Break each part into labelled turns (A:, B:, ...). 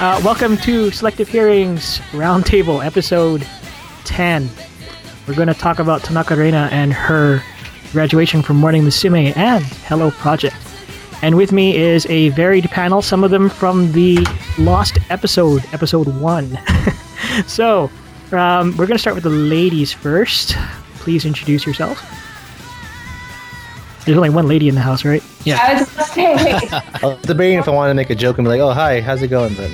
A: Uh, welcome to Selective Hearings Roundtable, episode 10. We're going to talk about Tanaka Reina and her graduation from Morning Musume and Hello Project. And with me is a varied panel, some of them from the lost episode, episode 1. so, um, we're going to start with the ladies first. Please introduce yourself. There's only one lady in the house, right?
B: Yeah.
C: I was gonna say,
B: I was debating if I wanted to make a joke and be like, "Oh, hi, how's it going?" But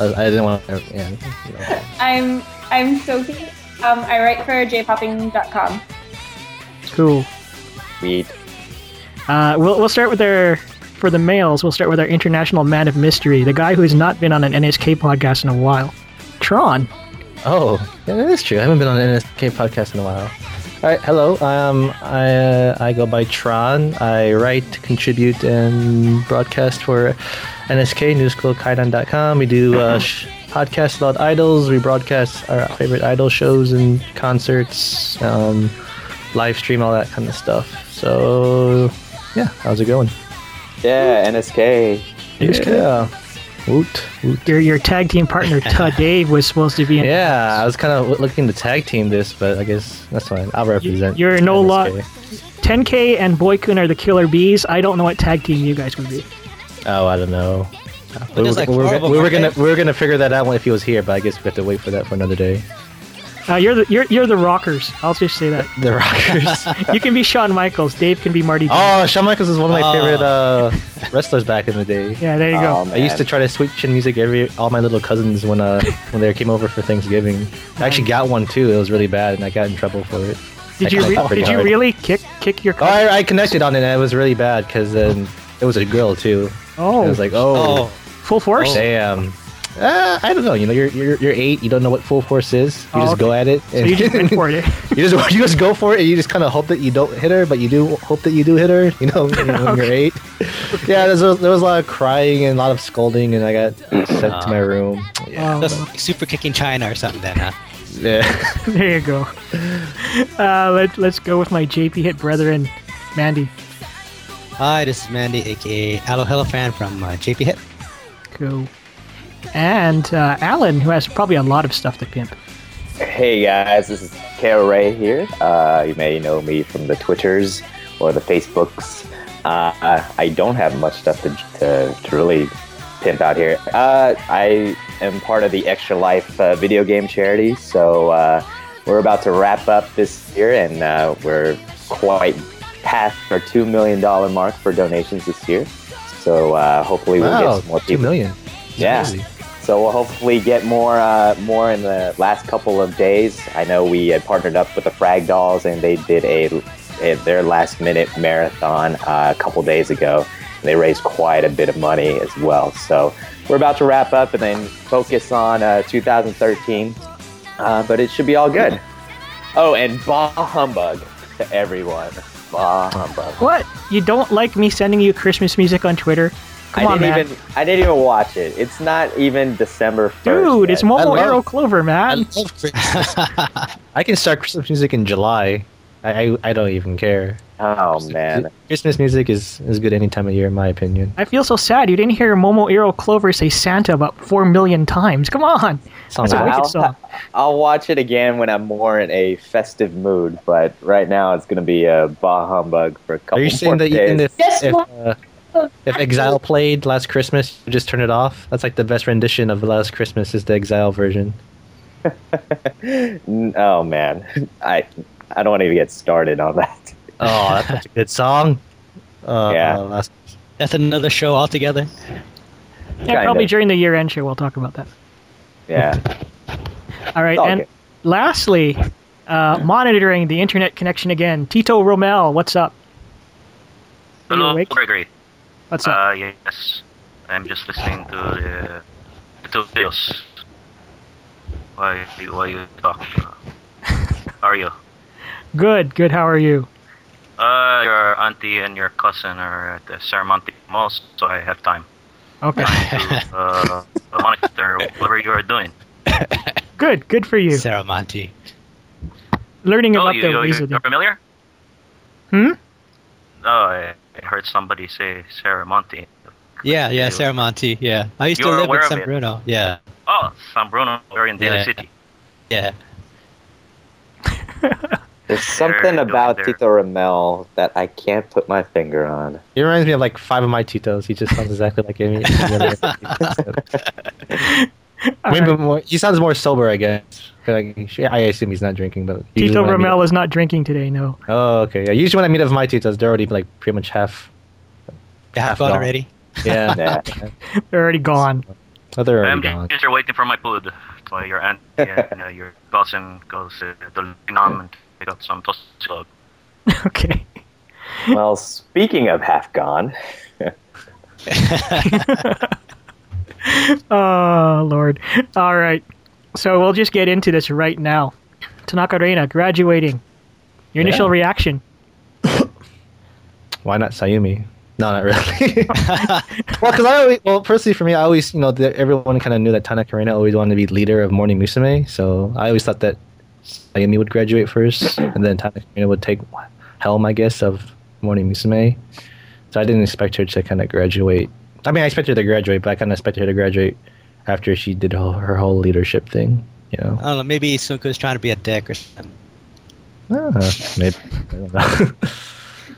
B: uh, I, I didn't want to. Yeah, you know.
C: I'm I'm Sophie. Um, I write for jpopping.com.
A: Cool.
D: Read.
A: Uh, we'll, we'll start with our for the males. We'll start with our international man of mystery, the guy who has not been on an NSK podcast in a while, Tron.
B: Oh, yeah, that is true. I haven't been on an NSK podcast in a while. All right, hello. Um, I uh, I go by Tron. I write, contribute, and broadcast for NSK NewsClubKaidan.com. We do uh, sh- podcasts about idols. We broadcast our favorite idol shows and concerts, um, live stream all that kind of stuff. So, yeah, how's it going?
D: Yeah, NSK.
B: Yeah. Woot, woot.
A: Your your tag team partner Todd Dave was supposed to be in.
B: Yeah, I was kind of looking to tag team this, but I guess that's fine. I'll represent.
A: you're no
B: NSK.
A: lo- 10K and Boykun are the killer bees. I don't know what tag team you guys would be.
B: Oh, I don't know. We were,
E: there's like
B: we were-
E: four of them,
B: we were
E: aren't
B: gonna
E: there?
B: we were gonna figure that out when- if he was here, but I guess we have to wait for that for another day.
A: Uh, you're the you're, you're the rockers. I'll just say that.
B: The Rockers.
A: You can be Shawn Michaels. Dave can be Marty. Jannetty.
B: oh, Shawn Michaels is one of my
E: Oh.
B: favorite uh, wrestlers back in the day.
A: yeah, there you go.
D: Oh,
B: I used to
D: man.
B: try to switch in music every all my little cousins when uh when they came over for Thanksgiving. I actually got one too. It was really bad, and I got in trouble for it.
A: did
B: I
A: you
B: got
A: re-
B: pretty
A: did you
B: hard.
A: really kick kick your?
B: Oh, I, I connected on it, and it was really bad because then it was a girl too.
A: Oh,
B: It was like, oh,
E: Oh,
A: full force.
B: damn. Uh, I don't know. You know, you're, you're you're eight. You don't know what full force is. You
A: Oh,
B: just
A: okay.
B: go at it.
A: So you just went for it. eh?
B: you just you just go for it. And you just kind of hope that you don't hit her, but you do hope that you do hit her. You know, when you're- when you're eight. Yeah, there's a, there was a lot of crying and a lot of scolding, and I got sent to my room.
D: Ah.
B: Yeah.
A: Oh,
E: that's like super kicking China or something then, huh?
B: yeah.
A: There you go. Uh, let, let's go with my JP hit brethren, Mandy.
E: Hi, this is Mandy, aka Hello fan from uh, JP Hit.
A: Cool. And uh, Alan, who has probably a lot of stuff to pimp.
D: Hey guys, this is Kale Ray here. Uh, you may know me from the Twitters or the Facebooks. Uh, I- I don't have much stuff to, to, to really pimp out here. Uh, I am part of the Extra Life uh, video game charity, so uh, we're about to wrap up this year and uh, we're quite past our $2 million mark for donations this year. So uh, hopefully we'll
B: Wow,
D: get some more
B: two
D: people.
B: million.
D: Yeah.
B: Crazy.
D: So we'll hopefully get more uh, more in the last couple of days. I know we had partnered up with the Frag Dolls, and they did a, a their last minute marathon uh, a couple days ago. They raised quite a bit of money as well. So we're about to wrap up and then focus on uh, 2013, uh, but it should be all good. Oh, and bah humbug to everyone! Bah humbug.
A: What? You don't like me sending you Christmas music on Twitter? Come
D: I
A: on,
D: didn't
A: man.
D: even I didn't even watch it. It's not even December first.
A: Dude, it's Momo
B: love-
A: Arrow Clover,
B: I
A: man.
B: love Christmas. I can start Christmas music in July. I, I, I don't even care.
D: Oh man.
B: Christmas music is, is good any time of year, in my opinion.
A: I feel so sad you didn't hear Momo Arrow Clover say Santa about four million times. Come on.
B: Sounds
A: That's a
B: like
A: wicked
D: I'll-
A: song.
D: I'll watch it again when I'm more in a festive mood, but right now it's going to be a bah humbug for a couple
B: Are you
D: more
B: saying that
D: days.
B: even if
C: Just
B: if,
C: one-
B: uh, if Exile played Last Christmas, you just turn it off? That's like the best rendition of Last Christmas is the Exile version.
D: N- Oh man, I I don't want to even get started on that.
B: Oh, that's such a good song. Uh,
D: Yeah.
B: uh, last,
E: That's another show altogether.
A: Yeah, probably
D: kinda.
A: during the year end show we'll talk about that.
D: Yeah,
A: All right,
D: It's all
A: and
D: good.
A: lastly, uh, monitoring the internet connection again. Tito Romel, what's up? Are you
F: Hello,
A: awake?
F: Gregory.
A: What's up?
F: Uh, yes, I'm just listening to the tutorials. Why, why you talk? Are you?
A: Good, good. How are you?
F: Uh, your auntie and your cousin are at the Sermonti Mall, so I have time
A: Okay,
F: to uh, monitor whatever you are doing.
A: good, good for you.
E: Sarah Monty.
A: Learning
F: oh,
A: about
F: you,
A: the
F: you,
A: Weasel.
F: you're familiar?
A: Hmm?
F: Oh, I I heard somebody say Sermonti.
E: Yeah, yeah, Sarah Monti. Yeah, I used
F: You're
E: to live
F: aware
E: in
F: of
E: San
F: it.
E: Bruno. Yeah,
F: Oh, San Bruno, we're in Daly
E: Yeah.
F: City.
E: yeah.
D: There's
F: They're
D: something
F: doing
D: about
F: their-
D: Tito Ramel that I can't put my finger on.
B: He reminds me of like five of my Titos. He just sounds exactly like any any other Tito. Maybe more. He sounds more sober, I guess. 'Cause I, I assume he's not drinking, but usually
A: Tito
B: when I meet-
A: Ramel is not drinking today, no.
B: Oh, okay. Yeah, usually when I meet up with my Titos, they're already like pretty much half.
E: Half
B: gone.
E: gone already.
B: Yeah,
D: Yeah.
A: They're already gone.
B: Oh, they're already
F: I'm
B: gone.
F: just here waiting for my food. So your aunt and uh, your cousin goes uh, to Vietnam and they got some toast dog.
A: Okay.
D: well, speaking of half gone,
A: Oh, Lord. All right. So we'll just get into this right now. Tanaka Reina graduating. Your initial
B: Yeah.
A: reaction.
B: Why not Sayumi? No, not really. well, because I always, well, personally for me, I always, you know, the, everyone kind of knew that Tana Karina always wanted to be leader of Morning Musume, so I always thought that Sayumi would graduate first, and then Tana Karina would take helm, I guess, of Morning Musume. So I didn't expect her to kind of graduate. I mean, I expected her to graduate, but I kind of expected her to graduate after she did her, her whole leadership thing. You know,
E: I don't know. Maybe Sunko's trying to be a dick or something.
B: Ah, maybe. I don't know.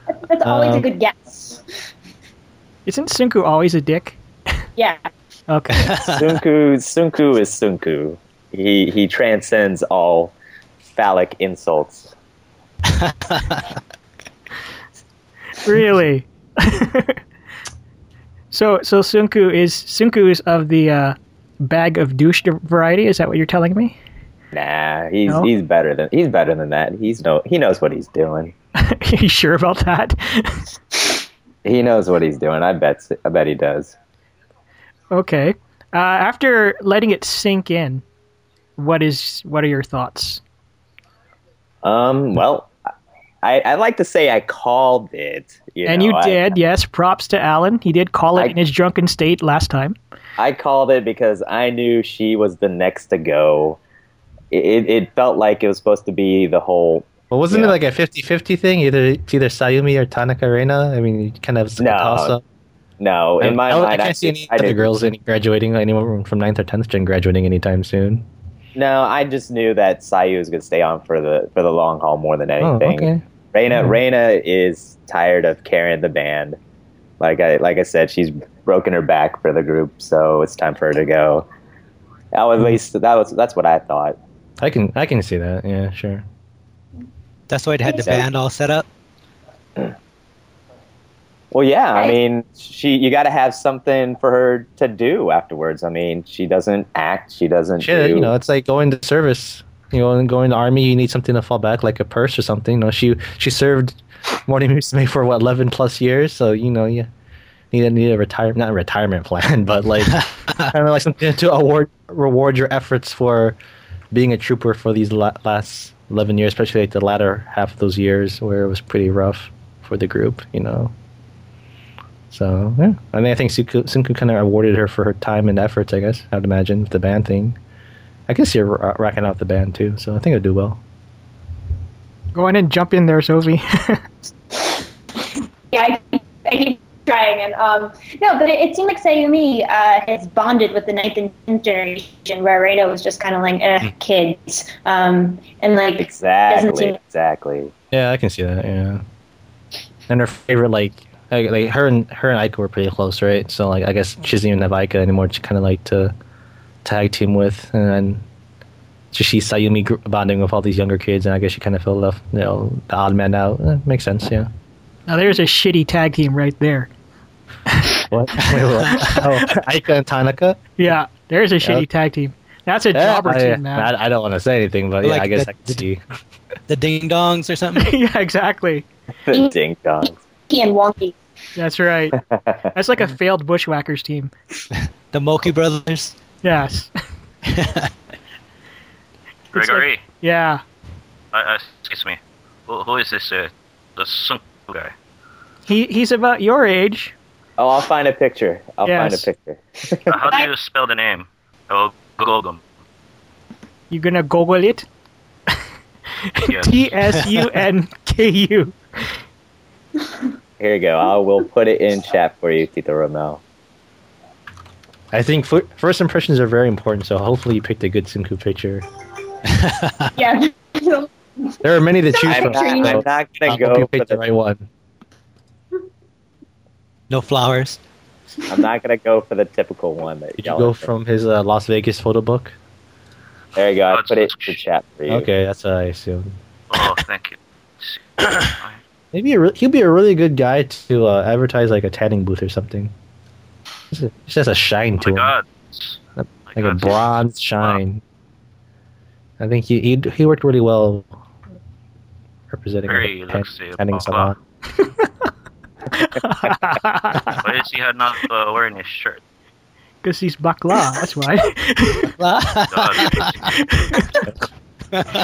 C: That's, that's
E: Uh,
C: always Oh, a
B: Um,
C: good guess.
A: Isn't Sunku always a dick?
C: Yeah.
A: Okay.
D: Sunku Sunku is Sunku. He he transcends all phallic insults.
A: really? so so Sunku is Sunku is of the uh, bag of douche variety, is that what you're telling me?
D: Nah, he's
A: No?
D: he's better than he's better than that. He's no he knows what he's doing.
A: you sure about that?
D: He knows what he's doing. I bet I bet he does.
A: okay. Uh, after letting it sink in, what is what are your thoughts?
D: Um, well, I I like to say I called it. You
A: and
D: know,
A: you
D: I-
A: did, yes. Props to Alan. He did call it
D: I-
A: in his drunken state last time.
D: I called it because I knew she was the next to go. It, it felt like it was supposed to be the whole.
B: Well, wasn't it
D: Yeah.
B: like a 50-50 thing? Either it's either Sayumi or Tanaka Reina. I mean, you kind of it's like
D: No,
B: a toss-up.
D: No, in
B: I-
D: my
B: I,
D: mind,
B: I can't see any
D: I
B: of the
D: didn't-
B: girls any graduating, anyone from 9th or 10th gen graduating anytime soon.
D: No, I just knew that Sayu was going to stay on for the for the long haul more than
B: Oh,
D: anything.
B: okay.
D: Reina
B: Hmm.
D: Reina is tired of carrying the band. Like I like I said, she's broken her back for the group, so it's time for her to go. Oh,
B: Mm-hmm.
D: at least that was that's what I thought.
B: I can I can see that. Yeah, sure.
E: That's why it had the
D: Exactly.
E: band all set up.
D: Well, yeah, I
C: Right.
D: mean, she you got to have something for her to do afterwards. I mean, she doesn't act, she doesn't
B: Shit,
D: do.
B: you know, it's like going to service. You know, going to army, you need something to fall back, like a purse or something. You know, she she served morning musume for what eleven plus years, so you know, you need a need a retirement not a retirement plan, but like I don't know, like something to award reward your efforts for being a trooper for these la- last eleven years, especially like the latter half of those years where it was pretty rough for the group. You know. So yeah, I mean, I think Sunku, Sunku kind of awarded her for her time and efforts. I guess I would imagine the band thing. I guess you're ra- uh, racking out the band too, so I think it'll do well.
A: Go on and jump in there, Sophie.
C: Yeah, I, keep- I keep trying. And um, no, but it, it seemed like Sayumi uh, has bonded with the ninth and tenth generation, where Reina was just kind of like eh, kids, um, and like Doesn't
D: Exactly,
C: seem-
D: exactly.
B: Yeah, I can see that. Yeah, and her favorite like. Like, like her and her and Ike were pretty close, right? So like I guess she doesn't even have Ike anymore. She kind of like to tag team with, and then she sees Sayumi gr- bonding with all these younger kids, and I guess she kind of felt left, you know, the odd man out. Eh, makes sense, yeah.
A: now there's a shitty tag team right there.
B: What? Wait, what? oh, Ike and Tanaka.
A: Yeah, there's a shitty
B: Yeah.
A: tag team. That's a
B: Yeah,
A: jobber
B: I,
A: team, man.
B: I, I don't want to say anything, but yeah,
E: Like
B: I guess
E: the-
B: I can see.
E: The Ding Dongs or something.
A: yeah, exactly.
D: The ding dong.
C: He and Wonky.
A: That's right. That's like a failed bushwhackers team.
E: The Moki Brothers.
A: Yes. like-
F: Gregory,
A: Yeah.
F: uh, uh, excuse me. Who, who is this? Uh, the Sunk guy.
A: He he's about your age.
D: Oh, I'll find a picture. I'll find a
A: Yes.
D: picture.
F: Uh, how do you spell the name? Oh, Gogum.
A: You gonna Google it?
F: Yes.
A: T S U N K U.
D: Here you go. I will put it in chat for you, Tito Romel.
B: I think fir- first impressions are very important, so hopefully you picked a good Simku picture.
C: yeah.
B: There are many to choose
D: I'm
B: from.
D: not, I'm
B: so
D: not
B: I
D: gonna
B: hope you
D: go for
B: picked the
D: the,
B: right one.
E: No flowers.
D: I'm not gonna go for the typical one that
B: Did you
D: y'all-
B: go from his uh, Las Vegas photo book?
D: There you go. I put it in the chat for you.
B: Okay, that's what I assumed.
F: Oh, thank you. Oh
B: Maybe a re- he'll be a really good guy to uh, advertise like a tanning booth or something. Just, a, just has a shine
F: Oh
B: to
F: my
B: him,
F: god. My
B: like a
F: God.
B: bronze shine. I think he he he worked really well representing
F: Very
B: a tan-
F: luxury.
B: tanning salon.
F: Why is he not uh, wearing his shirt?
A: Because he's bakla, that's why.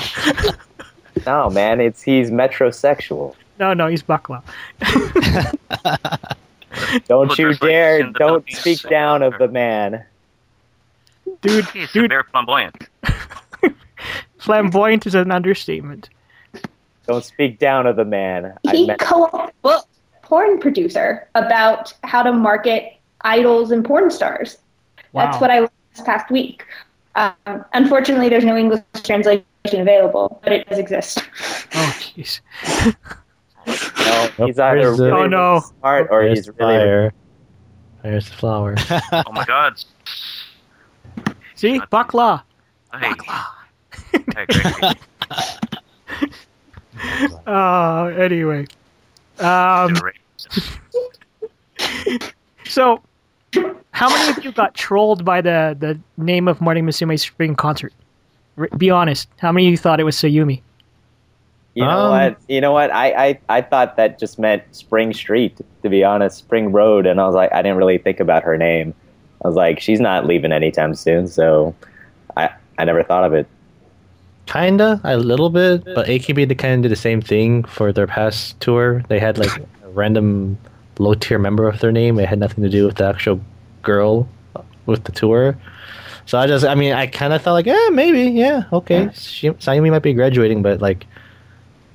F: God.
D: No, man, it's he's metrosexual.
A: no, no, he's bakla.
D: Don't
F: Well,
D: you
F: just like
D: dare!
F: in the
D: don't
F: Philippines,
D: speak
F: uh,
D: down of the man.
A: Dude,
F: He's
A: dude,
F: very flamboyant.
A: flamboyant is an understatement.
D: Don't speak down of the man. I
C: he
D: meant
C: co-opted a book, porn producer, about how to market idols and porn stars.
A: Wow.
C: That's what I learned this past week. Um, unfortunately, there's no English translation available, but it does exist.
A: Oh, jeez.
D: no, he's
B: Nope,
D: either
B: there's the-
D: really,
A: Oh, no.
D: smart or
B: There's
D: he's
B: the
D: really
B: flower. There's the flower.
F: Oh my god.
A: See, bakla.
F: Hey. Hey, Greg.
A: Uh, anyway. Um,
F: He's a racist.
A: so, how many of you got trolled by the, the name of Morning Musume's spring concert? R- be honest. How many of you thought it was Sayumi?
D: You know
B: Um,
D: what? You know what? I, I I thought that just meant Spring Street, to be honest, Spring Road, and I was like, I didn't really think about her name. I was like, she's not leaving anytime soon, so I I never thought of it.
B: Kinda, a little bit, but AKB they kind of did the same thing for their past tour. They had like a random low tier member of their name. It had nothing to do with the actual girl with the tour. So I just, I mean, I kind of thought like, yeah, maybe, yeah, okay. She, Sayumi might be graduating, but like,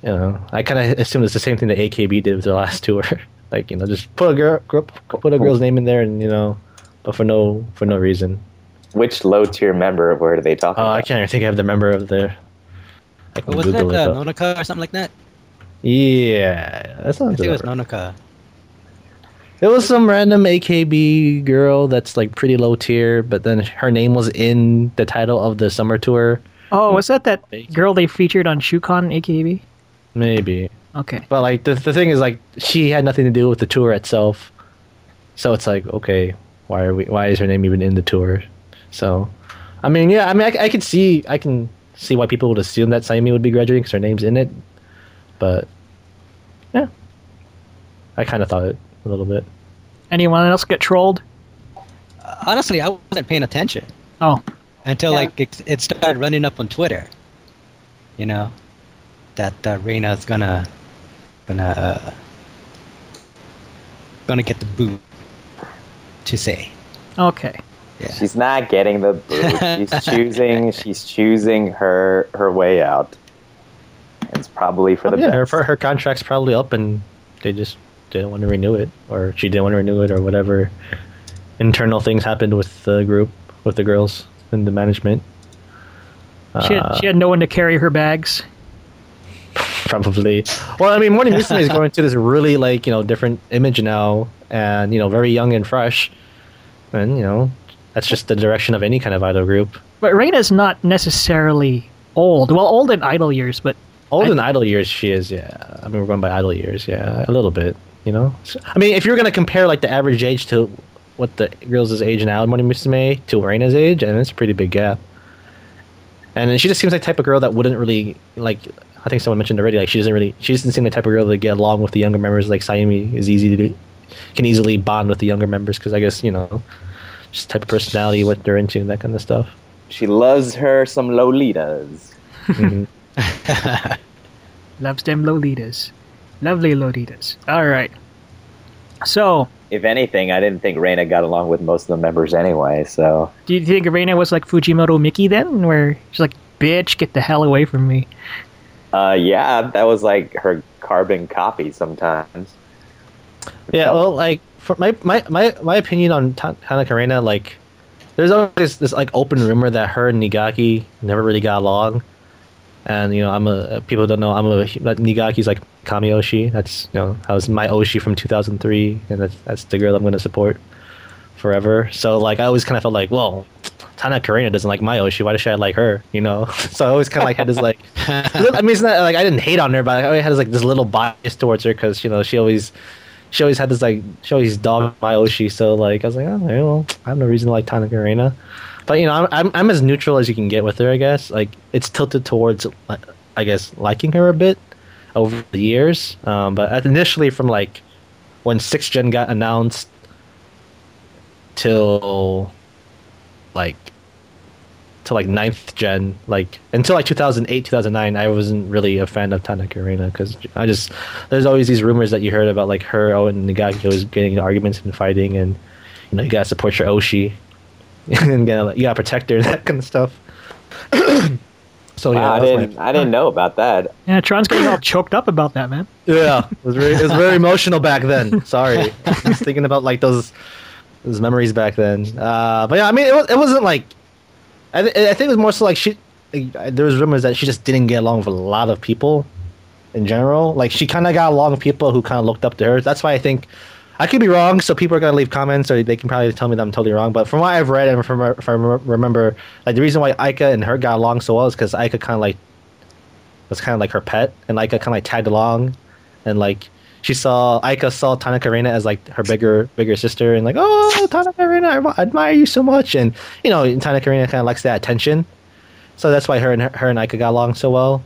B: you know, I kind of assumed it's the same thing that AKB did with their last tour. like, you know, just put a girl, gr- put a girl's name in there, and you know, but for no for no reason.
D: Which low tier member were they talking
B: Oh, I
D: about?
B: can't even think of the member of the. I can
E: What was that?
B: Google it,
E: Uh,
B: though.
E: Nonoka or something like that?
B: Yeah, that
E: I
B: sounds.
E: think it was
B: about right.
E: Nonoka.
B: It was some random AKB girl that's like pretty low tier, but then her name was in the title of the summer tour.
A: Oh, was that that girl they featured on Shukon AKB?
B: Maybe,
A: Okay.
B: but like the the thing is like she had nothing to do with the tour itself, so it's like okay, why are we? Why is her name even in the tour? So, I mean, yeah, I mean, I, c- I could see, I can see why people would assume that Sayumi would be graduating because her name's in it, but yeah, I kind of thought it a little bit.
A: Anyone else get trolled?
E: Uh, Honestly, I wasn't paying attention
A: Oh,
E: until
C: Yeah.
E: like it, it started running up on Twitter. You know, that uh, Reina's gonna gonna uh, gonna get the boot to say.
A: okay.
D: She's not getting the boot. She's choosing. She's choosing her her way out. It's probably for the
B: yeah, her,
D: best.
B: her her contract's probably up, and they just didn't want to renew it, or she didn't want to renew it, or whatever internal things happened with the group, with the girls and the management. Uh,
A: She had, she had no one to carry her bags.
B: Probably. Well, I mean, Morning Musume is going to this really like you know different image now, and you know very young and fresh, and you know that's just the direction of any kind of idol group.
A: But Reina's not necessarily old. Well, old in idle years, but
B: Old
A: I-
B: in idol years, she is. Yeah, I mean, we're going by idol years. Yeah, a little bit. You know, So- I mean, if you're gonna compare like the average age to what the girls' is age now, Money Musume to Reina's age, and it's a pretty big gap. And then she just seems like the type of girl that wouldn't really like. I think someone mentioned already. Like she doesn't really. She doesn't seem the type of girl to get along with the younger members. Like Sayumi is easy to do, can easily bond with the younger members because I guess you know, just type of personality, what they're into, and that kind of stuff.
D: She loves her some lolitas.
B: Mhm.
A: loves them Lolitas. Lovely Lolitas. All right. So,
D: If anything, I didn't think Reina got along with most of the members anyway. So
A: do you think Reina was like Fujimoto Mickey then, where she's like, bitch, get the hell away from me?
D: Uh, yeah, that was like her carbon copy sometimes.
B: Yeah, well, like for my my my, my opinion on Ta- Hana Karina, like there's always this, this like open rumor that her and Nigaki never really got along, and you know I'm a people don't know I'm a that Nigaki's like Kami Oshi. That's you know I was my Oshi from 2003, and that's that's the girl I'm gonna support forever. So like I always kind of felt like, well, Tana Karina doesn't like my Oshi. Why should I like her? You know. So I always kind of like had this like, I mean, it's not like I didn't hate on her, but I always had this like this little bias towards her because you know she always. She always had this like she always dogged my Oshi, so like I was like, oh well, I have no reason to like Tana Karina. But you know, I'm, I'm I'm as neutral as you can get with her, I guess. Like it's tilted towards, like, I guess, liking her a bit over the years. Um, but initially, from like when Six Gen got announced till like till like ninth gen like until like 2008 2009 i wasn't really a fan of tanaka arena because i just there's always these rumors that you heard about like her oh and nagaki was getting into arguments and fighting and you know you gotta support your oshi and gotta, like, you gotta protect her that kind of stuff so yeah
D: I
B: that was my-
D: didn't. I didn't know about that.
A: Yeah, Tron's getting all choked up about that, man.
B: Yeah, it was very, it was very emotional back then. Sorry, I was thinking about like those those memories back then. Uh, but yeah, I mean, it was it wasn't like I, th- I think it was more so like she like, I- there was rumors that she just didn't get along with a lot of people in general. Like she kind of got along with people who kind of looked up to her. That's why I think I could be wrong. So people are gonna leave comments, or they can probably tell me that I'm totally wrong. But from what I've read and from if I remember- remember, like the reason why Aika and her got along so well is because Aika kind of like was kind of like her pet, and Aika kind of like tagged along, and like she saw Aika saw Tanaka Reina as like her bigger bigger sister, and like oh Tanaka Reina, I admi- admire you so much, and you know Tanaka Reina kind of likes that attention, so that's why her and her and Aika got along so well.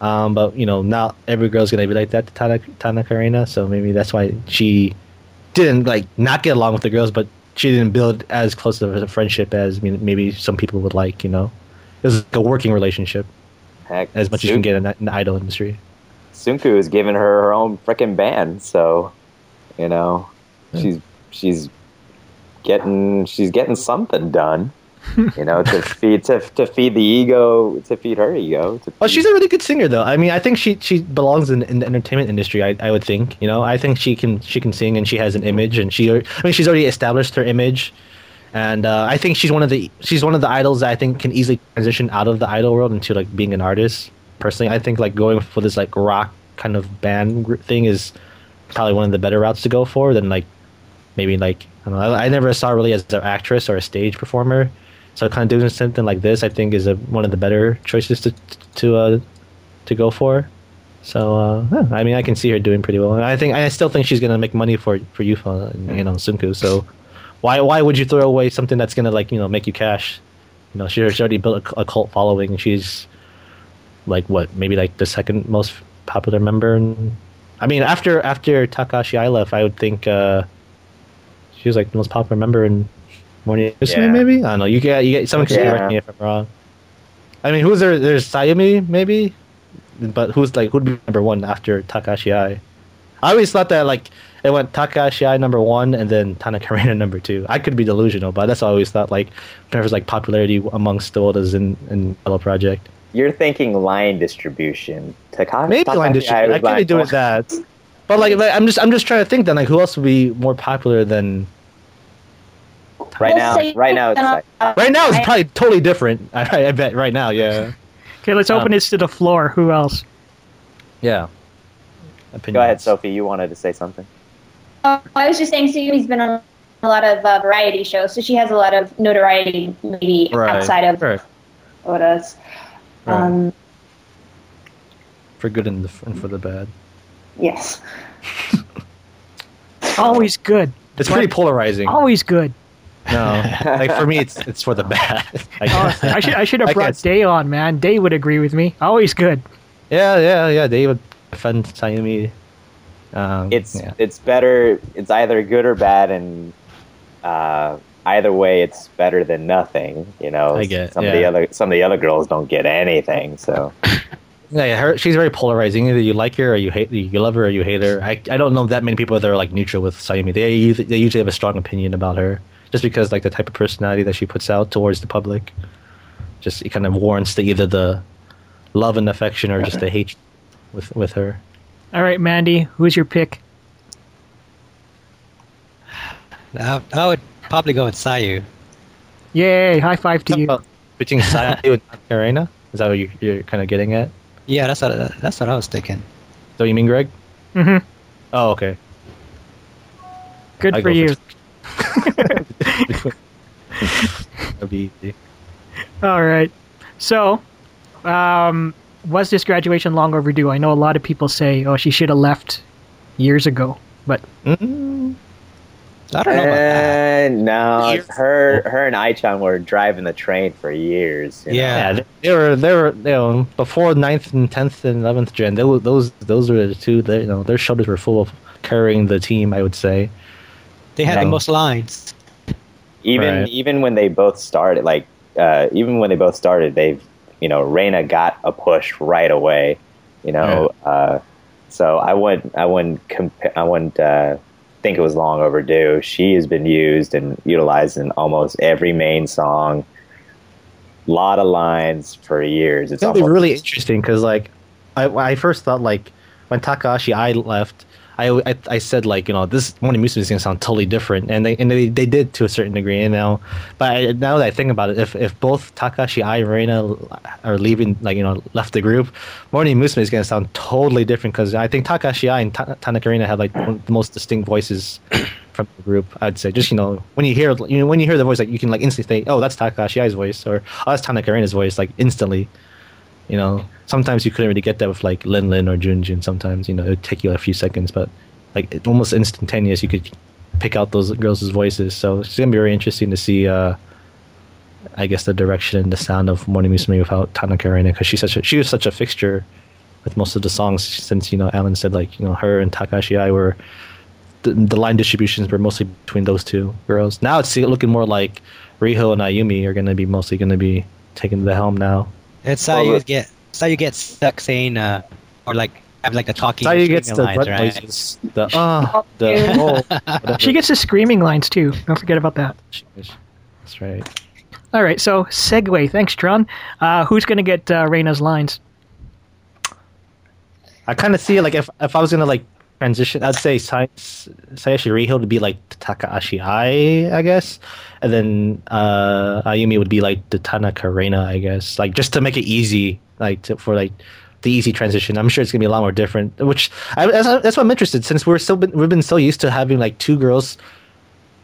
B: Um, but you know, not every girl's gonna be like that to Tana, Tana Karina, so maybe that's why she didn't like not get along with the girls, but she didn't build as close of a friendship as I mean, maybe some people would like. You know, it was like a working relationship
D: Heck,
B: as much as you can get in, the- in the idol industry.
D: Sunku is giving her her own freaking band, so you know
B: Yeah.
D: she's she's getting she's getting something done. you know, to feed to, to feed the ego, to feed her ego. To
B: Oh,
D: feed-
B: she's a really good singer, though. I mean, I think she she belongs in, in the entertainment industry. I, I would think, you know, I think she can she can sing and she has an image, and she al- I mean she's already established her image, and uh, I think she's one of the she's one of the idols that I think can easily transition out of the idol world into like being an artist. Personally, I think like going for this like rock kind of band gr- thing is probably one of the better routes to go for than like maybe like I don't know. I, I never saw her really as an actress or a stage performer. So kind of doing something like this, I think, is a, one of the better choices to to uh, to go for. So uh, yeah, I mean, I can see her doing pretty well, and I think I still think she's gonna make money for for Yufa and you know Sunku. So why why would you throw away something that's gonna like you know make you cash? You know, she, she already built a, a cult following, and she's like what maybe like the second most popular member. And, I mean, after after Takashi I left, I would think. Uh, she was like the most popular member in Morning Musume,
D: Yeah.
B: maybe. I don't know. You get you get someone can
D: Yeah.
B: correct me if I'm wrong. I mean, who's there? There's Sayumi, maybe, but who's like who'd be number one after Takashi I? I always thought that like it went Takashi I number one and then Tanaka Reina number two. I could be delusional, but that's what I always thought. Like whenever it's like popularity amongst the oldest in in Hello Project,
D: You're thinking line distribution. Taka-
B: maybe
D: Takashi
B: line distribution. I
D: was
B: could be
D: like,
B: doing that. But like, like, I'm just I'm just trying to think then like who else would be more popular than
D: Right now,
C: Well, say-
D: right now it's like
B: Right now, it's
C: I-
B: probably totally different. I, I bet right now, yeah,
A: Okay, let's open
B: Um,
A: this to the floor. Who else?
B: yeah. Opinions.
D: Go ahead, Sophie. You wanted to say something.
C: Oh, I was just saying, Sumi's been on a lot of uh, variety shows, so she has a lot of notoriety, maybe
B: Right.
C: outside of
B: Right.
C: Oda's.
B: Right.
C: Um,
B: for good and, the, and for the bad.
C: yes.
A: Always good.
B: It's pretty polarizing.
C: Oh.
A: Always good.
B: No, like for me, it's it's for the bad. I
A: Oh,
B: guess.
A: I should I should have
B: I
A: brought
B: guess.
A: Day on, man. Day would agree with me. Always good.
B: yeah, yeah, yeah. They would defend Sayumi. Um,
D: It's
B: yeah.
D: it's better. It's either good or bad, and uh, either way, it's better than nothing. You know,
B: I get-
D: some of
B: yeah.
D: the other some of the other girls don't get anything. So
B: Yeah, yeah, her, she's very polarizing. Either you like her or you hate you love her or you hate her. I, I don't know that many people that are like neutral with Sayumi. They usu- they usually have a strong opinion about her just because like the type of personality that she puts out towards the public. Just it kind of warrants the either the love and affection or just the hate with with her.
A: All right, Mandy, who's your pick?
E: I, I would probably go with Sayu.
A: Yay! High five to you.
B: About switching side and Arena? Is that what you, you're kind of getting at? Is
E: Yeah, that's what that's what I was thinking.
B: that what you mean, Greg?
A: hmm
B: Oh, okay.
A: Good
B: I
A: for
B: go
A: you.
B: That'd be easy.
A: All right. So, um, was this graduation long overdue? I know a lot of people say, "Oh, she should have left years ago," but
B: Mm,
E: I don't know about that.
D: And no,
B: Years.
D: her, her and Aichan were driving the train for years. you know?
E: Yeah.
B: Yeah, they, they were they were you know before 9th and tenth and eleventh gen. They were, those those were the two. They, you know their shoulders were full of carrying the team. I would say.
E: They had the
B: No.
E: most lines.
D: even
B: Right.
D: even when they both started like uh, even when they both started they've you know Reina got a push right away you know uh, so I wouldn't I wouldn't compa- I wouldn't uh, think it was long overdue she has been used and utilized in almost every main song lot of lines for years
B: It's
D: it's
B: gonna be
D: almost-
B: really interesting because like I, I first thought like when Takahashi I left. I, I, I said like you know this morning music is gonna sound totally different and they and they, they did to a certain degree you know but I, now that I think about it if, if both Takashi I and Reina are leaving like you know left the group morning Musume is gonna sound totally different because I think Takashi I and Ta- Tanaka Reina have like one of the most distinct voices from the group I'd say just you know when you hear you know, when you hear the voice like you can like instantly think oh that's Takashi I's voice or oh that's Tanaka Reina's voice like instantly you know, sometimes you couldn't really get that with like Lin Lin or Junjun. Sometimes you know it would take you a few seconds, but like it, almost instantaneous, you could pick out those girls' voices. So it's gonna be very interesting to see. uh I guess the direction and the sound of Morning Musume without Tanaka Reina because she's such a, she was such a fixture with most of the songs since you know Alan said like you know her and Takashi I were the, the line distributions were mostly between those two girls. Now it's looking more like Riho and Ayumi are gonna be mostly gonna be taking the helm now.
E: It's how
D: Well,
E: you
D: look-
E: get it's how you get stuck saying uh or like have like the talking
B: That's how you get
E: between
B: the
E: lines,
B: butt
E: right?
B: noises. The ah, the
C: Yeah.
B: oh. whatever.
A: she gets the screaming lines too. Don't forget about that.
B: That's right.
A: All right. So, segue. Thanks, Tron. Uh, who's gonna get uh, Reina's lines?
B: I kind of see like if if I was gonna like transition, I'd say Sai- Sayashi Riho would be like the Takahashi Ai, I guess, and then uh, Ayumi would be like the Tanaka Reina, I guess, like just to make it easy, like to, for like the easy transition. I'm sure it's gonna be a lot more different. Which I, that's, that's what I'm interested since we're still been, we've been so used to having like two girls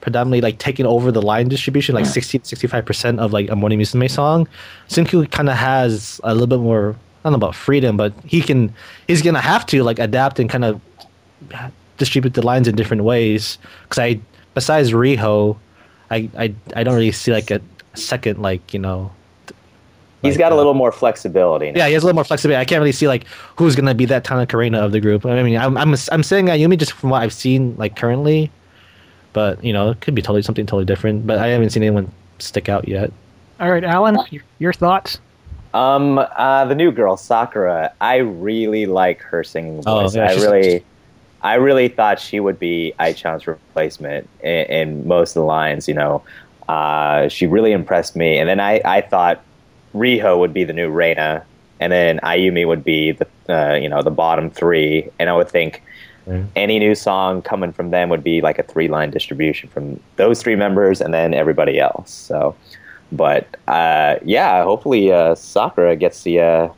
B: predominantly like taking over the line distribution, like 60 65% of like a Morning Musume song. Senku kind of has a little bit more, I don't know about freedom, but he can, he's going to have to like adapt and kind of distribute the lines in different ways. Cause I, besides Riho, I, I, I don't really see like a second, like, you know,
D: he's
B: like,
D: got a
B: uh,
D: little more flexibility now.
B: yeah, he has a little more flexibility. I can't really see like who's gonna be that Tana Karina of the group. I mean, I'm I'm I'm saying Ayumi just from what I've seen like currently, but you know, it could be totally something totally different. But I haven't seen anyone stick out yet.
A: All right, Alan. Your, your thoughts?
D: Um, uh, the new girl Sakura. I really like her singing
B: Oh,
D: voice.
B: yeah,
D: I
B: she's-
D: really, I really thought she would be Aichan's replacement in, in most of the lines. You know, uh, she really impressed me. And then I, I thought Riho would be the new Reina, and then Ayumi would be the, uh, you know, the bottom three. And I would think
B: Mm.
D: any new song coming from them would be like a three line distribution from those three members and then everybody else. So, but uh, yeah, hopefully uh, Sakura gets the. Uh,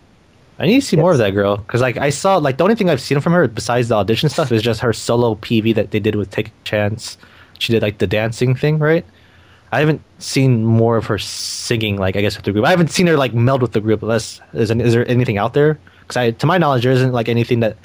B: I need to see more of
D: Yes.
B: that girl because like I saw like the only thing I've seen from her besides the audition stuff is just her solo PV that they did with Take a Chance. She did like the dancing thing, right? I haven't seen more of her singing, like I guess with the group. I haven't seen her like meld with the group. Unless is, any- is there anything out there? Because to my knowledge, there isn't like anything that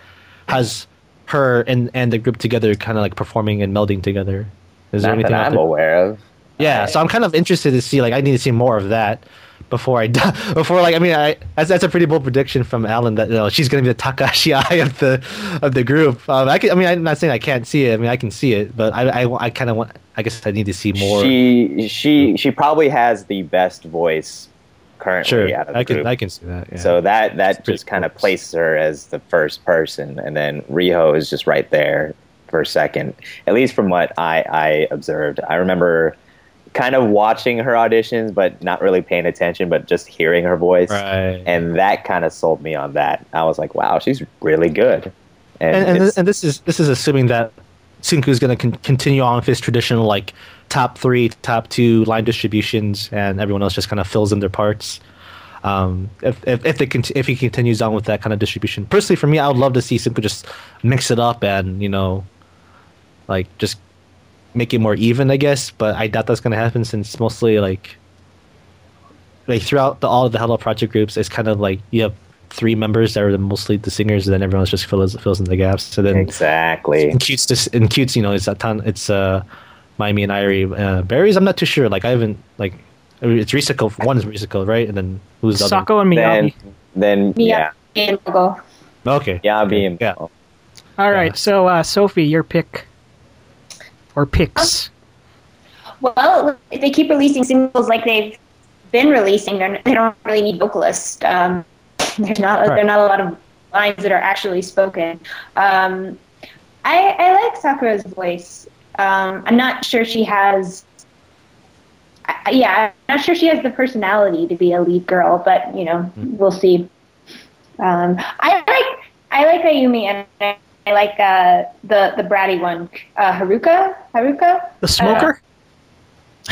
B: has her and and the group together, kind of like performing and melding together. Is there
D: not
B: anything
D: that
B: out
D: I'm
B: there?
D: aware of.
B: Yeah, so I'm kind of interested to see. Like, I need to see more of that before I die. Before, like, I mean, I that's, that's a pretty bold prediction from Alan that you know, she's going to be the Takashi Eye of the of the group. Um, I, can, I mean, I'm not saying I can't see it. I mean, I can see it, but I I, I kind of want. I guess I need to see more.
D: She she she probably has the best voice currently
B: sure,
D: out of the
B: I can
D: group.
B: I can see that. Yeah.
D: So that that
B: It's pretty
D: just kind of
B: close.
D: places her as the first person, and then Riho is just right there for a second. At least from what I I observed, I remember kind of watching her auditions, but not really paying attention, but just hearing her voice,
B: right.
D: and that kind of sold me on that. I was like, wow, she's really good.
B: and and,
D: it's-
B: and this is this is assuming that Sunku's going to con- continue on with his traditional like top three, top two line distributions, and everyone else just kind of fills in their parts. Um, if if if, they cont- if he continues on with that kind of distribution, personally for me, I would love to see Simple just mix it up and you know, like just make it more even, I guess. But I doubt that's going to happen since mostly like like throughout the, all of the Hello Project groups, it's kind of like you have three members that are mostly the singers, and then everyone else just fills fills in the gaps. So then
D: Exactly.
B: in cutes, this in cutes, you know, it's a ton. It's uh, Miami and Irie. Uh, berries, I'm not too sure. Like I haven't like it's Risico. One is Risico, right? And then who's the other?
A: Sako and
D: Then,
A: Miyagi.
D: then yeah,
C: Yeah. And Logo.
B: one? Okay.
D: yeah, beam.
B: Yeah.
A: All right, so uh, Sophie, your pick or picks?
C: Well, they keep releasing singles like they've been releasing. They're, they don't really need vocalists. Um, there's not
B: Right.
C: there are not a lot of lines that are actually spoken. Um, I, I like Sakura's voice. Um, I'm not sure she has. I, I- yeah, I'm not sure she has the personality to be a lead girl, but you know, we'll see. Um, I like I like Ayumi and I, I like uh, the the bratty one, uh, Haruka. Haruka.
A: The
B: Uh,
A: smoker?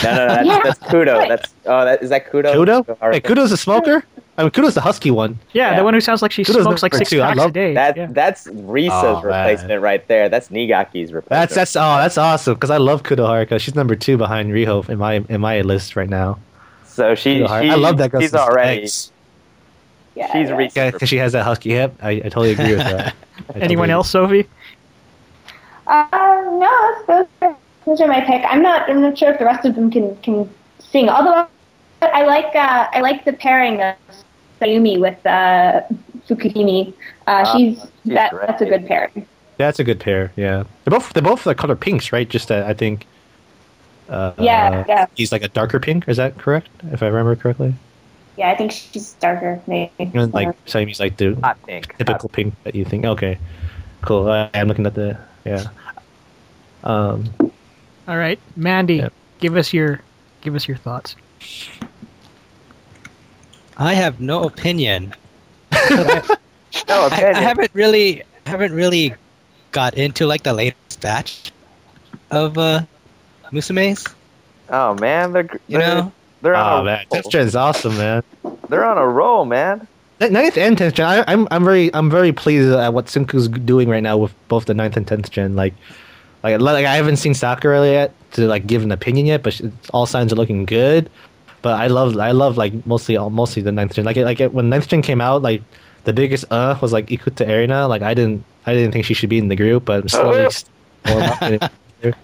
D: No, no, no. That's,
C: Yeah.
D: that's Kudo. That's oh, that is that Kudo.
B: Kudo.
D: All
B: Hey,
D: right.
B: Kudo's a smoker. I mean, Kudo's the husky one.
A: yeah,
D: yeah.
A: the one who sounds like she
B: Kudos
A: smokes like
B: number
A: six
B: two. I
A: packs a
B: love
A: day.
D: That
A: yeah.
D: that's Risa's
E: Oh, man.
D: replacement right there. That's Nigaki's replacement.
B: That's that's oh that's awesome because I love Kudo Haruka. She's number two behind Riho in my in my list right now.
D: so she, she.
B: Kudo Haruka. I love that girl.
D: She's
B: since
D: already.
B: X.
C: Yeah,
D: She's
C: yeah.
D: Risa's
B: Yeah, because she has that husky hip. I, I totally agree with that. I totally
A: Anyone
B: agree.
A: else, Sophie?
C: Uh, no, those are, those are my pick. I'm not. I'm not sure if the rest of them can can sing. Although I like uh, I like the pairing of Sayumi with uh, Fukuhimi. Uh,
D: Ah,
C: she's,
D: she's
C: that,
D: great.
C: that's a good pairing.
B: That's a good pair. Yeah, they're both they're both the color pinks, right? Just that I think. Uh,
C: Yeah, yeah.
B: He's like a darker pink. Is that correct? If I remember correctly.
C: Yeah, I think she's darker. Maybe.
B: And like Siamese, like the
D: hot pink.
B: typical pink that you think. Okay, cool. I, I'm looking at the yeah. Um,
A: All right, Mandy,
B: Yeah.
A: give us your give us your thoughts.
E: I have no opinion.
D: No
E: I, I
D: opinion.
E: haven't really haven't really got into like the latest batch of uh, Musume's.
D: oh man, they're gr-
E: You
D: they're,
E: know,
D: they're on
B: oh
D: a
B: man,
D: roll.
B: tenth gen's awesome, man.
D: They're on a roll, man.
B: Nin- Ninth and tenth gen. I, I'm I'm very I'm very pleased at what Senku's doing right now with both the ninth and tenth gen. Like, like like I haven't seen Sakura yet to like give an opinion yet, but she, all signs are looking good. But I love I love like mostly all mostly the ninth gen. Like it- like it, when ninth gen came out, like the biggest uh was like Ikuta Arena. Like I didn't I didn't think she should be in the group, but slowly.
D: yeah.
B: more often-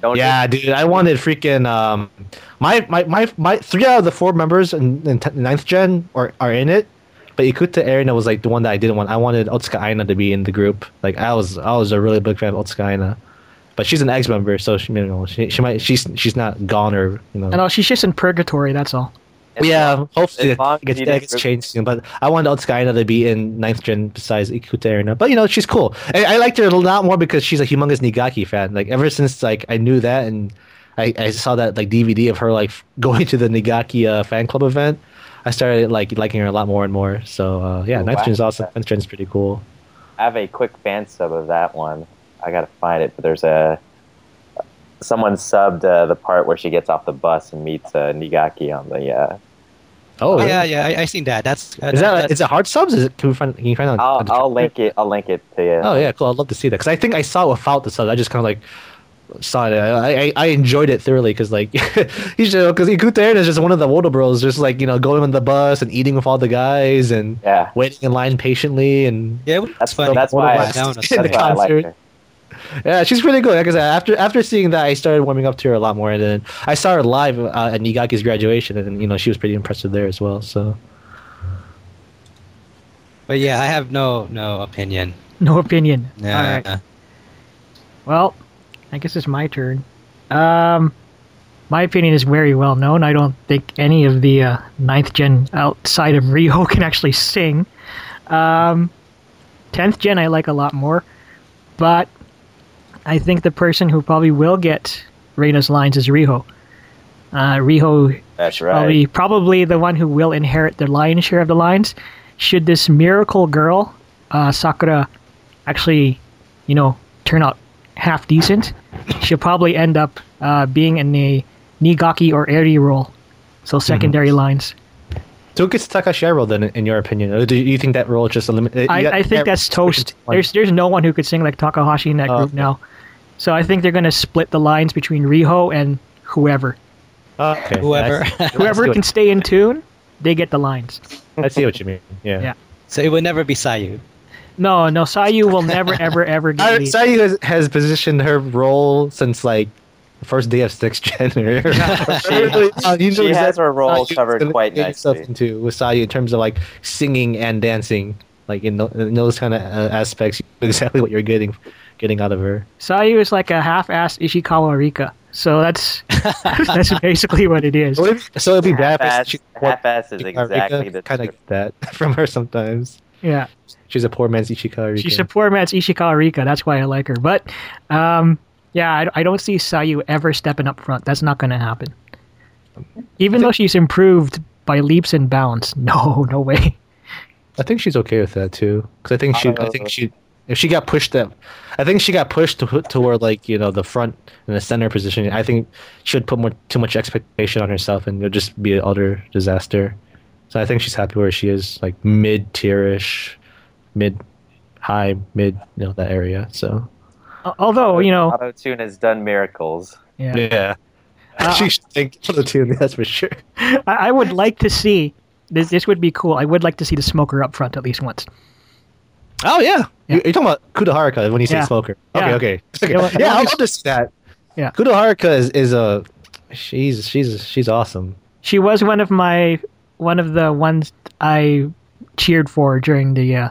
D: Don't
B: yeah, dude, I wanted freaking um, my my my, my three out of the four members in, in t- ninth gen are, are in it, but Ikuta Arena was like the one that I didn't want. I wanted Otsuka Aina to be in the group. Like I was I was a really big fan of Otsuka Aina, but she's an ex member, so she you know she, she might she's she's not gone or you know.
A: And all, Oh, she's just in purgatory. That's all.
D: As
B: yeah,
D: long-
B: uh, hopefully
D: as
B: it
D: long as
B: gets,
D: you
B: that
D: didn't
B: gets
D: group-
B: changed soon. But I wanted Otsuka Aina to be in ninth gen besides Ikuta Arena. But you know, she's cool. I, I liked her a lot more because she's a humongous Nigaki fan. Like ever since like I knew that and I, I saw that like DVD of her like f- going to the Nigaki uh, fan club event, I started like liking her a lot more and more. So uh, yeah,
D: Oh,
B: ninth
D: wow.
B: gen's awesome. Ninth gen's pretty cool.
D: I have a quick fan sub of that one. I gotta find it, but there's a someone subbed uh, the part where she gets off the bus and meets uh, Nigaki on the. Uh,
B: Oh
E: yeah,
B: yeah.
E: yeah, I, I seen that. That's uh,
B: Is
E: that-
B: that is it hard subs? Is it can we find can you find out?
D: I'll I'll link it. I'll link it to you.
B: Oh yeah, cool. I'd love to see that because I think I saw it without the sub. I just kind of like saw it. I I, I enjoyed it thoroughly because like you know because Ikuta is just one of the older bros, just like you know going on the bus and eating with all the guys and
D: yeah.
B: waiting in line patiently and
E: yeah, it was
D: That's
E: fun.
D: that's why. I,
B: Otherwise-
D: that's
E: down
B: in the
D: why I like
B: concert.
D: her.
B: Yeah, she's pretty good. Like I said, after after seeing that, I started warming up to her a lot more, and then I saw her live uh, at Nigaki's graduation, and you know she was pretty impressive there as well. So
E: But yeah, I have no no opinion.
A: No opinion.
E: Yeah.
A: All right. Well, I guess it's my turn. Um, my opinion is very well known. I don't think any of the uh, ninth gen outside of Riho can actually sing. Um, tenth gen I like a lot more, but I think the person who probably will get Reina's lines is Riho. Uh, Riho
D: That's
A: probably
D: right.
A: probably the one who will inherit the lion's share of the lines. Should this miracle girl, uh, Sakura, actually, you know, turn out half decent, she'll probably end up uh, being in a Nigaki or Eri role, so secondary lines.
B: So who gets Takashi role then, in- in your opinion? Or do you think that role just uh, eliminated?
A: I, I think that's toast. There's there's no one who could sing like Takahashi in that
B: Oh,
A: group
B: okay.
A: now, so I think they're gonna split the lines between Riho and whoever.
B: Oh, okay.
E: Whoever.
B: I see- I
A: Whoever
B: see
A: can
B: what-
A: stay in tune, they get the lines.
B: I see what you mean. Yeah.
A: Yeah.
E: so it would never be Sayu.
A: No, no, Sayu will never ever ever get
B: I,
A: lead.
B: Sayu has, has positioned her role since like the first day of sixth gen. she,
D: she has her role covered quite nicely.
B: into with Sayu in terms of like singing and dancing, like in, tho- in those kind of uh, aspects, you know exactly what you're getting getting out of her.
A: Sayu is like a half-assed Ishikawa Rika. So that's that's basically what it is.
B: So it'd, so it'd be bad. if
D: Half-ass
B: she-
D: half-ass is exactly the
B: kind of get that from her sometimes.
A: Yeah,
B: She's a poor man's Ichikari.
A: she's a poor man's Ishikawa Rika. That's why I like her. But um, yeah, I, I don't see Sayu ever stepping up front. That's not going to happen. Even though she's improved by leaps and bounds, no, no way.
B: I think she's okay with that too, because I think she, I think she, if she got pushed that, I think she got pushed to toward like you know the front and the center position. I think she would put more too much expectation on herself, and it'll just be an utter disaster. So I think she's happy where she is, like mid tierish, mid, high, mid, you know that area. So
A: Al-
B: Oh,
A: Although you know,
D: Auto tune has done miracles.
A: yeah.
B: yeah, she should think for the team. That's for sure.
A: I, I would like to see this. This would be cool. I would like to see the smoker up front at least once.
B: Oh yeah.
A: Yeah.
B: You- You're talking about Kudaharika when you say
A: Yeah.
B: smoker. Okay,
A: Yeah.
B: okay.
A: You know,
B: yeah, I'll just that.
A: Yeah.
B: Kudaharika is, is a she's she's she's awesome.
A: She was one of my one of the ones I cheered for during the uh,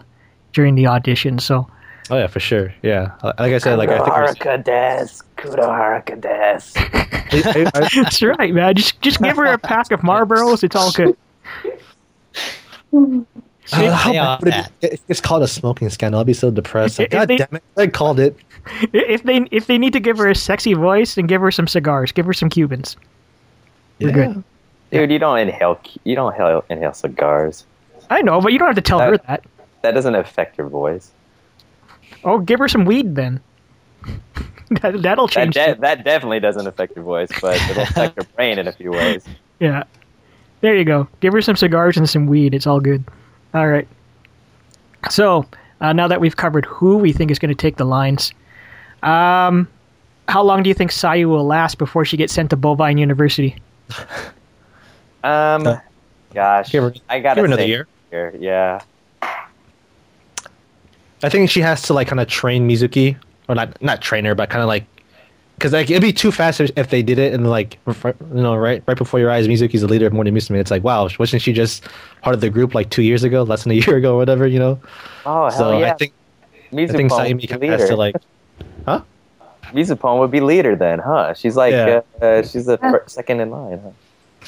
A: during the audition. So
B: Oh yeah, for sure. Yeah. Like I said, like I think
D: Kudoharaka desk, Kudoharaka desk.
B: I, I,
A: that's right, man. Just just give her a pack of Marlboros. It's all good.
B: I- how
E: They
B: bad
E: are
B: would it
E: that.
B: be- it- it's called a smoking scandal. I'll be so depressed. Like,
A: If
B: God
A: they-
B: damn it! I called it.
A: If they if they need to give her a sexy voice, then give her some cigars. Give her some Cubans. We're good.
D: Dude, you don't inhale. You don't inhale, inhale cigars.
A: I know, but you don't have to tell her that.
D: That doesn't affect your voice.
A: Oh, give her some weed then. that, that'll
D: That
A: change.
D: de-
A: it.
D: that definitely doesn't affect your voice, but it'll affect your brain in a few ways.
A: Yeah. There you go. Give her some cigars and some weed. It's all good. All right. So uh, now that we've covered who we think is going to take the lines, um, how long do you think Sayu will last before she gets sent to Bovine University?
D: Um,
B: Uh,
D: gosh,
B: give her-
D: I gotta
B: give her another
D: say
B: year.
D: here, yeah.
B: I think she has to like kind of train Mizuki, or not not train her, but kind of like, because like it'd be too fast if, if they did it and like fr- you know right right before your eyes, Mizuki's the leader of Morning Musume. It's like wow, wasn't she just part of the group like two years ago, less than a year ago, or whatever you know?
D: Oh hell
B: so
D: yeah!
B: I think I
D: Mizupon
B: think
D: would
B: Sayumi
D: be
B: kinda has
D: leader.
B: to like
D: Mizupon would be leader then, huh? She's like,
B: Yeah.
D: uh, uh, she's the fir- second in line. Huh?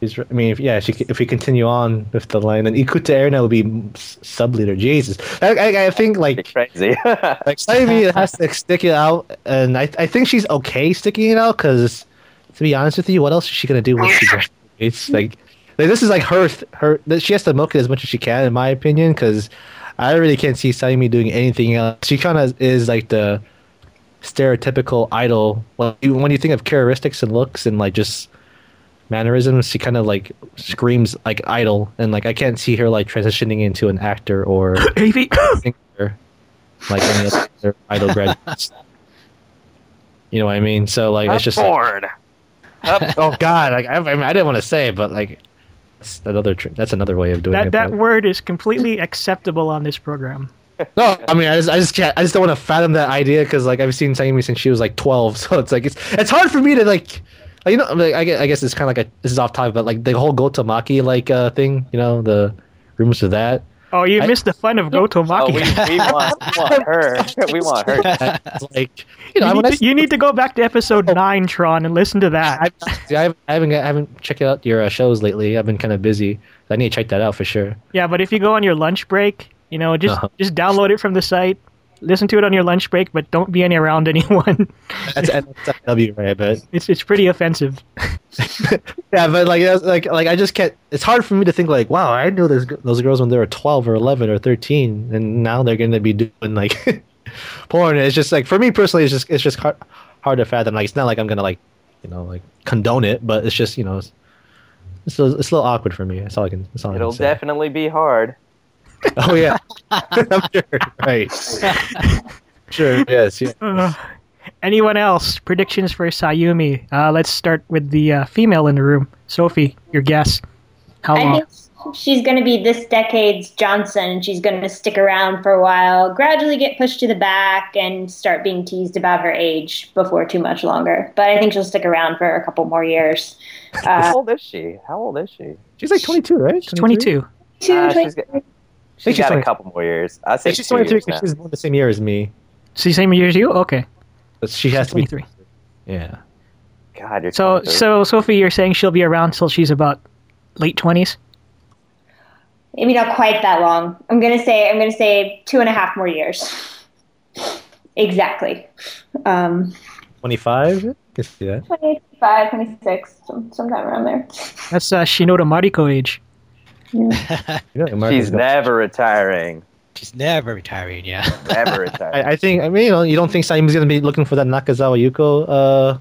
B: He's, I mean, if, yeah, if, she, if we continue on with the line, then Ikuta Erna will be sub leader. Jesus, I, I, I think
D: Pretty
B: like
D: crazy.
B: like Saimi has to stick it out, and I I think she's okay sticking it out because, to be honest with you, what else is she gonna do once she graduates? Like, like this is like her th- her that she has to milk it as much as she can, in my opinion, because I really can't see Saimi doing anything else. She kind of is like the stereotypical idol. Well, you- when you think of characteristics and looks and like just mannerisms, she kind of like screams like idol, and like I can't see her like transitioning into an actor or
A: Avi,
B: singer like any other idol graduates. You know what I mean? So like it's just like,
F: bored.
B: oh god, like I, I, mean, I didn't want to say, it, but like that's another tr- that's another way of doing
A: that
B: it.
A: that
B: but-
A: word is completely acceptable on this program.
B: No, I mean, I just, I just can't. I just don't want to fathom that idea because, like, I've seen Sayumi since she was like twelve, so it's like it's it's hard for me to like, like, you know, like, I guess, I guess it's kind of like a, this is off topic, but like the whole Gotomaki like uh, thing, you know, the rumors of that.
A: Oh, you
B: I-
A: missed the fun of
D: oh, we,
A: Gotomaki.
D: we, want, we want her. we want her.
B: It's like, you know,
A: you,
B: when
A: need
B: I Oh.
A: to, you need to go back to episode nine, Tron, and listen to that.
B: I, I haven't, I haven't, I haven't checked out your uh, shows lately. I've been kind of busy. I need to check that out for sure.
A: Yeah, but if you go on your lunch break, you know, just
B: Uh-huh.
A: just download it from the site, listen to it on your lunch break, but don't be any around anyone.
B: That's NSFW, right? But
A: it's it's pretty offensive.
B: yeah, but like, that's, like, like I just can't. It's hard for me to think like, wow, I knew those those girls when they were twelve or eleven or thirteen, and now they're going to be doing like porn. It's just like for me personally, it's just it's just hard, hard to fathom. Like it's not like I'm gonna like you know like condone it, but it's just you know it's it's a, it's a little awkward for me. That's all I can. That's all
D: It'll
B: I can
D: definitely be hard.
B: say. Oh yeah, I'm sure. Right. sure. Yes. Yeah.
A: Uh, anyone else? Predictions for Sayumi? Uh, let's start with the uh, female in the room. Sophie, your guess. How
C: I
A: long?
C: think she's going to be this decade's Johnson. and She's going to stick around for a while, gradually get pushed to the back, and start being teased about her age before too much longer. But I think she'll stick around for a couple more years.
D: How
C: Uh,
D: old is she? How old is she?
B: She's like 22, right?
A: She's 22.
C: two,
D: Uh,
C: twenty-
D: she's got,
B: she's
D: she's got
B: 20.
D: a couple more years. I say
B: Yeah, she's
D: two
B: 23
D: years
B: because
D: now.
B: she's born the same year as me.
A: So the same year as you? Okay.
B: But she has to be.
A: 23.
B: Yeah.
D: God, you're
A: So,
D: 23.
A: so Sophie, you're saying she'll be around till she's about late 20s?
C: maybe not quite that long. I'm going to say I'm going to say two and a half more years. Exactly. Um,
B: 25? I can see that.
C: 25, 26, some- sometime around there.
A: That's uh, Shinoda Mariko age.
B: You know, Americans
D: she's
B: don't-
D: never retiring.
E: She's never retiring, yeah.
D: Never retiring.
B: I, I think, I mean, you, know, you don't think Saim's going to be looking for that Nakazawa Yuko uh,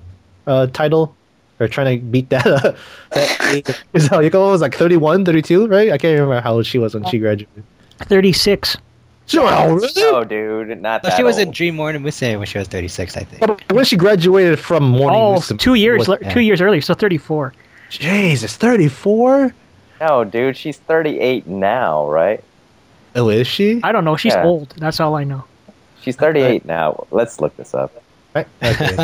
B: uh, title? Or trying to beat that? Uh, that Nakazawa Yuko was like 31, 32, right? I can't remember how old she was when she graduated.
A: 36.
B: She, oh, really?
D: No, dude, not
E: No,
D: that
E: she was in
D: old.
E: Dream Morning Musume when she was 36, I think.
B: But When she graduated from morning,
A: Oh,
B: Musume
A: two years,
B: was-
A: le-
E: yeah.
A: two years earlier, so 34.
B: Jesus, thirty-four.
D: No, dude, she's 38 now, right?
B: Oh, is she?
A: I don't know. She's
D: Yeah.
A: old. That's all I know.
D: She's 38 now. Let's look this up.
B: Right? Okay.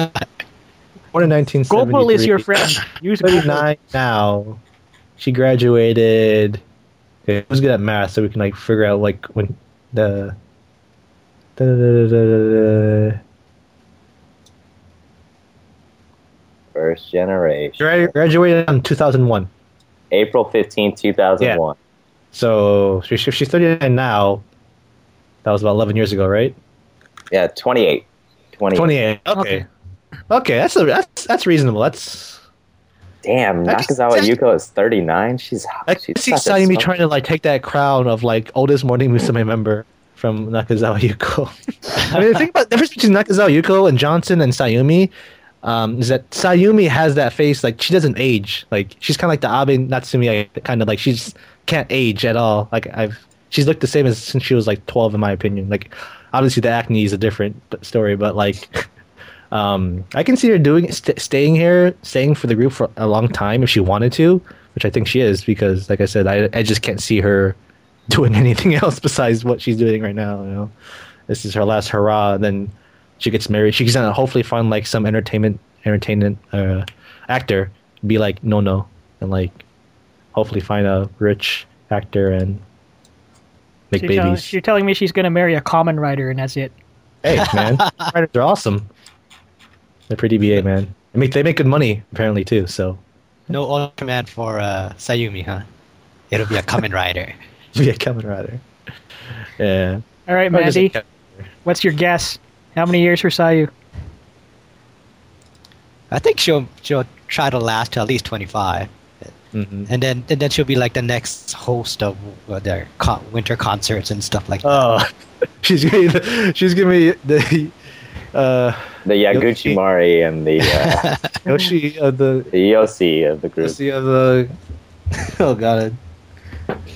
B: Born in nineteen seventy.
A: Google is your friend. Use Google.
B: 39 now. She graduated. Okay, who's good at math so we can like figure out like when the. da- da- da- da- da- da-
D: First generation.
B: Gra- Graduated in 2001.
D: April 15, 2001.
B: So she- she- she's 39 now. That was about 11 years ago, right?
D: Yeah, 28. 28.
B: 28.
A: Okay.
B: Okay. Okay, that's a, that's that's reasonable. That's
D: Damn,
B: That's-
D: Nakazawa
B: that's-
D: Yuko is 39. She's hot.
B: I
D: she's
B: see
D: such a
B: Sayumi
D: smoke.
B: trying to like take that crown of like oldest morning musume member from Nakazawa Yuko. I mean, the thing about the difference between Nakazawa Yuko and Johnson and Sayumi um, is that Sayumi has that face like she doesn't age. Like she's kind of like the Abe Natsumi like, kind of like she's can't age at all. Like I've she's looked the same as since she was like 12 in my opinion. Like obviously the acne is a different story, but like. Um, I can see her doing st- staying here, staying for the group for a long time if she wanted to, which I think she is because, like I said, I I just can't see her doing anything else besides what she's doing right now. You know, this is her last hurrah. And then she gets married. She's gonna hopefully find like some entertainment entertainment uh, actor, be like no no, and like hopefully find a rich actor and make
A: She's, tell-
B: babies.
A: she's telling me she's going to marry a common writer, and that's it.
B: Hey, man, writers are awesome. They're pretty BA, man. They make they make good money apparently too. So
E: No old command for uh, Sayumi, huh? It'll be a common rider.
B: yeah, Kevin Ryder. Yeah,
A: All right,
B: Or just-
A: Mandy, what's your guess? How many years for Sayu?
E: I think she'll she'll try to last to at least 25,
B: Mhm.
E: and then and then she'll be like the next host of uh, their con- winter concerts and stuff like that.
B: Oh, she's gonna be the, she's gonna be the uh,
D: The Yaguchi
B: Yoshi.
D: Mari and the, uh,
B: Yoshi of the
D: the Yoshi of the group.
B: Yoshi of the. Oh god,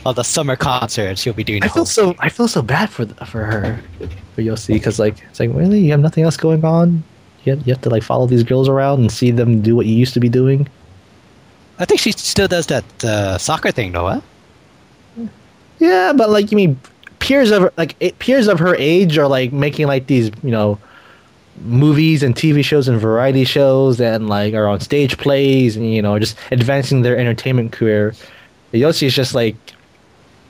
E: All the summer concerts she'll be doing.
B: I feel
E: hosting.
B: so I feel so bad for the, for her for Yoshi because like it's like really you have nothing else going on. You have, you have to like follow these girls around and see them do what you used to be doing.
E: I think she still does that uh, soccer thing, though. Huh?
B: Yeah, but like you mean peers of like it, peers of her age are like making like these you know movies and TV shows and variety shows and like are on stage plays and you know just advancing their entertainment career. Yoshi is just like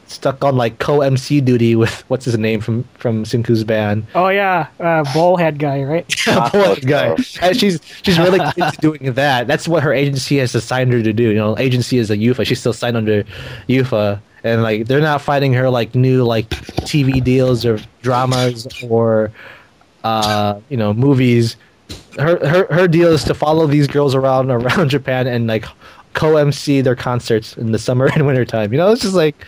B: stuck on like co MC duty with what's his name from from Sinku's band.
A: Oh, yeah. Uh, bowlhead guy, right?
B: Poor guy. And she's she's really into doing that. That's what her agency has assigned her to do. You know, agency is a UFA. She's still signed under UFA, and like they're not finding her like new like TV deals or dramas or uh you know movies. Her her her deal is to follow these girls around around Japan and like co-MC their concerts in the summer and winter time. You know, it's just like.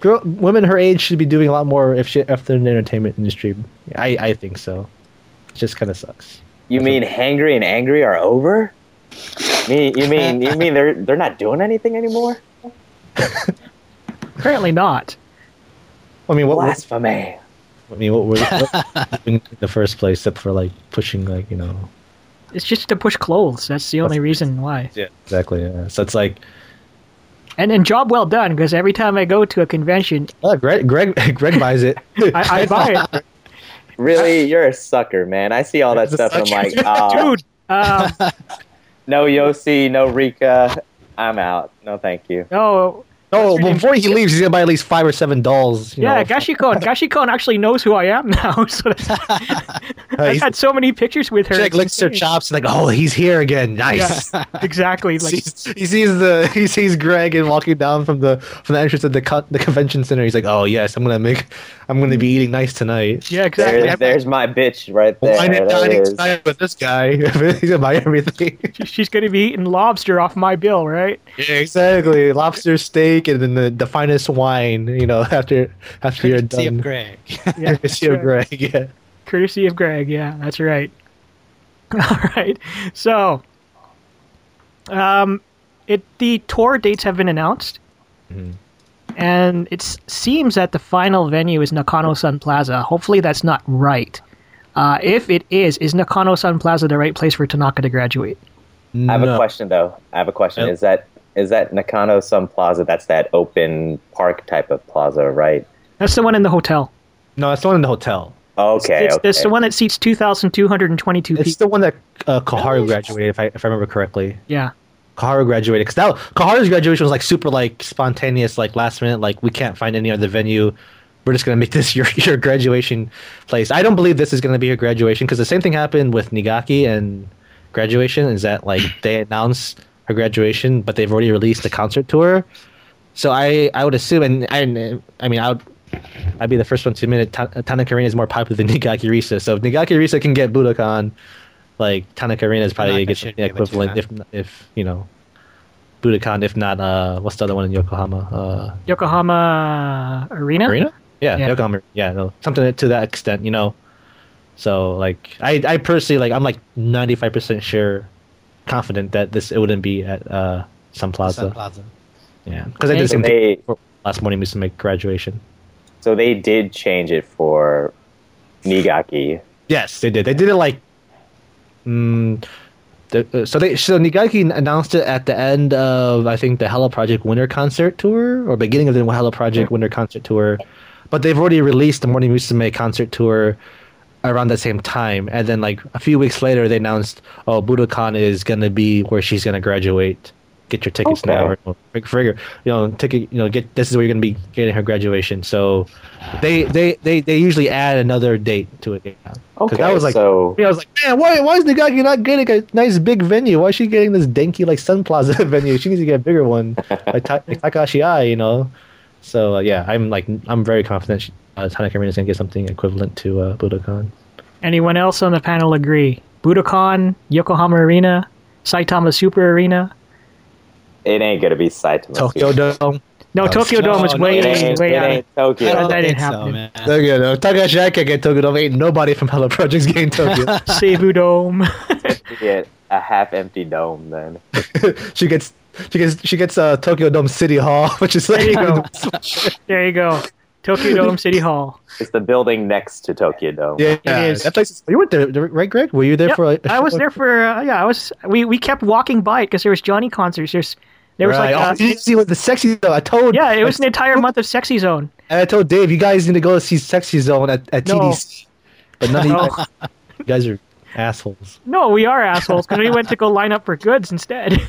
B: Girl, women her age should be doing a lot more if she if they're in the entertainment industry. I, I think so just kind of sucks.
D: You mean hangry and angry are over? Me, you mean you mean they're they're not doing anything anymore?
A: Apparently not.
B: I mean, what? was
D: Blasphemy!
B: I mean, what were what in the first place, except for like pushing, like you know,
A: It's just to push clothes. That's the only reason why.
B: yeah, exactly. Yeah. So it's like
A: And and job well done because every time I go to a convention,
B: oh, Greg, Greg, Greg buys it.
A: I, I buy it.
D: Really, you're a sucker, man. I see all that
B: He's a
D: stuff. and I'm like,
B: sucker.
D: oh,
A: Dude, um,
D: no Yossi, no Rika. I'm out. No, thank you.
A: no,
B: no, before he leaves, he's gonna buy at least five or seven dolls. You
A: yeah,
B: know,
A: Gashikon. Gashikon actually knows who I am now. So that's-
B: Uh,
A: I've
B: he's-
A: had so many pictures with her.
B: She like
A: it's
B: licks her
A: insane.
B: chops like, oh, he's here again. Nice.
A: Yeah, exactly.
B: He
A: Like
B: sees- he sees the he sees Greg and walking down from the from the entrance of the co- the convention center. He's like, "Oh yes, I'm gonna make I'm gonna be eating nice tonight.
A: yeah, exactly.
D: There's, there's my bitch right there.
B: Wine and
D: There it
B: dining
D: is.
B: tonight with this guy. he's gonna buy everything.
A: She's going to be eating lobster off my bill, right?
B: yeah, exactly. Lobster steak and then the, the finest wine. You know, after after you're
E: See
B: done.
E: if Greg.
A: Yeah,
B: Courtesy of
A: that's right.
B: Greg. Yeah.
A: Courtesy of Greg. Yeah, that's right. All right. So, um, it the tour dates have been announced,
B: Mhm.
A: and it seems that the final venue is Nakano Sun Plaza. Hopefully, that's not right. Uh, if it is, is Nakano Sun Plaza the right place for Tanaka to graduate?
D: I have
B: No.
D: a question though. I have a question.
B: Yep.
D: Is that is that Nakano Sun Plaza? That's that open park type of plaza, right?
A: That's the one in the hotel.
B: No, it's the one in the hotel.
D: Okay,
A: it's,
D: okay.
A: it's the one that seats two thousand two hundred and twenty-two people.
B: It's the one that uh, Kaharu graduated, if I if I remember correctly.
A: yeah.
B: Kaharu graduated because that Kaharu's graduation was like super like spontaneous, like last minute, like we can't find any other venue. We're just gonna make this your your graduation place. I don't believe this is gonna be your graduation because the same thing happened with Nigaki and graduation. Is that like they announced her graduation, but they've already released the concert tour. So I I would assume, and I I mean I would. I'd be the first one to admit it. Ta- Tanaka Arena is more popular than Nigaki Risa. So if Nigaki Risa can get Budokan, like Tanaka Arena is probably
E: Tanaka
B: gets
E: should
B: the
E: be able to,
B: equivalent, if if you know Budokan, if not, uh, what's the other one in Yokohama?
A: Yokohama Arena.
B: Uh, Arena? Yeah,
A: Yeah.
B: Yokohama. Yeah, no, something to that extent, you know. So, like, I, I personally, like, I'm like 95% sure, confident that this it wouldn't be at uh, Sun Plaza.
E: Sun Plaza.
B: Yeah, because I did the
D: so
B: same thing
D: they
B: for last morning. We used to make graduation.
D: so they did change it for Nigaki.
B: Yes, they did. They did it like, mm, the, uh, so they so Nigaki announced it at the end of I think the Hello Project Winter Concert Tour or beginning of the Hello Project Winter Concert Tour, but they've already released the Morning Musume Concert Tour around the same time, and then like a few weeks later they announced, oh, Budokan is gonna be where she's gonna graduate. Get your tickets now, or
D: Okay.
B: or fig- figure, you know, ticket, you know, get this is where you're gonna be getting her graduation. So, they they they, they usually add another date to it. Yeah. 'Cause
D: Okay,
B: that was like
D: so
B: yeah, I was like, man, why, why is Nagaki not getting a nice big venue? Why is she getting this danky like Sun Plaza venue? She needs to get a bigger one, like, Ta- like Takashi Ai, you know. So uh, yeah, I'm like, I'm very confident she, uh, Tanaka Arena is gonna get something equivalent to uh, Budokan.
A: Anyone else on the panel agree? Budokan, Yokohama Arena, Saitama Super Arena.
D: it ain't gonna be Saitama.
B: Tokyo Dome.
A: No,
B: Oh,
A: Tokyo
E: no,
A: Dome is
E: no,
A: way,
D: It
A: way,
D: ain't, it
A: out. of-
D: ain't Tokyo.
E: I
A: that
E: don't
A: didn't
E: think so,
A: happen.
E: man.
B: Tokyo Dome. Takashi Ai can get Tokyo Dome. Ain't nobody from Hello Project's getting Tokyo.
A: Seibu Dome.
D: Get a half-empty dome then.
B: she gets. She gets she gets uh, Tokyo Dome City Hall, which is like
A: There you go. there you go. Tokyo Dome City Hall.
D: It's the building next to Tokyo Dome.
B: yeah,
A: It is.
B: that place. Is, you went there, right, Greg? Were you there
A: Yep,
B: for? a-
A: I was there for uh, yeah. I was we, we kept walking by it because there was Johnny concerts. There's there was
B: right.
A: like
B: oh, you
A: uh,
B: didn't see what the sexy though. I told
A: yeah. It was an entire month of Sexy Zone.
B: And I told Dave, you guys need to go see Sexy Zone at, at
A: No.
B: TDC. But none of you
A: No.
B: guys, you guys are assholes.
A: No, we are assholes because we went to go line up for goods instead.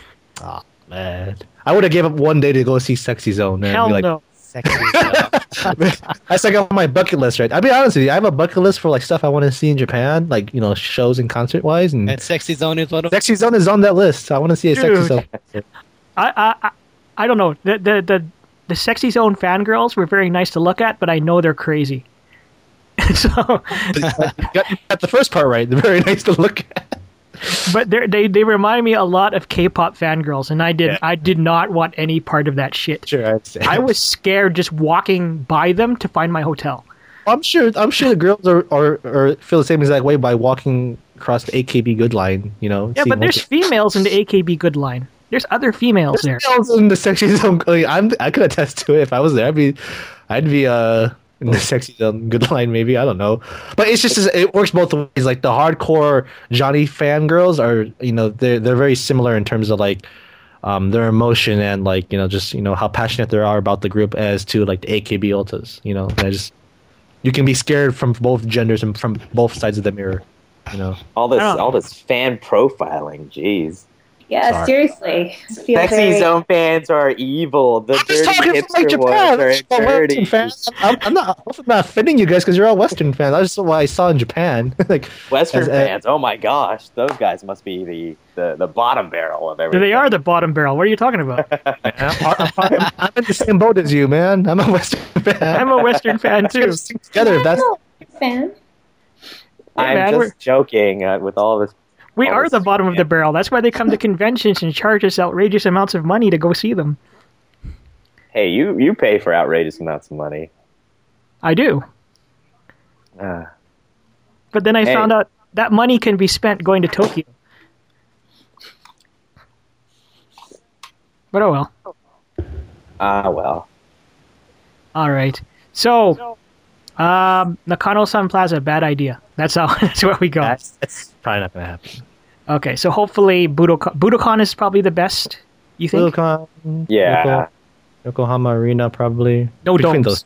B: Man. I would have gave up one day to go see Sexy Zone. Man.
A: Hell
B: Be like,
A: no.
E: Sexy stuff.
B: That's like on my bucket list, right? I'll be honest with you. I have a bucket list for like stuff I want to see in Japan, like, you know, shows and concert wise. And
E: and Sexy Zone is one of
B: Sexy Zone is on that list. I want to see a Sexy
A: Dude.
B: Zone.
A: I I I, I don't know the the the. The sexy zone fangirls were very nice to look at, but I know they're crazy. so
B: Got, got the first part right. They're very nice to look at.
A: but they're- they they remind me a lot of K-pop fangirls, and I did
B: Yeah.
A: I did not want any part of that shit.
B: Sure, I'd say.
A: I was scared just walking by them to find my hotel.
B: I'm sure. I'm sure the girls are, are, are feel the same exact way by walking across the AKB good line, you know.
A: Yeah,
B: see
A: but there's
B: multi-
A: females in the AKB good line. There's other females there.
B: There's females in the sexy zone. I, mean, I'm, I could attest to it. If I was there, I'd be, I'd be uh in the sexy zone. Good line, maybe. I don't know. But it's just it works both ways. Like the hardcore Johnny fangirls are, you know, they're they're very similar in terms of like. Um, their emotion and like you know just you know how passionate they are about the group as to like the AKB ultas you know and I just you can be scared from both genders and from both sides of the mirror you know
D: All this,
A: I don't-
D: all this fan profiling. Jeez,
C: Yeah,
B: Sorry.
C: seriously. I feel
D: sexy
C: very-
D: zone fans are evil. The dirty hipster
B: I'm
D: ones are
B: a Western
D: dirty.
B: fan. I'm, I'm not. I'm not offending you guys because you're all Western fans. That's just what I saw in Japan. like,
D: Western
B: As a-
D: fans. Oh my gosh, those guys must be the, the, the bottom barrel of everything.
A: They are the bottom barrel. What are you talking about?
B: I'm, part- I'm, part- I'm, in the same boat as you, man. I'm a Western fan.
A: I'm a Western fan too.
B: Let's sing together. if That's
C: No, fan.
D: I'm
A: man,
D: just
A: we're-
D: joking uh, with all this.
A: We
D: Oh,
A: are
D: that's-
A: the bottom of
D: yeah.
A: the barrel. That's why they come to conventions and charge us outrageous amounts of money to go see them.
D: Hey, you you pay for outrageous amounts of money.
A: I do.
D: Uh,
A: But then I
D: Hey.
A: found out that money can be spent going to Tokyo. But oh well.
D: ah well.
A: All right. So, um, Nakano Sun Plaza, bad idea. That's how. That's where we go.
B: that's, that's probably not gonna happen.
A: Okay. So hopefully Budokan, Budokan is probably the best. You think?
B: Budokan,
D: Yeah.
B: Yoko- Yokohama Arena probably.
A: No
B: Between
A: don'ts.
B: those,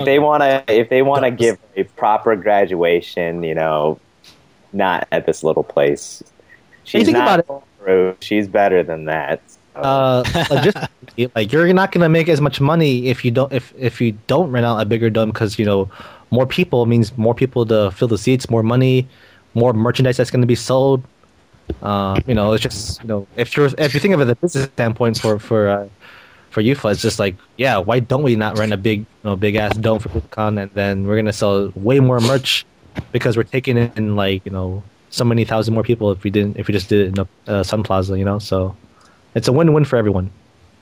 D: if they want to if they want to
B: Does.
D: give a proper graduation you know not at this little place she's
B: think
D: not
B: about
D: through. she's better than that So,
B: uh, logistically, like you're not gonna make as much money if you don't if if you don't rent out a bigger dome because you know more people means more people to fill the seats, more money, more merchandise that's gonna be sold. Uh, you know, it's just you know if you're if you think of it the business standpoint for for uh, for UFA, it's just like yeah, why don't we not rent a big you know big ass dome for KubeCon and then we're gonna sell way more merch because we're taking in like you know so many thousand more people if we didn't if we just did it in uh, Sun Plaza, you know, so. It's a win-win for everyone.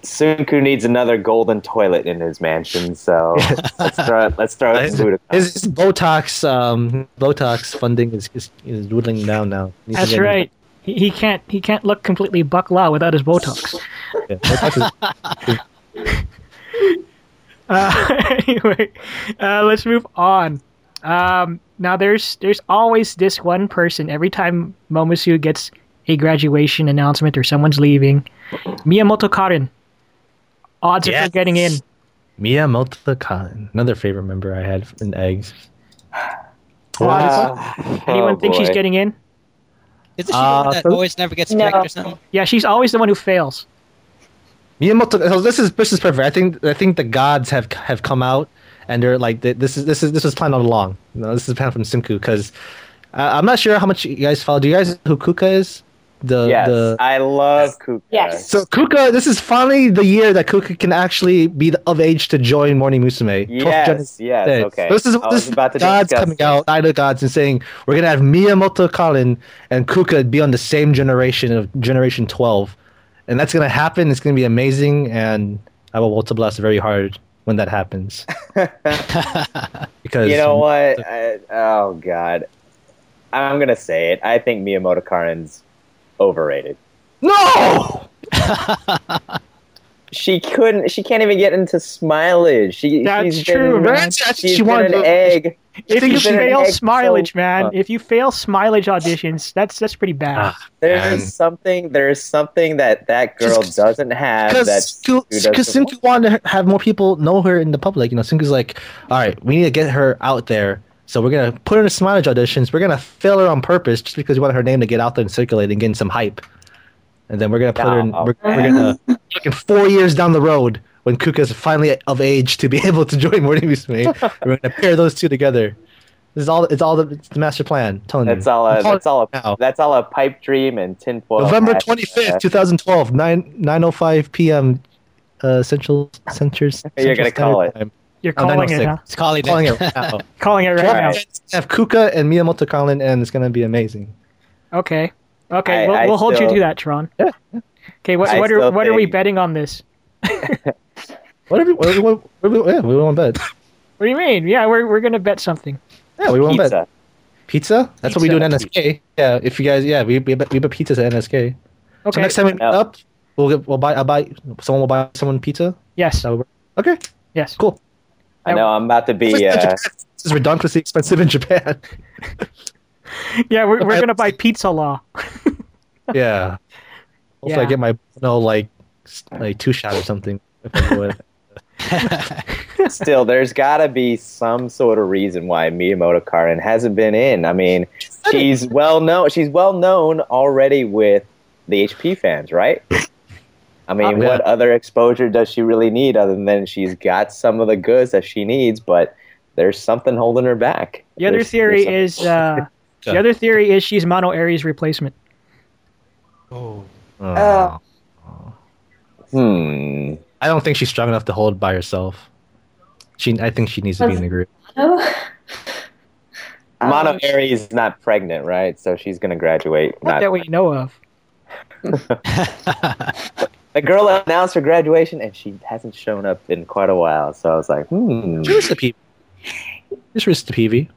D: Sunku needs another golden toilet in his mansion so let's throw it let's throw it
B: His,
D: in Budokan.
B: his Botox, um, Botox funding is is, is dwindling down now. Needs to
A: That's
B: get-
A: right. He, he can't. He can't look completely buck law without his Botox.
B: yeah, Botox is-
A: Uh, anyway, uh, let's move on. Um, now there's there's always this one person every time Momosu gets a graduation announcement or someone's leaving. Miyamoto Karin. Odds of her
B: Yes.
A: getting in.
B: Miyamoto Khan, another favorite member I had in eggs.
D: Ah,
A: Anyone
D: oh
A: think she's
D: boy.
A: getting in?
E: Isn't she
B: Uh,
E: the one that
B: so-
E: always never gets
C: No.
E: picked or something?
A: Yeah, she's always the one who fails.
B: Miyamoto. So this is this is perfect. I think I think the gods have have come out, and they're like th- this is this is this was planned all along. You know, this is planned from Simku because uh, I'm not sure how much you guys follow. Do you guys know who Kuka is? The
D: yes
B: the
D: i love kuka
C: Yes.
B: So Kuka, this is finally the year that Kuka can actually be the- of age to join Morning Musume. 12th gen-
D: yes yes
B: day.
D: okay
B: This is
D: I was
B: this is gods
D: discuss
B: coming
D: this.
B: out, idol gods, and saying we're gonna have Miyamoto Kalin and Kuka be on the same generation of Generation 12, and that's gonna happen. It's gonna be amazing, and I will Walter blast very hard when that happens. because
D: You know what? I, oh God, I'm gonna say it. I think Miyamoto Karin's overrated.
B: No,
D: She couldn't. She can't even get into Smilage. She,
A: That's
D: she's
A: true,
D: Been,
A: right?
B: I think
D: She's
B: she
D: been
B: wanted
D: an
B: to-
D: egg.
A: If
B: think
A: you
B: she's been an
A: fail
D: egg
A: Smilage,
D: so
A: man,
D: much.
A: if you fail Smilage auditions, that's that's pretty bad.
D: Ah. There's
B: Man.
D: something. There's something that that girl
B: Just-
D: doesn't have. That
B: because
D: Sue doesn't want.
B: Simku wanted to have more people know her in the public. You know, Simku's like, all right, we need to get her out there. So we're gonna put her in Smilage auditions. We're gonna fill her on purpose just because we want her name to get out there and circulate and gain some hype. And then we're gonna put her in.
D: No.
B: We're, we're gonna fucking four years down the road when Kuka's finally of age to be able to join Morning Musume. we're gonna pair those two together. This is all. It's all the, it's the master plan. I'm telling you.
D: That's all.
B: I'm
D: A,
B: calling
D: that's all.
B: it
D: A,
B: now.
D: that's all a pipe dream and tinfoil.
B: November
D: hat.
B: twenty
D: Uh,
B: fifth, two thousand twelve, nine nine oh five p.m. Uh, Central Centers.
D: You're gonna call it.
A: You're
B: Oh, no, no,
A: calling it,
B: sick.
A: huh?
E: It's calling,
B: Calling it
E: it.
B: right now.
A: Calling it right
D: Alright.
B: Have Kuka and Miyamoto Kalin, and it's gonna be amazing.
A: now. Okay, okay,
D: I-
A: we'll,
D: I
A: we'll hold you
D: still-
A: to that, Tron. Okay, what,
D: I
A: what are
D: still
A: what are we
D: think-
A: betting on this?
B: Whatever. What, what, what, yeah, we won't bet.
A: What do you mean? Yeah, we're we're gonna bet something.
B: Yeah, we won't bet.
D: Pizza.
B: Pizza? That's what we do
A: Pizza.
B: in NSK. Yeah, if you guys, yeah, we we we buy pizzas at NSK.
A: Okay.
B: So next time we meet
D: Yeah.
B: up, we'll get, we'll buy I buy someone will buy someone pizza.
A: yes.
B: That would work. Okay,
A: Yes.
B: cool.
D: I know I'm about to be. Uh,
B: This is ridiculously expensive in Japan.
A: Yeah, we're, we're
B: Okay.
A: gonna buy pizza law.
B: yeah. Hopefully, I
A: Yeah.
B: get my no like s- like two shot or something. If I go in.
D: still, there's got to be some sort of reason why Miyamoto Karin hasn't been in. I mean, she's well known. She's well known already with the HP fans, right? I mean,
B: Yeah.
D: what other exposure does she really need other than she's got some of the goods that she needs, but there's something holding her back.
A: The other
D: There's-
A: theory
D: there's
A: is
D: something-
A: uh, the other theory is she's Mono Aries replacement.
E: oh.
C: Oh.
D: hmm.
B: I don't think she's strong enough to hold by herself. She, I think she needs to be in the group.
C: Oh. Um,
D: Mono Aries is not pregnant, right? So she's gonna graduate.
A: Not
D: Not,
A: that we know of.
D: the girl announced her graduation, and she hasn't shown up in quite a while. So I was like, hmm.
B: She was the PV. She was the PV.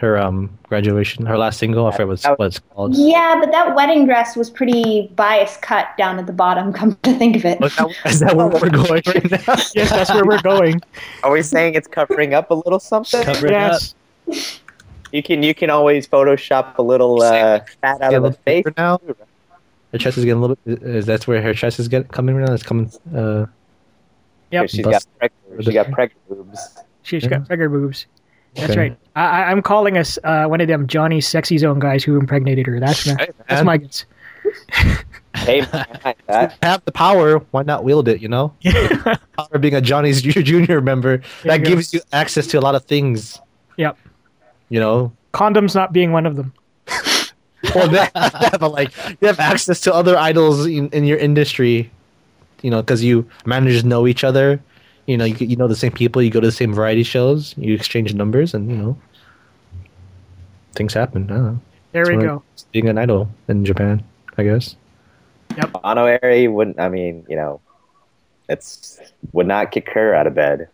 B: Her um graduation, her last single. I forget what's what it's called.
C: Yeah, but that wedding dress was pretty bias cut down at the bottom. Come to think of it,
B: Is that, is that where we're going right now?
A: Yes, that's where we're going.
D: Are we saying it's covering up a little something?
E: Cover it up.
A: yes.
D: You can you can always Photoshop a little uh, fat out
B: Yeah,
D: of the
B: let's
D: face.
B: for now. Her chest is getting a little bit. Is that's where her chest is getting coming right now? It's coming. Uh,
A: Yep.
D: She's got preg- she got pregnant boobs.
A: She's got bigger boobs. That's
B: Mm-hmm. Okay.
A: right. I, I- I'm calling us uh, one of them Johnny Sexy Zone guys who impregnated her. That's my, that's
B: man.
A: my guess.
D: Hey, man, that-
B: have the power. Why not wield it? You know, power being a Johnny's Junior member
A: There
B: that
A: you go.
B: gives you access to a lot of things.
A: Yep.
B: You know,
A: Condoms not being one of them.
B: well, that, but like you have access to other idols in, in your industry. You know, because you managers know each other. You know, you you know the same people. You go to the same variety shows. You exchange numbers, and you know, things happen. I don't know.
A: There we
B: That's
A: go.
B: what- Being an idol in Japan, I guess.
D: honorary wouldn't. I mean, you know, it's would not kick her out of bed.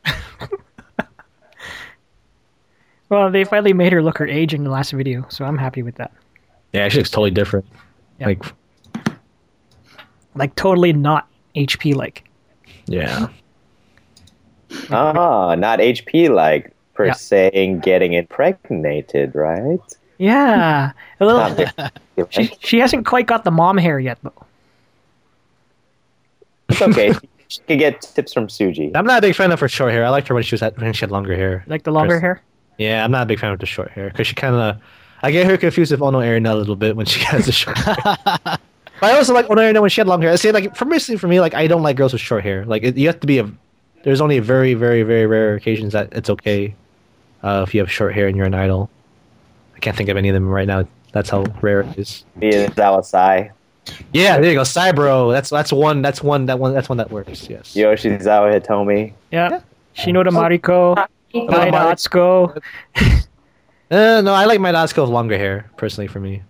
A: Well, they finally made her look her age in the last video, so I'm happy with that.
B: Yeah, she looks totally different.
A: Yeah.
B: Like,
A: Like totally not HP like.
B: yeah,
D: Ah, not HP like per
A: Yeah.
D: se getting impregnated, right?
A: Yeah, a
D: Not
A: little.
D: big-
A: She, she hasn't quite got the mom hair yet, though.
D: it's okay. She could get tips from Suji.
B: I'm not a big fan of her short hair. I liked her when she was had, when she had longer hair.
A: Like the longer
B: Chris.
A: hair.
B: Yeah, I'm not a big fan of the short hair because she kind of. I get her confused with Ono Erina a little bit when she has the short hair. but I also like Ono Erina when she had long hair. I say like for me, for me, like I don't like girls with short hair. Like it, you have to be a. There's only a very, very, very rare occasions that it's okay uh, if you have short hair and you're an idol. I can't think of any of them right now. That's how rare it is.
D: Be it Zawasai.
B: Yeah, there you go, Cybro. That's that's one. That's one. That one. That's one that works. Yes.
D: Yoshizawa Hitomi.
A: Yeah. Shinoda Mariko, Maeda
B: Mari-
A: Atsuko.
B: Uh, no, I like my Natsuko with longer hair, personally, for me.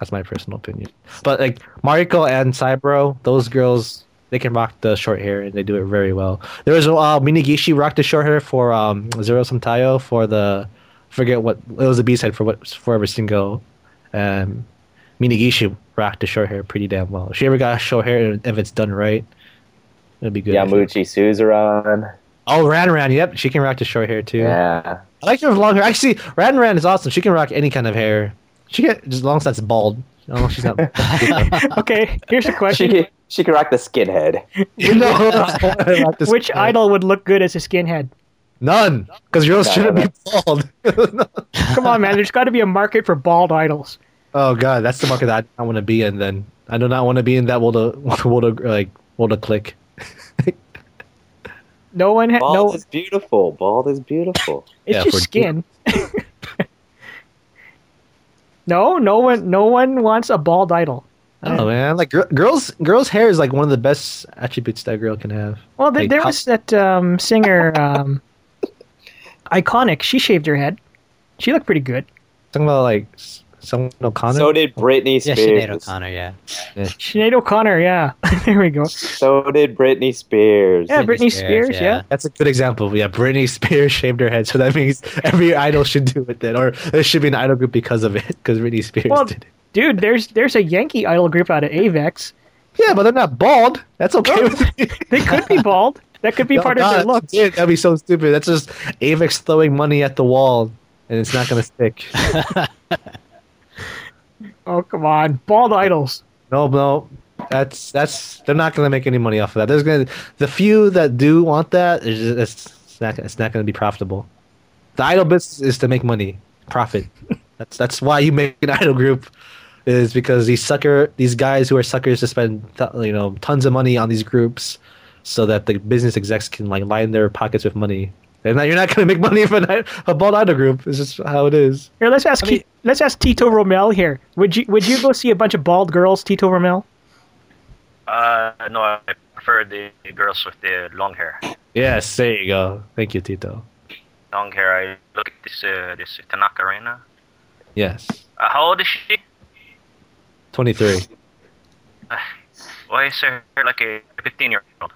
B: That's my personal opinion. But, like, Mariko and Cybro, those girls, they can rock the short hair, and they do it very well. There was, uh, Minigishi rocked the short hair for, um, Zero Sum Tayo for the, forget what, it was a B-side for what, forever single. Um, Minigishi rocked the short hair pretty damn well. If she ever got short hair, if it's done right, it'd be good. I think.
D: Yamuchi Suzuran.
B: Oh, Ranran, yep, she can rock the short hair, too.
D: Yeah.
B: I like her with long hair. Actually, Ran Ran is awesome. She can rock any kind of hair. She can, as long as that's bald. As long as she's not.
A: Okay, here's a
D: She
A: question:
D: could, she could rock the skinhead.
B: you know, I don't like this
A: Which
B: hair.
A: idol would look good as a skinhead?
B: None, because girls
D: No,
B: shouldn't be bald.
A: Come on, man. There's got to be a market for bald idols.
B: oh god, that's the market that I do not want to be in. Then I do not want to be in that world of world of like world of click.
A: No one. Ha-
D: Bald
A: no.
D: is beautiful. Bald is beautiful.
A: It's
B: Yeah,
A: just
B: for-
A: skin. no, no one, no one wants a bald idol.
B: Oh man, like gir- girls, girls' hair is like one of the best attributes that a girl can have.
A: Well, th-
B: Like,
A: there
B: how-
A: was that um, singer, um, iconic. She shaved her head. She looked pretty good.
B: Talking about like s- someone O'Connor.
D: So did Britney
E: Yeah,
D: Spears.
E: Sinead O'Connor, yeah.
A: Sinead O'Connor, yeah. there we go.
D: So did Britney Spears.
A: Yeah, Britney Spears, yeah.
B: That's a good example. Yeah, Britney Spears shaved her head, so that means every idol should do it then, or there should be an idol group because of it, because Britney Spears
A: Well,
B: did it.
A: dude, there's there's a Yankee idol group out of Avex.
B: Yeah, but they're not bald. That's okay with me.
A: They could be bald. That could be
B: No,
A: part
B: no,
A: of their
B: that's
A: look.
B: it. that'd be so stupid. That's just Avex throwing money at the wall, and it's not gonna stick.
A: Oh come on, bald idols.
B: No, no, that's that's they're not gonna make any money off of that. There's gonna the few that do want that is just, it's, it's not it's not gonna be profitable. The idol business is to make money, profit. that's that's why you make an idol group, is because these sucker these guys who are suckers to spend th- you know tons of money on these groups, so that the business execs can like line their pockets with money. And now you're not gonna make money from an, i- a bald idol group. It's just how it is.
A: Here, let's ask Ki- let's ask Tito Romel here. Would you would you go see a bunch of bald girls, Tito Romel?
F: Uh, no, I prefer the girls with the long hair.
B: Yes, there you go. Thank you, Tito.
F: Long hair. I look at this uh, this Tanaka Reina.
B: Yes,
F: Uh, how old is she? Uh,
B: twenty three.
F: Why is her hair like a 15 year old?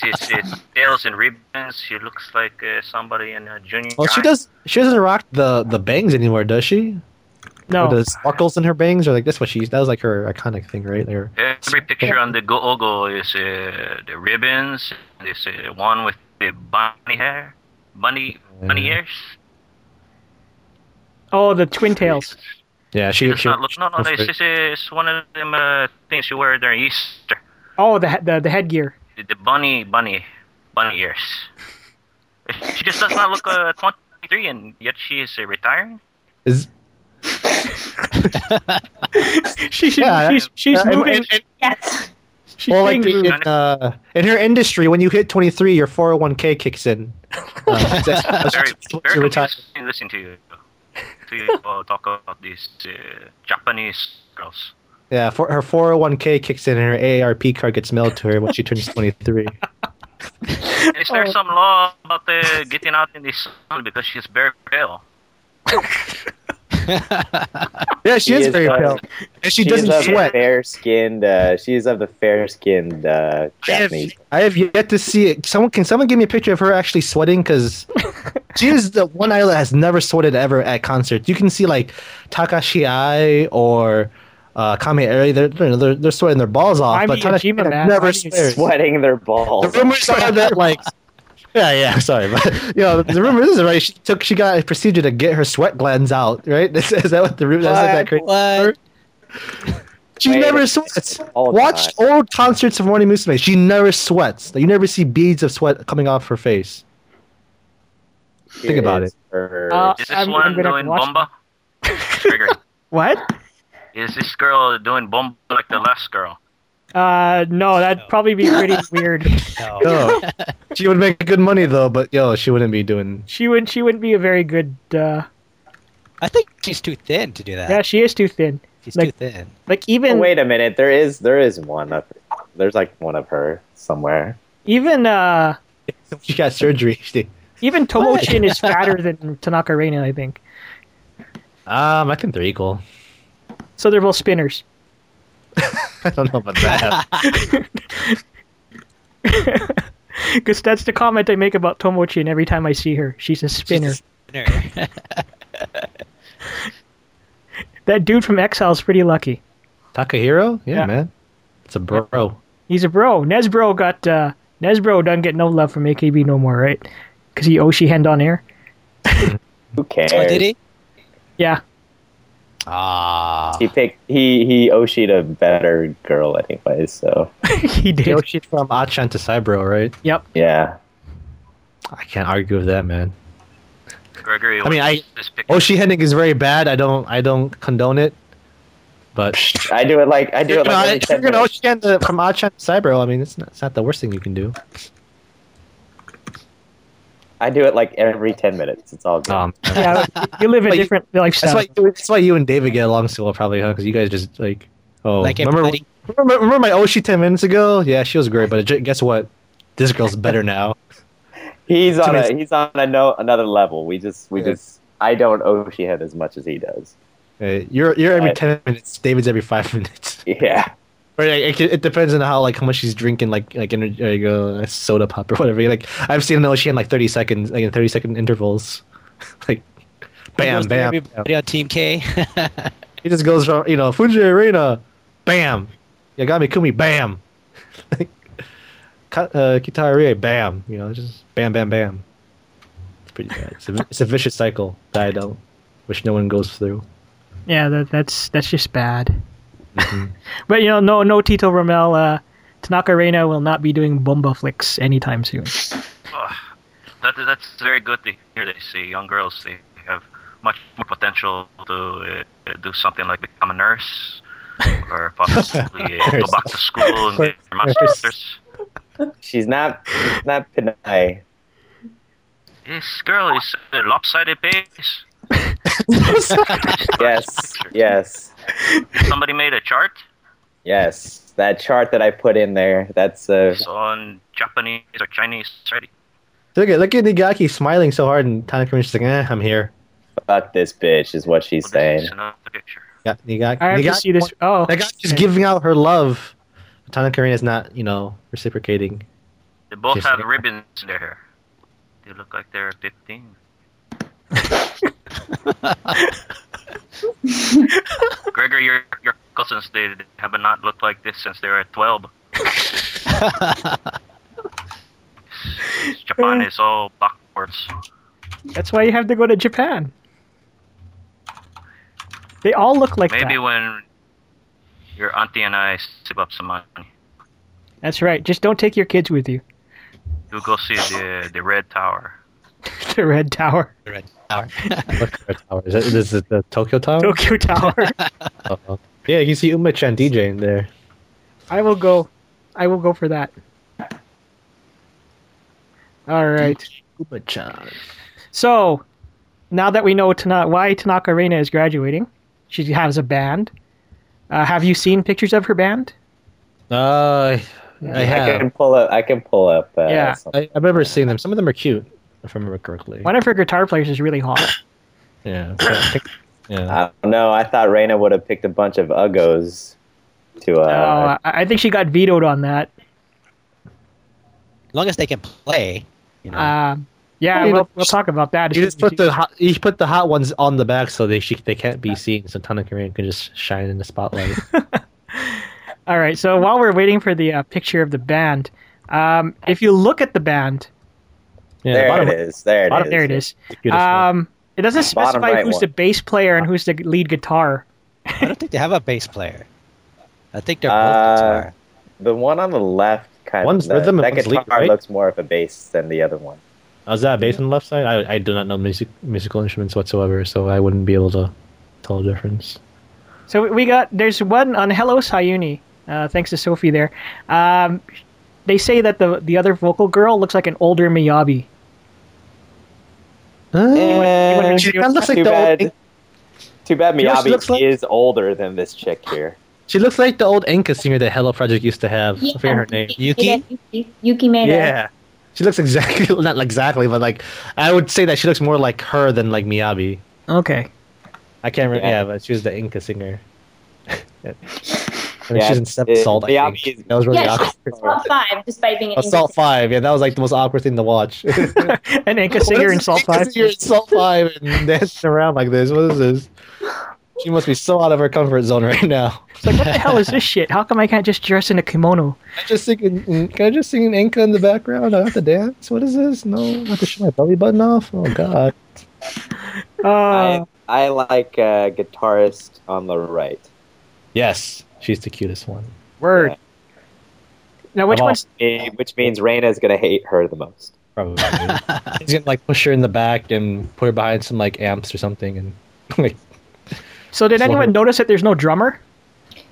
F: She's she's tails and ribbons. She looks like uh, somebody in a junior.
B: Well, she
F: high.
B: does. She doesn't rock the the bangs anymore, does she?
A: No.
B: Or the sparkles in her bangs, or like that's what she. That was like her iconic thing, right? There.
F: Every picture on the go-go is uh, the ribbons. There's uh, one with the bunny hair, bunny bunny ears.
A: Oh, the twin tails.
B: Yeah,
F: She
B: she.
F: does
B: she,
F: not look. No, no,
B: she-
F: this is it's one of them uh, things you wear during Easter.
A: Oh, the he- the, the headgear.
F: The, the bunny, bunny, bunny ears. She just does not look uh, 23, and yet she is uh, retiring.
B: is-
A: She should,
B: Yeah,
A: she's she's
B: yeah, Uh, and-
A: moving.
B: and-
C: Yes.
A: she's
B: well, like
A: being
B: in,
A: rude.
B: uh, in her industry, when you hit twenty three, your four hundred one k kicks in. Uh, that's- that's
F: Very,
B: what
F: very
B: you retire.
F: confusing to listen to you, to you uh, talk about these uh, Japanese girls.
B: Yeah, for, her four hundred one k kicks in, and her AARP card gets mailed to her when she turns twenty three.
F: Is
A: Oh.
F: there some law about uh, getting out in the sun because she's very pale?
B: Yeah, she,
D: She
B: is,
D: is
B: very
D: like-
B: pale, and she,
D: She
B: doesn't
D: is of
B: sweat.
D: the fair-skinned. Uh, she is of the fair-skinned uh,
B: I have,
D: Japanese.
B: I have yet to see it. Someone can someone give me a picture of her actually sweating because she is the one idol that has never sweated ever at concerts. You can see like Takashi Ai or uh, Kame Eri, they're, they're they're they're sweating their balls off,
A: I'm
B: but
A: Miyajima,
B: Takashi Ai
A: man.
B: never
A: I'm
B: sweats.
D: Sweating their
B: The
D: balls.
B: rumors are that like. Yeah, yeah. Sorry, but you know the rumor is right. She took, she got a procedure to get her sweat glands out. Right? Is, is that what the rumor? That's like that crazy.
E: What?
B: She
D: Wait,
B: never sweats.
D: all the
B: Watch old concerts of Morning Musume. She never sweats. You never see beads of sweat coming off her face.
D: Here
B: think about
D: is her-
A: Uh,
F: Is this
A: I'm-
F: one
A: I'm gonna have
F: doing
A: to watch
F: bomba? Trigger.
A: What?
F: Is this girl doing bomba like the last girl?
A: Uh, no, that'd probably be pretty weird.
E: No.
B: No. she would make good money though, but yo, she wouldn't be doing.
A: She wouldn't. She wouldn't be a very good. Uh,
E: I think she's too thin to do that.
A: yeah, she is too thin.
E: she's
A: like-
E: too thin.
A: Like
D: oh,
A: even
D: wait a minute. There is there is one of there's like one of her somewhere.
A: even uh
B: She got surgery. She-
A: even Tomo Chin is fatter than Tanaka Reina, I think.
B: Um, I think they're equal.
A: So they're both spinners.
B: I don't know about that.
A: Because that's the comment I make about Tomo Chin every time I see her. She's a spinner.
E: She's a spinner.
A: That dude from Exile's pretty lucky.
B: Takahiro, yeah,
A: Yeah.
B: man, it's a bro.
A: He's a bro. Nesbro got uh Nesbro doesn't get no love from AKB no more, right? Because he Oshi hand on air.
D: Who cares?
E: oh, did he?
A: Yeah,
E: Ah.
D: He picked he he Oshi'd a better girl anyway. So
A: he did.
B: Yoshi from Achan to Cybro, right?
A: Yep.
D: yeah,
B: I can't argue with that, man.
F: Gregory,
B: I mean,
F: what's
B: I- Oh,
F: this picture?
B: Oshi Henning is very bad. I don't, I don't condone it, but
D: I do it like I do
B: You're
D: it like
B: gonna-
D: every
B: if you're gonna
D: 10 minutes.
B: Ocean the, from Achan to Cybro, I mean, it's not, it's not the worst thing you can do.
D: I do it like every ten minutes. It's all good.
B: Um,
A: Yeah, you live a
B: But you-
A: different
B: that's
A: lifestyle.
B: why that's why you and David get along so well, probably, huh? Because you guys just like, oh,
E: Like
B: remember,
E: everybody.
B: remember, remember my Oshi ten minutes ago? Yeah, she was great, but j- guess what? This girl's better now.
D: he's on
B: Somebody's-
D: a he's on a no, another level. We just we
B: Yeah.
D: just I don't owe Sheehan as much as he does.
B: Uh, you're you're every
D: Right.
B: ten minutes. David's every five minutes.
D: Yeah.
B: Or like, it, it depends on how like how much he's drinking, like like energy, like uh, soda pop or whatever. Like I've seen Ocean like thirty seconds, like in thirty second intervals, like bam,
E: Kudos to
B: bam. bam.
E: Everybody on Team K.
B: He just goes from you know Fuji Arena, bam, Yagami Kumi, bam, like Ka- uh, Kitare, bam. You know, just bam, bam, bam. It's pretty bad. It's a, it's a vicious cycle that I don't wish no one goes through.
A: Yeah, that, that's that's just bad. but you know, no no Tito Rommel. Uh, Tanaka Reina will not be doing bomba flicks anytime soon.
F: Oh, that, that's very good to hear. They see young girls; they have much more potential to uh, do something like become a nurse, or possibly uh, go back to school and get your master's.
D: She's not she's not Pinay.
F: This girl is a lopsided base.
D: Yes. Yes.
F: Somebody made a chart.
D: Yes. That chart that I put in there, that's uh
F: It's on Japanese or Chinese already.
B: Look at look at Nigaki smiling so hard, and Tanaka's just like, eh, I'm here.
D: fuck this bitch is what she's saying.
F: It's another picture.
B: Yeah, Nigaki.
A: I have to
B: Nigaki-
A: see this. Oh,
B: Nagaki's
A: okay.
B: giving out her love. Tanaka is not, you know, reciprocating.
F: They both
B: Just-
F: have ribbons in their hair. They look like they're 15. Gregor, your your cousins they they have not looked like this since they were 12. Japan is all backwards.
A: that's why you have to go to Japan. They all look like
F: Maybe
A: that.
F: when your auntie and I save up some money,
A: That's right. Just don't take your kids with you.
F: we'll go see the the Red Tower.
A: the Red Tower,
E: Red Tower.
B: What kind of tower? Is, that, is it the Tokyo Tower?
A: Tokyo Tower.
B: Uh-oh. Yeah, you see Umachan DJ in there.
A: I will go. I will go for that. All right.
B: Umachan.
A: So, now that we know Tana- why Tanaka Reina is graduating, she has a band. Uh, have you seen pictures of her band?
B: Uh, I
D: I can
B: have.
D: pull up I can pull up uh,
A: Yeah.
D: some-
B: I, I remember seeing them. Some of them are cute, if I remember correctly.
A: One of her guitar players is really hot.
B: Yeah. so I think- yeah.
D: I don't know. I thought Reina would have picked a bunch of uggos to
A: Oh,
D: uh
A: I-, I think she got vetoed on that.
E: As long as they can play, you know.
A: Um, yeah,
B: Well, you
A: we'll,
B: know,
A: we'll talk about that.
B: You just put the hot, you put the hot ones on the back so they she, they can't be seen. So Tanaka Rain can just shine in the spotlight.
A: All right. So while we're waiting for the uh, picture of the band, um, if you look at the band,
B: Yeah,
D: there
B: bottom
D: it is. There it
B: bottom-
D: is.
A: there it is.
B: the cutest one.
A: Um, it doesn't
D: Bottom
A: specify
D: right
A: who's
D: one.
A: the bass player and who's the lead guitar.
E: I don't think they have a bass player. I think they're both
D: Uh,
E: guitar.
D: The one on the left kind
B: One's
D: of the,
B: rhythm and
D: that
B: one's
D: guitar
B: lead, right?
D: looks more of a bass than the other one.
B: Oh, Is that a bass on the left side? I, I do not know music, musical instruments whatsoever, so I wouldn't be able to tell the difference.
A: So we- we got there's one on Hello Sayuni. Uh, thanks to Sophie there. Um, they say that the the other vocal girl looks like an older Miyabi.
D: Eh,
B: she kinda looks like
D: too
B: the old.
D: bad. Too bad
B: You know what she
D: Miyabi
B: looks like?
D: is older than this chick here.
B: She looks like the old Enka singer that Hello Project used to have. I forget her name.
E: Yuki?
C: Yuki, Yuki made it.
B: Yeah. She looks exactly not exactly, but like I would say that she looks more like her than like Miyabi.
A: Okay.
B: I can't remember. Yeah,
D: Yeah.
B: but she was the Inca singer. I mean,
D: Yeah,
B: she's in Step
D: it-
B: Salt. I
D: Miyabi
B: think.
D: is-
B: That was really
C: Yeah, she's
B: awkward.
C: top five despite being an
B: Assault Five. Yeah, that was like the most awkward thing to watch.
A: An Inca singer in Salt Five.
B: You're in Salt Five and dancing around like this. What is this? She must be so out of her comfort zone right now.
A: It's like what the hell is this shit? How come I can't just dress in a kimono?
B: Can I just sing. in- Can I just sing an Inca in the background? I have to dance. What is this? No, I have to show my belly button off. Oh God.
A: Uh,
B: Oh.
D: I, I like uh, guitarist on the right.
B: Yes, she's the cutest one.
A: word.
D: yeah.
A: Now which
B: Come on.
A: one's
D: Eh, Which means Reina is gonna hate her the most.
B: Probably. He's gonna like push her in the back and put her behind some like amps or something, and like,
A: so? Did
B: Slow
A: anyone
B: her.
A: notice that there's no drummer?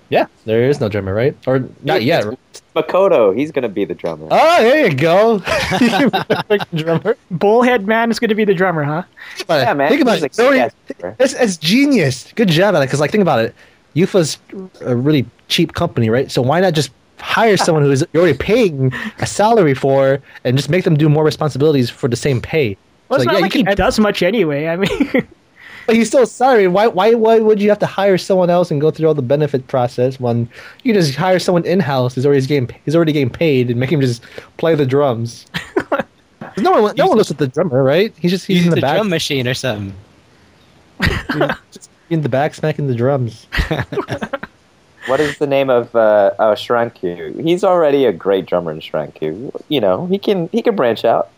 B: yeah, there is no drummer, right? Or not yet. right?
D: Makoto, he's gonna be the drummer.
B: Oh, there you go. Freaking drummer.
A: Bullhead man is going to be the drummer, huh?
B: Think about
D: yeah,
B: it.
D: man.
B: Think about
D: he's a
B: it. Sorry.
D: kick-ass drummer.
B: It's, it's genius. Good job, Alex. Because like, think about it. Yufa's a really cheap company, right? So why not just hire someone who is you're already paying a salary for, and just make them do more responsibilities for the same pay?
A: Well, it's
B: So,
A: not
B: yeah,
A: like
B: you
A: he
B: can-
A: does much anyway. I mean,
B: But he's still salary. Why, why, why would you have to hire someone else and go through all the benefit process when you just hire someone in house? He's already getting he's already getting paid and make him just play the drums. 'Cause no one no one looks at the drummer, right? He's just he's,
E: Use
B: in the,
E: the
B: back,
E: drum machine or something.
B: just in the back smacking the drums.
D: What is the name of uh, uh, Shranku? He's already a great drummer in Shranku. You know, he can he can branch out.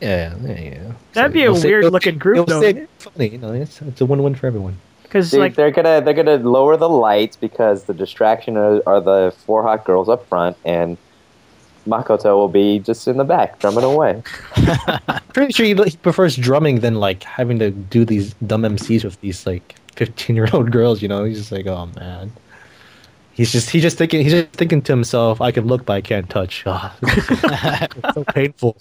B: Yeah, yeah, yeah.
A: That'd be a
B: It'll stay-
A: weird
B: it'll-
A: looking group, though.
B: it'll stay Funny, you know, it's, it's a win-win for everyone.
A: Because
D: Dude,
A: like
D: they're gonna they're gonna lower the lights because the distraction are, are the four hot girls up front, and Makoto will be just in the back drumming away.
B: Pretty sure he, he prefers drumming than like having to do these dumb MCs with these like fifteen-year-old girls. You know, he's just like, oh man. He's just he's just thinking he's just thinking to himself, I can look, but I can't touch. Ah, this is so, it's so painful.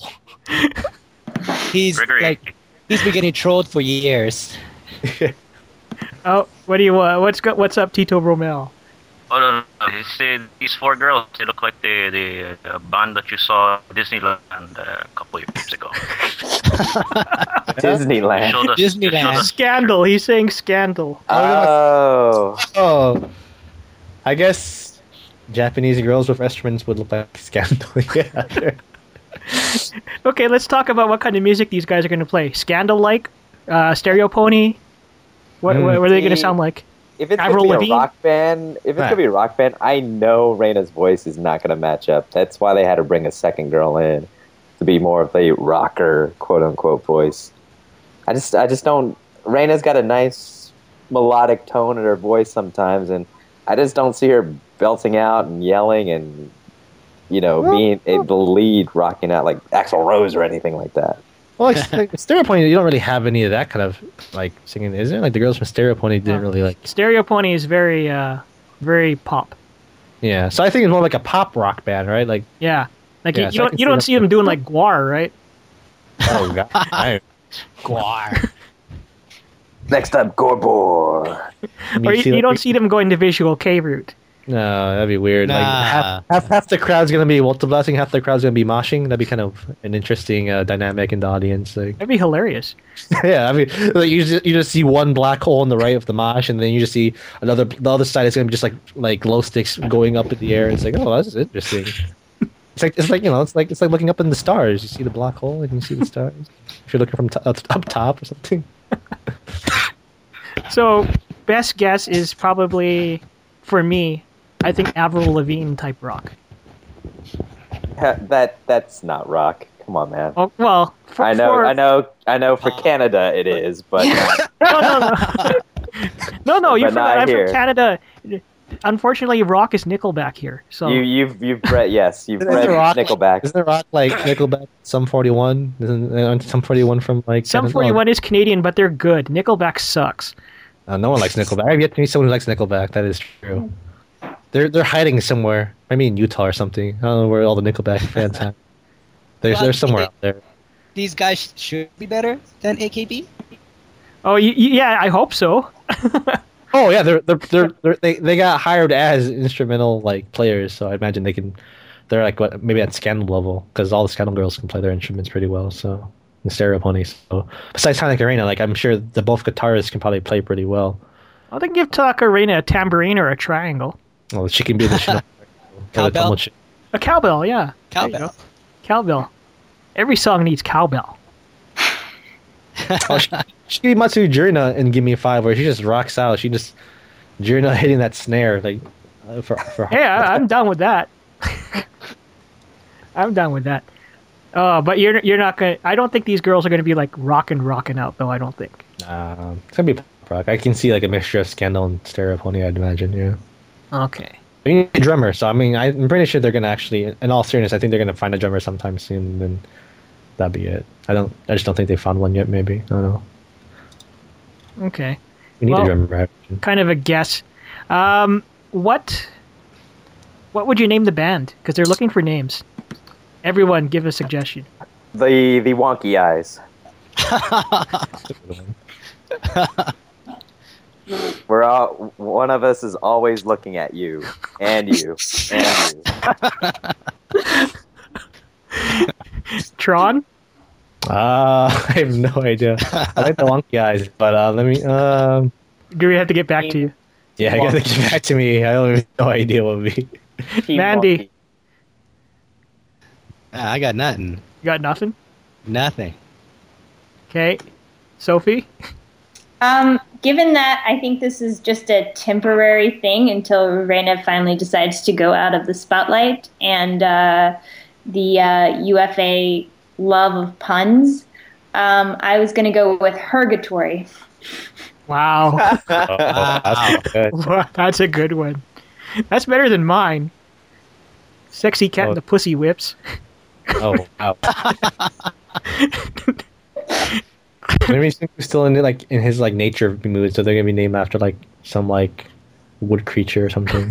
E: He's
F: Gregory,
E: like he's been getting trolled for years.
A: oh, what do you want? What's go- what's up, Tito Romel?
F: oh no, no, no. He said these four girls. They look like the the uh, band that you saw at Disneyland uh, a couple years ago. You
D: Disneyland.
F: showed us, you showed
E: Disneyland.
F: us-
A: Scandal. He's saying scandal.
D: Oh,
B: Oh, I guess Japanese girls with instruments would look like scandal. yeah, sure.
A: Okay, let's talk about what kind of music these guys are going to play. Scandal like, uh, Stereo Pony. What,
B: Mm.
A: what are they going to
D: See,
A: sound like?
D: if it's
A: Avril
D: gonna be
A: Lavigne?
D: a rock band, if it's
B: Right.
D: gonna be a rock band, I know Reina's voice is not gonna match up. That's why they had to bring a second girl in to be more of a rocker, quote unquote voice. I just, I just don't. Reina's got a nice melodic tone in her voice sometimes, and I just don't see her belting out and yelling and you know being a, the lead rocking out like Axl Rose or anything like that.
B: Well, like, like Stereo Pony, you don't really have any of that kind of like singing, is it? Like the girls from Stereo Pony didn't
A: No.
B: really like.
A: Stereo Pony is very, uh, very pop.
B: Yeah, so I think it's more like a pop rock band, right? Like,
A: Yeah, like
B: Yeah,
A: you,
B: so
A: you
B: I
A: don't you
B: can see
A: don't
B: that.
A: see them doing like Guar, right?
B: oh god, I-
E: Guar.
D: Next up, Gorbor.
B: mean,
A: Or you, you
B: like,
A: don't see them going the Visual K route.
B: No, that'd be weird. Like
E: Nah.
B: half, half half the crowd's gonna be Walter blasting, half the crowd's gonna be moshing. That'd be kind of an interesting uh, dynamic in the audience. Like,
A: That'd be hilarious.
B: yeah, I mean, like you just you just see one black hole on the right of the mosh, and then you just see another. The other side is gonna be just like like glow sticks going up in the air. It's like, oh, that's interesting. It's like it's like you know, it's like it's like looking up in the stars. You see the black hole, and you see the stars. If you're looking from to- up, up top or something,
A: So, best guess is probably for me. I think Avril Lavigne type rock.
D: that that's not rock. Come on, man.
A: Oh, well, for,
D: I know,
A: for-
D: I know, I know. For Canada, it is, but
A: No, no, no, no, no. You
D: But
A: forgot.
D: not
A: I'm
D: here.
A: from Canada. Unfortunately, rock is Nickelback here. So
D: you, you've, you've read, yes, you've
B: Isn't
D: read
B: there rock-
D: Nickelback.
B: isn't it rock like Nickelback? Some forty one, isn't aren't some forty one from like
A: some
B: Canada? Oh,
A: 41 is Canadian, but they're good. Nickelback sucks.
B: Uh, no one likes Nickelback. I've yet to meet someone who likes Nickelback. That is true. They're they're hiding somewhere. Maybe in Utah or something. I don't know where all the Nickelback fans are. They're,
E: Well,
B: they're somewhere out there.
E: These guys sh- should be better than AKB.
A: Oh, y- y- yeah, I hope so.
B: Oh yeah, they're they're, they're, they're they they got hired as instrumental like players. So I imagine they can. They're like what maybe at Scandal level because all the Scandal girls can play their instruments pretty well. So and Stereo Ponies. So besides Sonic Arena, like I'm sure the both guitarists can probably play pretty well.
A: I think give Tanaka Reina a tambourine or a triangle.
B: Well, she can be the shino- or the
E: Cowbell?
B: tumble chick.
A: A cowbell, yeah. There you
E: Cowbell.
A: go. Cowbell. Every song needs cowbell.
B: Oh, she, she could be Matsu Jirna in Give Me Five, where she just rocks out. She just Jirna hitting that snare like uh, for for
A: Hey, I, I'm down with that. I'm down with that. Uh, but you're you're not gonna. I don't think these girls are gonna be like rocking rocking out though. I don't think.
B: Uh, it's gonna be pop rock. I can see like a mixture of Scandal and Stereo Pony. I'd imagine. Yeah,
A: Okay.
B: we need a drummer. So I mean, I'm pretty sure they're gonna actually. In all seriousness, I think they're gonna find a drummer sometime soon. Then that'd be it. I don't. I just don't think they found one yet. Maybe I don't know.
A: Okay.
B: We need
A: Well-
B: a drummer. I imagine.
A: kind of a guess. Um, what what would you name the band? Because they're looking for names. Everyone, give a suggestion.
D: The, the wonky eyes. We're all one of us is always looking at you and you and you.
A: Tron.
B: Uh, I have no idea. I like the wonky eyes, but uh, let me. Um,
A: Guri had to get back to you.
B: yeah, I gotta get back to me. I don't even no idea what it would be.
G: Team
A: Mandy.
G: Wonky.
E: I got nothing.
A: You got nothing?
E: Nothing.
A: Okay. Sophie?
C: Um, given that, I think this is just a temporary thing until Reina finally decides to go out of the spotlight and uh, the uh, UFA love of puns. Um, I was going to go with Hergatory.
A: Wow.
B: Oh,
E: Ah,
B: That's good.
A: That's a good one. That's better than mine. Sexy cat and the pussy whips.
B: Oh wow. Maybe he's still in like in his like nature mood, so they're gonna be named after like some like wood creature or something.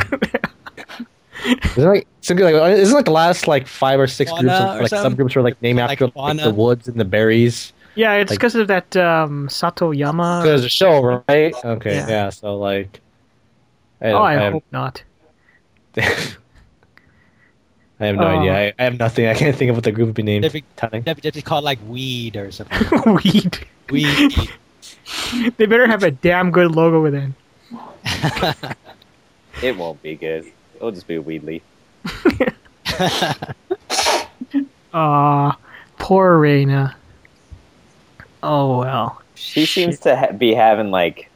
B: Isn't like something like isn't like the last like five or six
E: Fauna
B: groups of,
E: or
B: like
E: something?
B: subgroups were like named
E: Like
B: after like,
E: fauna?
B: the woods and the berries?
A: Yeah, it's
B: Like-
A: because of that um, Satoyama.
B: There's a
E: Uh,
B: show, right? Okay,
A: Yeah.
B: yeah. so like, I,
A: oh, I,
B: I
A: hope not.
B: have, I have no
A: Oh.
B: idea. I, I have nothing. I can't think of what the group would be named.
E: That'd be-
B: Tony.
E: That'd be just called like weed or something.
A: Weed.
E: weed.
A: They better have a damn good logo within.
D: It won't be good. It'll just be Weedly.
A: Aw, poor Reina. Oh well.
D: She seems to ha- be having like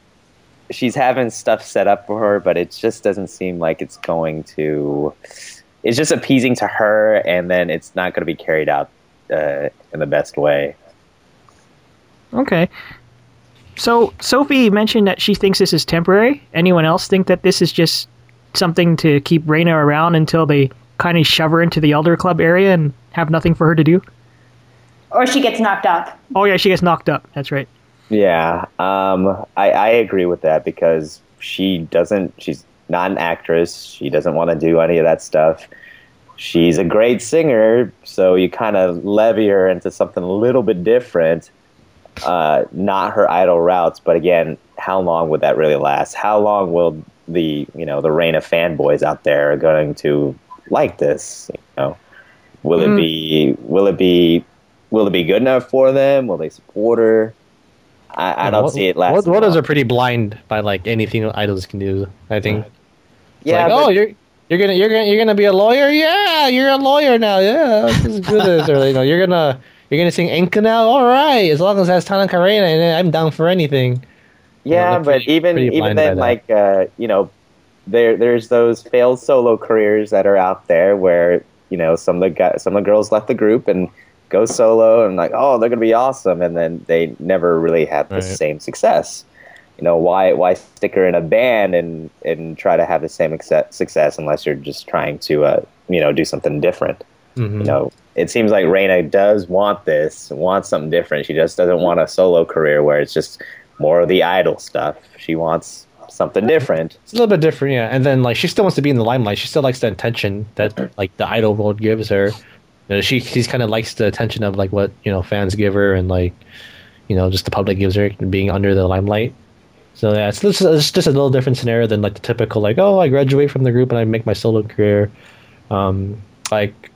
D: she's having stuff set up for her, but it just doesn't seem like it's going to. It's just appeasing to her, and then it's not going to be carried out uh, in the best way.
A: Okay. So Sophie mentioned that she thinks this is temporary. Anyone else think that this is just something to keep Reina around until they kind of shove her into the Elder Club area and have nothing for her to do?
C: Or she gets knocked up.
A: Oh yeah, she gets knocked up. That's right.
D: Yeah, um, I, I agree with that because she doesn't. She's not an actress. She doesn't want to do any of that stuff. She's a great singer, so you kind of levy her into something a little bit different, uh, not her idol routes. But again, how long would that really last? How long will the you know the reign of fanboys out there are going to like this? You know, will
A: Mm.
B: Hmm.
D: it be will it be will it be good enough for them? Will they support her? I, I don't
B: What-
D: see it last.
B: What, what is are pretty blind by like anything that idols can do? I think. It's
D: Yeah,
B: like,
D: but-
B: oh, you're you're gonna you're gonna you're gonna be a lawyer. Yeah, you're a lawyer now. Yeah, that's as good as or, you know, you're gonna you're gonna sing Enka now. All right, as long as that's Tana Karena, and I'm down for anything.
D: Yeah,
B: Yeah, they're
D: but
B: pretty-
D: even
B: pretty
D: even
B: blind by
D: then,
B: that.
D: like uh, you know, there there's those failed solo careers that are out there where you know some of the guys, some of the girls left the group and go solo, and like oh they're gonna be awesome, and then they never really have the
B: Right.
D: same success. You know why why stick her in a band and and try to have the same acce- success unless you're just trying to uh, you know do something different.
B: Mm-hmm.
D: You know, it seems like Reina does want this, wants something different. She just doesn't want a solo career where it's just more of the idol stuff. She wants something different.
B: It's a little bit different, yeah. And then like she still wants to be in the limelight. She still likes the attention that like the idol world gives her. You know, she she's kind of likes the attention of like what you know fans give her and like you know just the public gives her and being under the limelight. So yeah, it's, it's, it's just a little different scenario than like the typical like oh I graduate from the group and I make my solo career. Um, like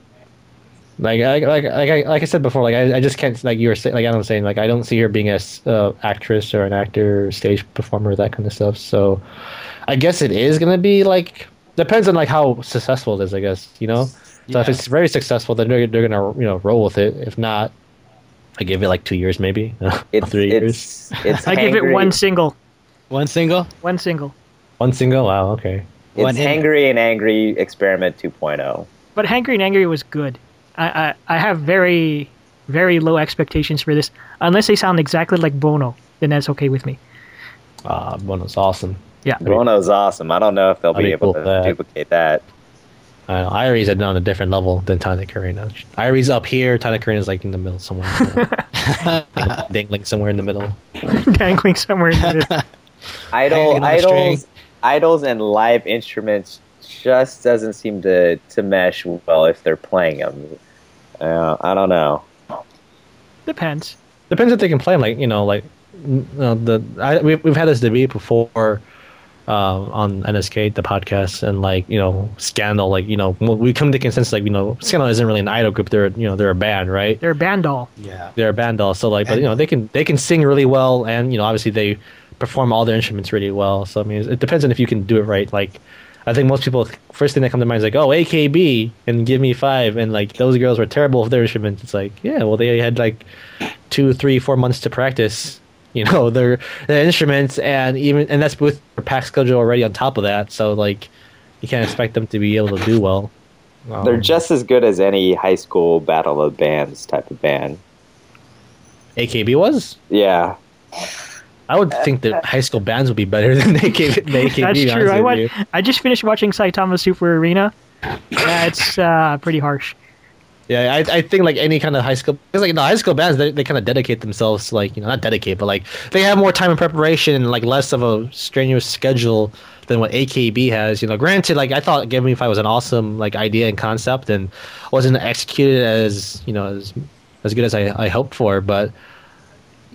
B: like I, like like I, like I said before, like I, I just can't like you were saying like I don't saying like I don't see her being a s- uh, actress or an actor, stage performer, that kind of stuff. So I guess it is gonna be like depends on like how successful it is. I guess you know. So if
E: Yeah.
B: it's very successful, then they're, they're gonna you know roll with it. If not, I give it like two years maybe.
D: It's
B: three years.
D: it's it's
A: I give it
D: hangry-
A: one single.
E: One single.
A: One single.
B: One single. Wow. Okay.
D: It's
E: one in-
D: hangry and angry experiment oh. 2.0.
A: But Hangry and Angry was good. I, I, I have very, very low expectations for this. Unless they sound exactly like Bono, then that's okay with me.
B: Ah, one was awesome.
A: Yeah.
B: mean-
D: Bono's awesome. I don't know if they'll
B: That'd
D: be
B: be
D: able
B: cool,
D: to
B: that.
D: duplicate that.
B: I don't know. Irie's at on a different level than Tana Karina. Irie's up here. Tana Karina's like in the middle somewhere, dangling somewhere in the middle.
A: Dangling somewhere in the middle.
D: Idol
B: Hanging on a
D: idols
B: string.
D: idols and live instruments just doesn't seem to to mesh well if they're playing them. Uh, I don't know.
A: Depends.
B: depends if they can play 'em, Like you know, like n- you know, the I, we've we've had this debate before uh, on NSK, the podcast, and like you know, Scandal. Like you know, we come to consensus. Like you know, Scandal isn't really an idol group. They're you know they're a band, right?
A: They're Bandol.
E: Yeah.
B: they're a band all so like but you know they can they can sing really well and you know obviously they perform all their instruments really well so i mean it depends on if you can do it right like i think most people first thing that come to mind is like oh akb and give me five and like those girls were terrible with their instruments it's like yeah well they had like two three four months to practice you know their their instruments and even and that's with their pack schedule already on top of that so like you can't expect them to be able to do well Um,
D: They're just as good as any high school battle of bands type of band.
B: akb was
D: Yeah.
B: I would think that high school bands would be better than they gave it. They gave
A: That's
B: me,
A: true. I
B: honestly with
A: watch, I just finished watching Saitama Super Arena. Yeah, it's uh, pretty harsh.
B: you. Yeah, I, I think like any kind of high school, because like no high school bands, they, they kind of dedicate themselves to like you know not dedicate, but like they have more time in preparation and like less of a strenuous schedule than what AKB has. You know, granted, like I thought Give Me Five was an awesome like idea and concept and wasn't executed as you know as as good as I, I hoped for, but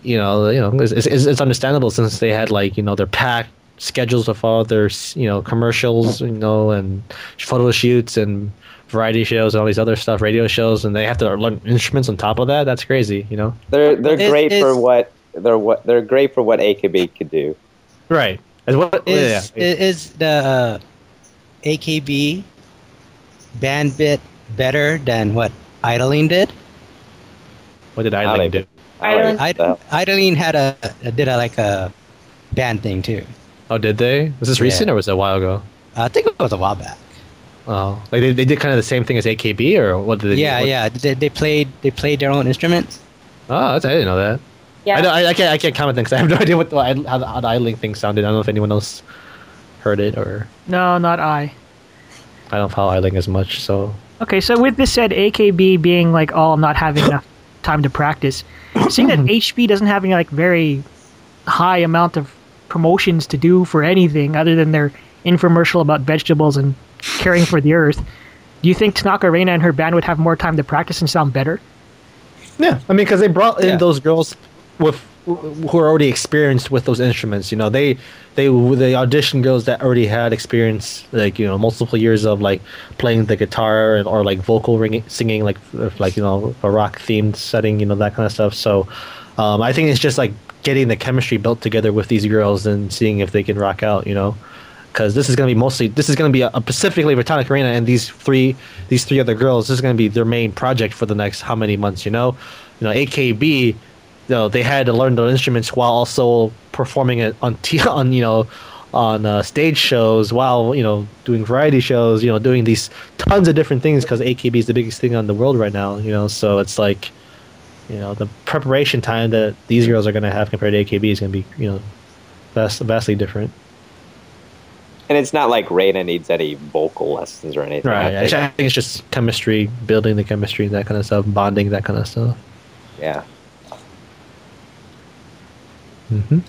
B: you know, you know, it's, it's, it's understandable since they had like you know their packed schedules with all their you know commercials, you know, and photo shoots and variety shows and all these other stuff, radio shows, and they have to learn instruments on top of that. That's crazy, you know.
D: They're they're
E: Is-
D: great for
E: is-
D: what they're what they're great for what AKB could do.
B: Right. As well, Oh, yeah,
E: Is i- is the uh, AKB bandbit better than what Idling did?
B: What did I
D: How
B: like
D: they-
B: do?
D: I like
E: Id-
D: that.
E: Idling had a did a like a band thing too.
B: Oh, did they? Was this
E: Yeah.
B: recent or was it a while ago?
E: I think it was a while back.
B: Oh, like they, they did kind of the same thing as AKB, or what did they? do?
E: yeah,
B: What-
E: yeah. They, they played they played their own instruments.
B: Oh, that's, I didn't know that. I, don't,
C: Yeah.
B: I, I can't. I can't comment because I have no idea what the, how, the, how the idling thing sounded. I don't know if anyone else heard it or
A: No, not I.
B: I don't follow idling as much. So
A: Okay, so with this said, AKB being like all not having enough time to practice, seeing that HB doesn't have any like very high amount of promotions to do for anything other than their infomercial about vegetables and caring for the earth, do you think Tanaka Reina and her band would have more time to practice and sound better?
B: yeah, I mean, because they brought in
E: Yeah.
B: those girls with who are already experienced with those instruments. You know, they they they auditioned girls that already had experience, like you know, multiple years of like playing the guitar and, or like vocal ringing, singing, like f- like you know, a rock themed setting, you know, that kind of stuff. So, um, I think it's just like getting the chemistry built together with these girls and seeing if they can rock out. You know. because this is going to be mostly this is going to be a, specifically for Tonic Arena and these three these three other girls. This is going to be their main project for the next how many months? You know, you know AKB. You know they had to learn their instruments while also performing it on t- on you know on uh, stage shows while you know doing variety shows. You know doing these tons of different things because AKB is the biggest thing on the world right now. You know, so it's like. You know the preparation time that these girls are going to have compared to AKB is going to be you know vast, vastly different.
D: And it's not like Raina needs any vocal lessons or anything.
B: Right.
D: I think-
B: I think it's just chemistry, building the chemistry, that kind of stuff, bonding, that kind of stuff.
D: Yeah.
B: Mm-hmm.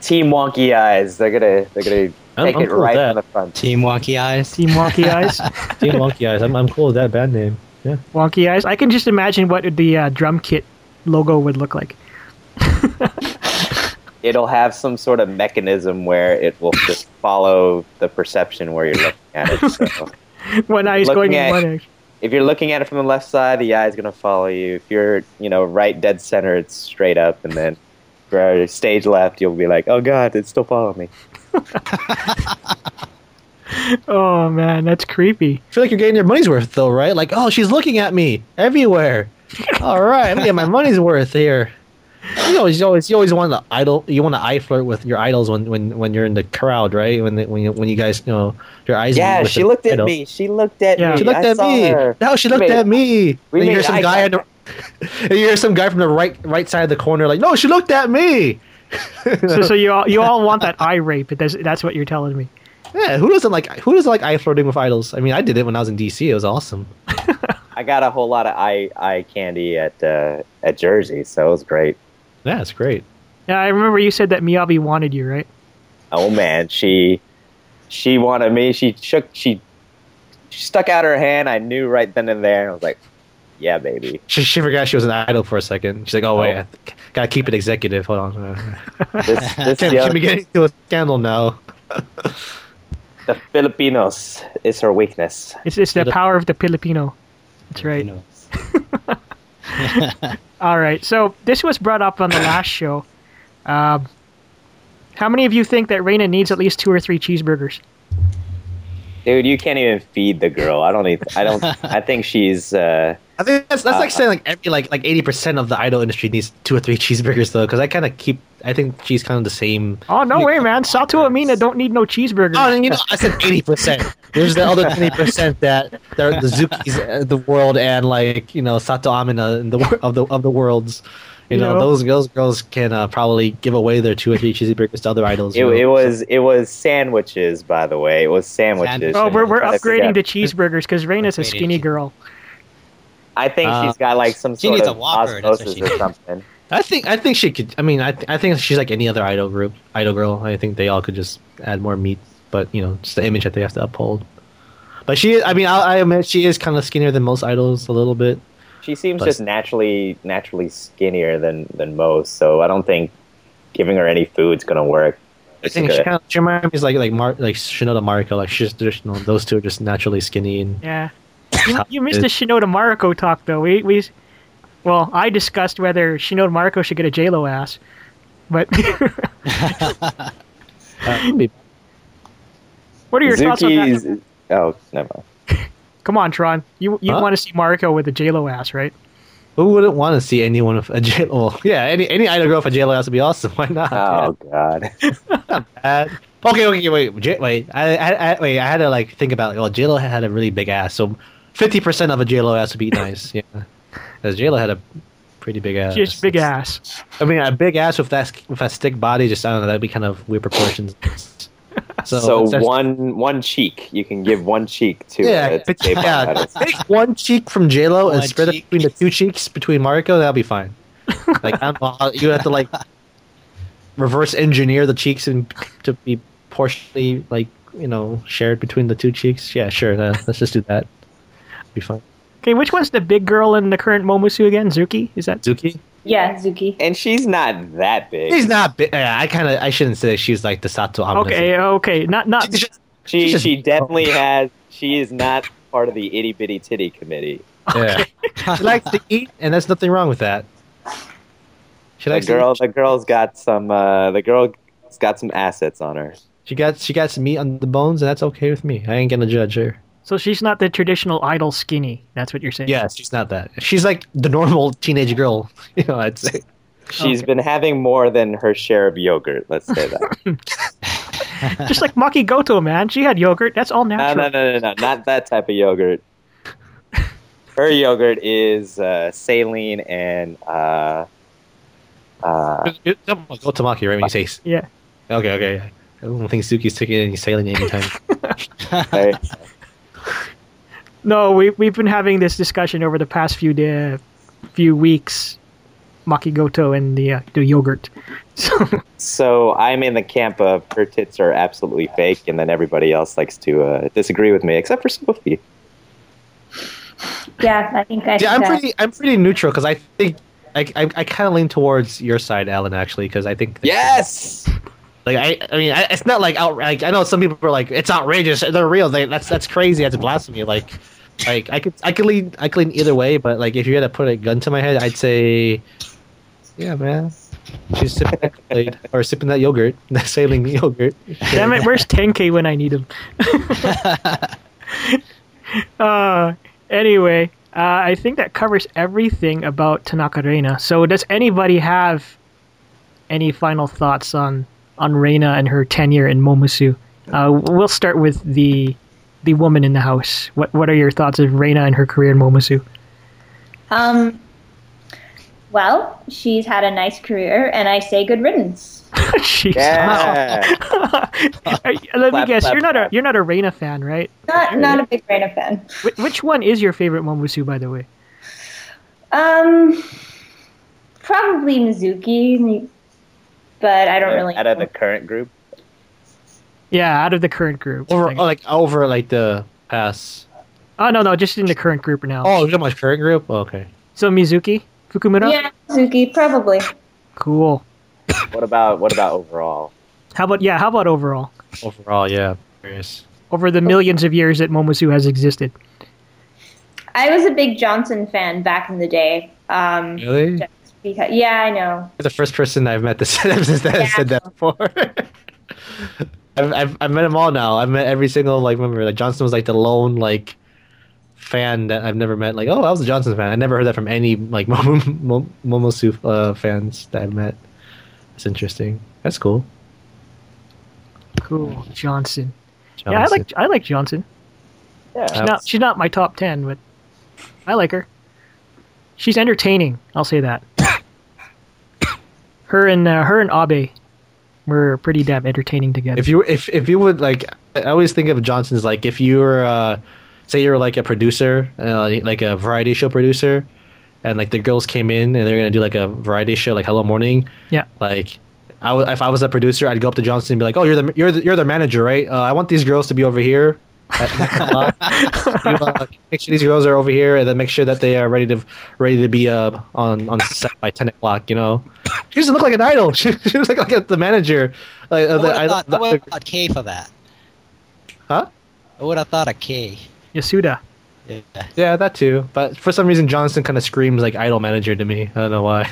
D: Team Wonky Eyes. They're gonna they're gonna
B: I'm-
D: take
B: I'm
D: it
B: cool with
D: right
B: that.
D: from the front.
E: Team Wonky Eyes.
A: Team Wonky Eyes?
B: Team Wonky Eyes. I'm, I'm cool with that band name. Yeah.
A: Wonky Eyes? I can just imagine what the uh, drum kit logo would look like.
D: It'll have some sort of mechanism where it will just follow the perception where you're looking at it. So
A: One eye is
D: Looking
A: going in
D: at-
A: one direction.
D: if you're looking at it from the left side, the eye's gonna follow you. If you're you know right dead center, it's straight up, and then for stage left, you'll be like, oh god, it's still following me.
A: Oh man, that's creepy.
B: I feel like you're getting your money's worth, though, right? Like, oh, she's looking at me everywhere. All right, I'm getting my money's worth here. You always, you always, you always want to idol. You want to eye flirt with your idols when, when, when you're in the crowd, right? When, the- when, you, when you guys, you know, your eyes.
D: Yeah,
B: meet with
D: she
B: the
D: looked at
B: idol.
D: me. She looked at
A: Yeah.
D: me.
B: She looked
D: I
B: at
D: saw
B: me.
D: her.
B: No, she looked
D: made-
B: at me. And you
D: we made
B: hear some
D: eye
B: guy on the, and you hear some guy from the right right side of the corner like, no, she looked at me.
A: So, so you all you all want that eye rape? That's that's what you're telling me.
B: Yeah, who doesn't like who doesn't like eye flirting with idols? I mean, I did it when I was in DC. It was awesome.
D: I got a whole lot of eye eye candy at uh, at Jersey, so it was great.
B: Yeah, it's great.
A: Yeah, I remember you said that Miyabi wanted you, right?
D: Oh man, she she wanted me. She shook. She, she stuck out her hand. I knew right then and there. I was like, "Yeah, baby."
B: She, she forgot she was an idol for a second. She's like, oh wait,
D: Oh.
B: I th- gotta keep it executive. Hold on,
D: This this
B: can't,
D: young,
B: can't be getting into a scandal now.
D: The Filipinos is her weakness.
A: It's, it's the power of the Filipino. That's right.
E: You know.
A: All right. So this was brought up on the last show. Um, how many of you think that Reina needs at least two or three cheeseburgers?
D: Dude, you can't even feed the girl. I don't even. I don't. I think she's. Uh,
B: I think that's that's like saying like every like like eighty percent of the idol industry needs two or three cheeseburgers though, because I kind of keep I think she's kind of the same.
A: Oh no way, man! Sato Amina don't need no cheeseburgers.
B: Oh, and you know I said eighty percent. There's the other twenty percent that they're the Zukis of the world and like you know Sato Amina in the wor- of the of the worlds. You
A: You
B: know,
A: know.
B: those girls girls can uh, probably give away their two or three cheeseburgers to other idols.
D: it,
B: you know.
D: it was. It was sandwiches, by the way. It was sandwiches.
E: Sandwich.
A: Oh, we're, we're
D: That's
A: upgrading the
D: the-
A: cheeseburgers because Reina's a skinny girl.
D: I think
B: Uh,
D: she's got like some
E: she
D: sort
E: needs a
D: of
E: Whopper, that's what
D: osmosis
E: she
D: or
E: needs.
D: something.
B: I think I think she could. I mean, I th- I think she's like any other idol group, idol girl. I think they all could just add more meat, but you know, it's the image that they have to uphold. But she, I mean, I, I admit she is kind of skinnier than most idols a little bit.
D: She seems
B: But-
D: just naturally naturally skinnier than than most. So I don't think giving her any food's gonna work.
B: I think she kind of she reminds me of like like Mar- like Shinoda Mariko. Like she's traditional. Those two are just naturally skinny and
A: Yeah. You, you missed the Shinoda Mariko talk though. We we, well, I discussed whether Shinoda Mariko should get a JLo ass, but
B: uh,
A: what are your thoughts on that?
D: Zuki's. Oh, never. mind.
A: Come on, Tron. You you
B: Huh?
A: want to see Mariko with a JLo ass, right?
B: who wouldn't want to see anyone with a jail? Well, yeah, any any idol girl with a jail ass would be awesome. Why not?
D: Oh God.
B: Uh, okay, okay, wait, J- wait. I, I, I, wait, I had to like think about. Well, JLo had a really big ass, so fifty percent of a JLo ass would be nice. yeah, because JLo had a pretty big ass.
A: She has big ass.
B: I mean, a big ass with that with a stick body. Just I don't know. That'd be kind of weird proportions. So,
D: So,
B: that's-
D: one one cheek. You can give one cheek to
B: Yeah,
D: uh,
B: but-
D: K-pop
B: yeah.
D: idols.
B: Take one cheek from JLo and
E: One
B: spread it
E: cheek.
B: between the two cheeks between Mariko. That'll be fine. Like I don't know how, you have to like reverse engineer the cheeks and to be portionally like you know shared between the two cheeks. Yeah, sure. that- let's just do that. Be fine.
A: Okay, which one's the big girl in the current Momosu again? Zuki? Is that
B: Zuki.
C: Yeah, Zuki.
D: And she's not that big.
B: She's not. Bi- yeah, I kind of. I shouldn't say she's like the Sato. Amina.
A: Okay, okay. Not not
B: She's just-
D: She
B: She's just-
D: she definitely has. She is not part of the itty bitty titty committee.
B: yeah. she likes to eat, and there's nothing wrong with that. She
D: The
B: likes
D: girl,
B: To eat.
D: the girl's got some. Uh, the girl's got some assets on her.
B: She got. She got some meat on the bones, and that's okay with me. I ain't gonna judge her.
A: so she's not the traditional idol skinny. That's what you're saying.
B: Yeah, she's not that. She's like the normal teenage girl. You know, I'd say.
D: She's
A: Okay.
D: been having more than her share of yogurt. Let's say that.
A: Just like Maki Goto, man. She had yogurt. That's all
D: no,
A: natural.
D: no, no, no, no, not that type of yogurt. Her yogurt is uh, saline and. Uh, uh,
B: Go to Maki, right? When you say.
A: Yeah.
B: Okay, okay. I don't think Suki's taking any sailing anytime.
D: I-
A: No, we we've been having this discussion over the past few day, few weeks. Maki Goto and the uh, the yogurt. So
D: so I'm in the camp of her tits are absolutely fake, and then everybody else likes to uh, disagree with me, except for Sophie.
C: Yeah, I think I.
B: yeah, I'm
C: think that-
B: pretty. I'm pretty neutral because I think. I, I, I kind of lean towards your side, Alan, actually, because I think. that-
D: Yes.
B: Like I, I mean, I, it's not like out. Like I know some people are like, it's outrageous. They're real. They, that's that's crazy. That's blasphemy. Like, like I could I could lean I could lean either way. But like if you had to put a gun to my head, I'd say, yeah, man, she's sipping that Kool-Aid, or sipping that yogurt, that saline yogurt.
A: damn it, where's 10k when I need him? uh, anyway, uh, I think that covers everything about Tanaka Reina. So does anybody have any final thoughts on on Reina and her tenure in Momosu? Uh, we'll start with the the woman in the house. What what are your thoughts of Reina and her career in Momosu?
C: Um, well, she's had a nice career, and I say good riddance.
A: She's
D: Yeah.
A: Hey, Let me
D: Clap,
A: guess.
D: clap,
A: You're not a
D: clap.
A: you're not a Reina fan, right?
C: Not not a big Raina fan.
A: Wh- which one is your favorite Momosu, by the way?
C: Um, probably Mizuki, but I don't really.
D: Out of
C: know.
D: the current group,
A: Yeah, out of the current group.
B: Over
A: Like-
B: oh, like over like the pass.
A: Oh no, no, just in the current group now.
B: Oh, you're talking about current group. Oh, okay.
A: So Mizuki Fukumura.
C: yeah, Mizuki, probably.
A: Cool.
D: what about what about overall?
A: How about yeah? How about overall?
B: overall, yeah. Curious.
A: over the millions of years that Momosu has existed.
C: I was a big Johnson fan back in the day. Um,
B: Really?
C: just because, yeah, I know.
B: You're the first person I've met that said that, has said that before. I've, I've I've met them all now. I've met every single like member. Like Johnson was like the lone like fan that I've never met. Like oh, I was a Johnson fan. I never heard that from any like Momo, Mo- Momosu uh, fans that I've met. That's interesting. That's cool.
A: Cool, Johnson.
B: Johnson.
A: Yeah, I like I like Johnson.
D: Yeah.
A: She's not she's not my top ten, but I like her. She's entertaining. I'll say that. her and uh, her and Abe were pretty damn entertaining together.
B: if you if if you would like i always think of johnson as like if you were uh say you're like a producer uh, like a variety show producer and like the girls came in and they're gonna do like a variety show like hello morning
A: yeah,
B: like I w- if i was a producer i'd go up to johnson and be like oh you're the you're the, you're the manager right uh, i want these girls to be over here Uh, you, uh, make sure these girls are over here and then make sure that they are ready to ready to be uh, on on set by 10 o'clock you know she doesn't look like an idol she, she looks like, like the manager like, uh, the,
E: Oh, I would have
B: idol-
E: thought, I
B: the-
E: would've thought K for that.
B: Huh?
E: I would have thought a K.
A: Yasuda.
E: Yeah.
B: Yeah, that too. But for some reason, Johnson kind of screams like idol manager to me. I don't know why.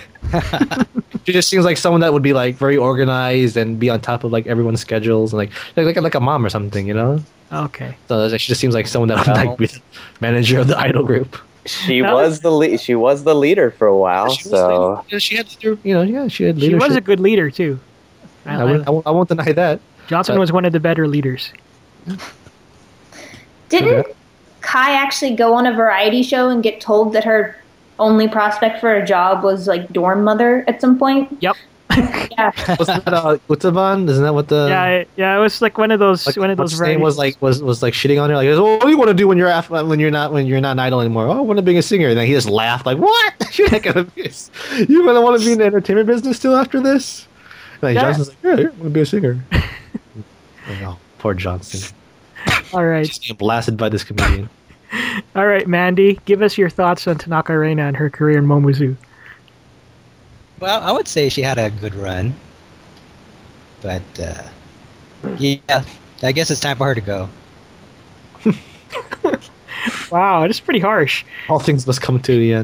B: she just seems like someone that would be like very organized and be on top of like everyone's schedules and like like like, like a mom or something, you know.
A: Okay,
B: So she just seems like someone that would like be the manager of the idol group.
D: She
A: That
D: was the le- she was the leader for a while,
B: She was
D: so
B: leader- she had leader- you know yeah she had
A: she
B: leadership.
A: was a good leader too. I-
B: I, uh, won't, I, won't, I won't deny that.
A: Johnson
B: but-
A: was one of the better leaders.
C: Didn't
B: Okay.
C: Kai actually go on a variety show and get told that her only prospect for a job was like dorm mother at some point?
A: Yep.
C: Yeah.
B: Was that uh, Utaban? Isn't that what the
A: yeah, I- yeah, it was like one of those
B: uh, like,
A: one of
B: what's
A: those.
B: his name
A: variety-
B: was like was was like shitting on her like oh, what do you want to do when you're af- when you're not when you're not an idol anymore oh I want to be a singer and then he just laughed like what you're not gonna be you gonna want to be in the entertainment business still after this and like
A: Yeah.
B: Johnson's like yeah, yeah I want to be a singer oh, no. poor Johnson
A: all right,
B: he's getting blasted by this comedian
A: all right, Mandy, give us your thoughts on Tanaka Reina and her career in Momozu.
E: Well, I would say she had a good run, but uh, yeah, I guess it's time for her to go.
A: Wow, that's pretty harsh.
B: all things must come to the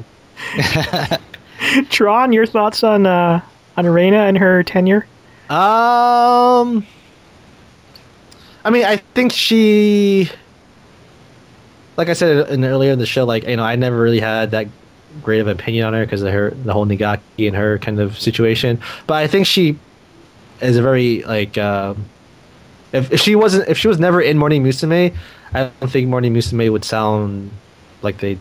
B: end
A: Tron, your thoughts on uh, on Reina and her tenure?
B: Um, I mean, I think she, like I said in, earlier in the show, like you know, I never really had that great of an opinion on her because of her the whole Nagaki and her kind of situation. But I think she is a very like um, if, if she wasn't if she was never in Morning Musume, I don't think Morning Musume would sound like they.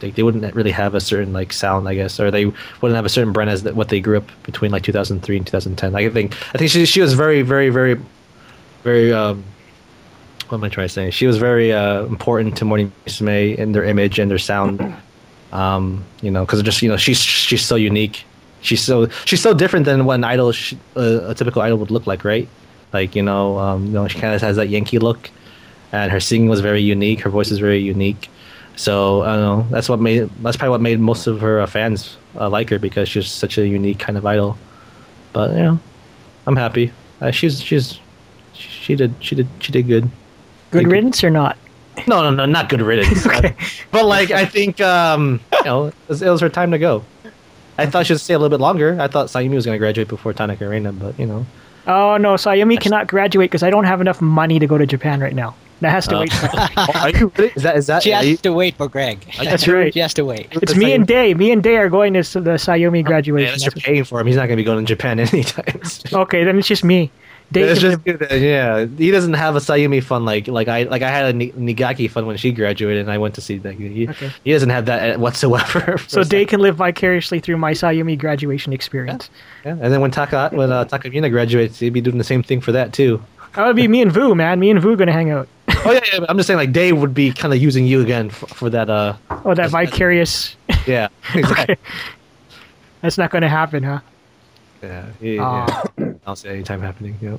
B: Like they wouldn't really have a certain like sound, I guess, or they wouldn't have a certain brand as th- what they grew up between like 2003 and 2010. Like, I think I think she she was very very very very um what am I trying to say? She was very uh, important to Morning Musume in their image and their sound. Um, you know, because just you know she's she's so unique. She's so she's so different than what an idol sh- uh, a typical idol would look like, right? Like you know, um, you know she kind of has that Yankee look, and her singing was very unique. Her voice is very unique. So I don't know. That's what made. That's probably what made most of her uh, fans uh, like her because she's such a unique kind of idol. But you know, I'm happy. Uh, she's she's she did she did she did good.
A: Good
B: Thank you.
A: riddance or not?
B: No no no, not good riddance.
A: Okay.
B: but like I think um you know it was, it was her time to go. I thought she would stay a little bit longer. I thought Sayumi was going to graduate before Tanaka Reina, but you know.
A: Oh no, Sayumi cannot graduate because I don't have enough money to go to Japan right now. That has to
B: Uh,
A: wait.
B: are you really? Is that is that?
E: She
B: are Uh, you-
E: has to wait for Greg.
A: That's right.
E: She has to wait.
A: It's me and Day. Me and Day are going to s- the Sayumi
B: Yeah,
A: graduation.
B: unless you're paying for him, he's not going to be going to Japan anytime. soon.
A: okay, then it's just me. Day
B: It's
A: can-
B: just good that- yeah. He doesn't have a Sayumi fun like like I like I had a Ni- Nigaki fun when she graduated and I went to see that. He,
A: Okay.
B: he doesn't have that whatsoever. for
A: so
B: a
A: Day
B: second.
A: can live vicariously through my Sayumi graduation experience.
B: Yeah. And then when Taka when uh, Takamina graduates, he'd be doing the same thing for that too.
A: That would be me and Vu, man. Me and Vu gonna hang out.
B: oh yeah, yeah. but I'm just saying like Day would be kind of using you again for, for that. Uh,
A: Oh, that vicarious.
B: yeah. Exactly.
A: That's not gonna happen, huh?
B: Yeah. yeah,
A: Aw.
B: yeah. I'll say anytime happening. Yep.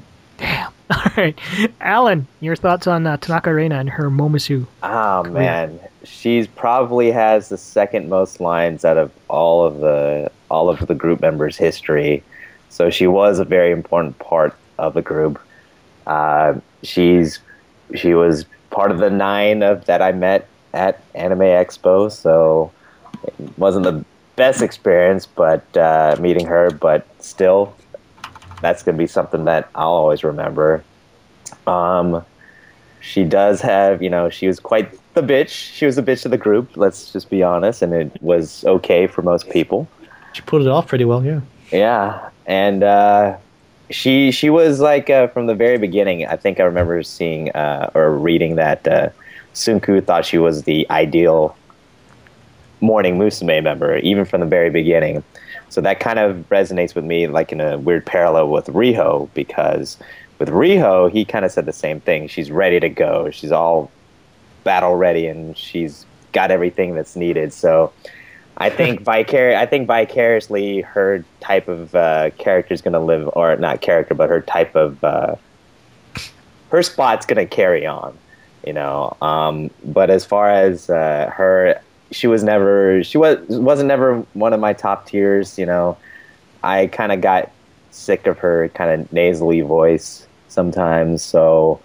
A: All right, Alan, your thoughts on uh, Tanaka Reina and her Momosu?
D: Oh man, she's probably has the second most lines out of all of the all of the group members' history. So she was a very important part of the group. Uh, she's she was part of the nine of that I met at Anime Expo, so it wasn't the best experience, but uh, meeting her, but still, that's gonna be something that I'll always remember. Um, she does have, you know, she was quite the bitch. She was the bitch of the group. Let's just be honest, and it was okay for most people.
B: She pulled it off pretty well, yeah.
D: Yeah, and uh, she she was like uh, from the very beginning. I think I remember seeing uh, or reading that uh, Sunku thought she was the ideal morning Musume member, even from the very beginning. So that kind of resonates with me, like in a weird parallel with Riho, because with Riho, he kind of said the same thing. She's ready to go. She's all battle ready, and she's got everything that's needed. So I think vicari- I think vicariously, her type of uh, character is going to live, or not character, but her type of uh, her spot's going to carry on. You know, um, but as far as uh, her, she was never she was wasn't never one of my top tiers. You know, I kind of got sick of her kind of nasally voice sometimes. So,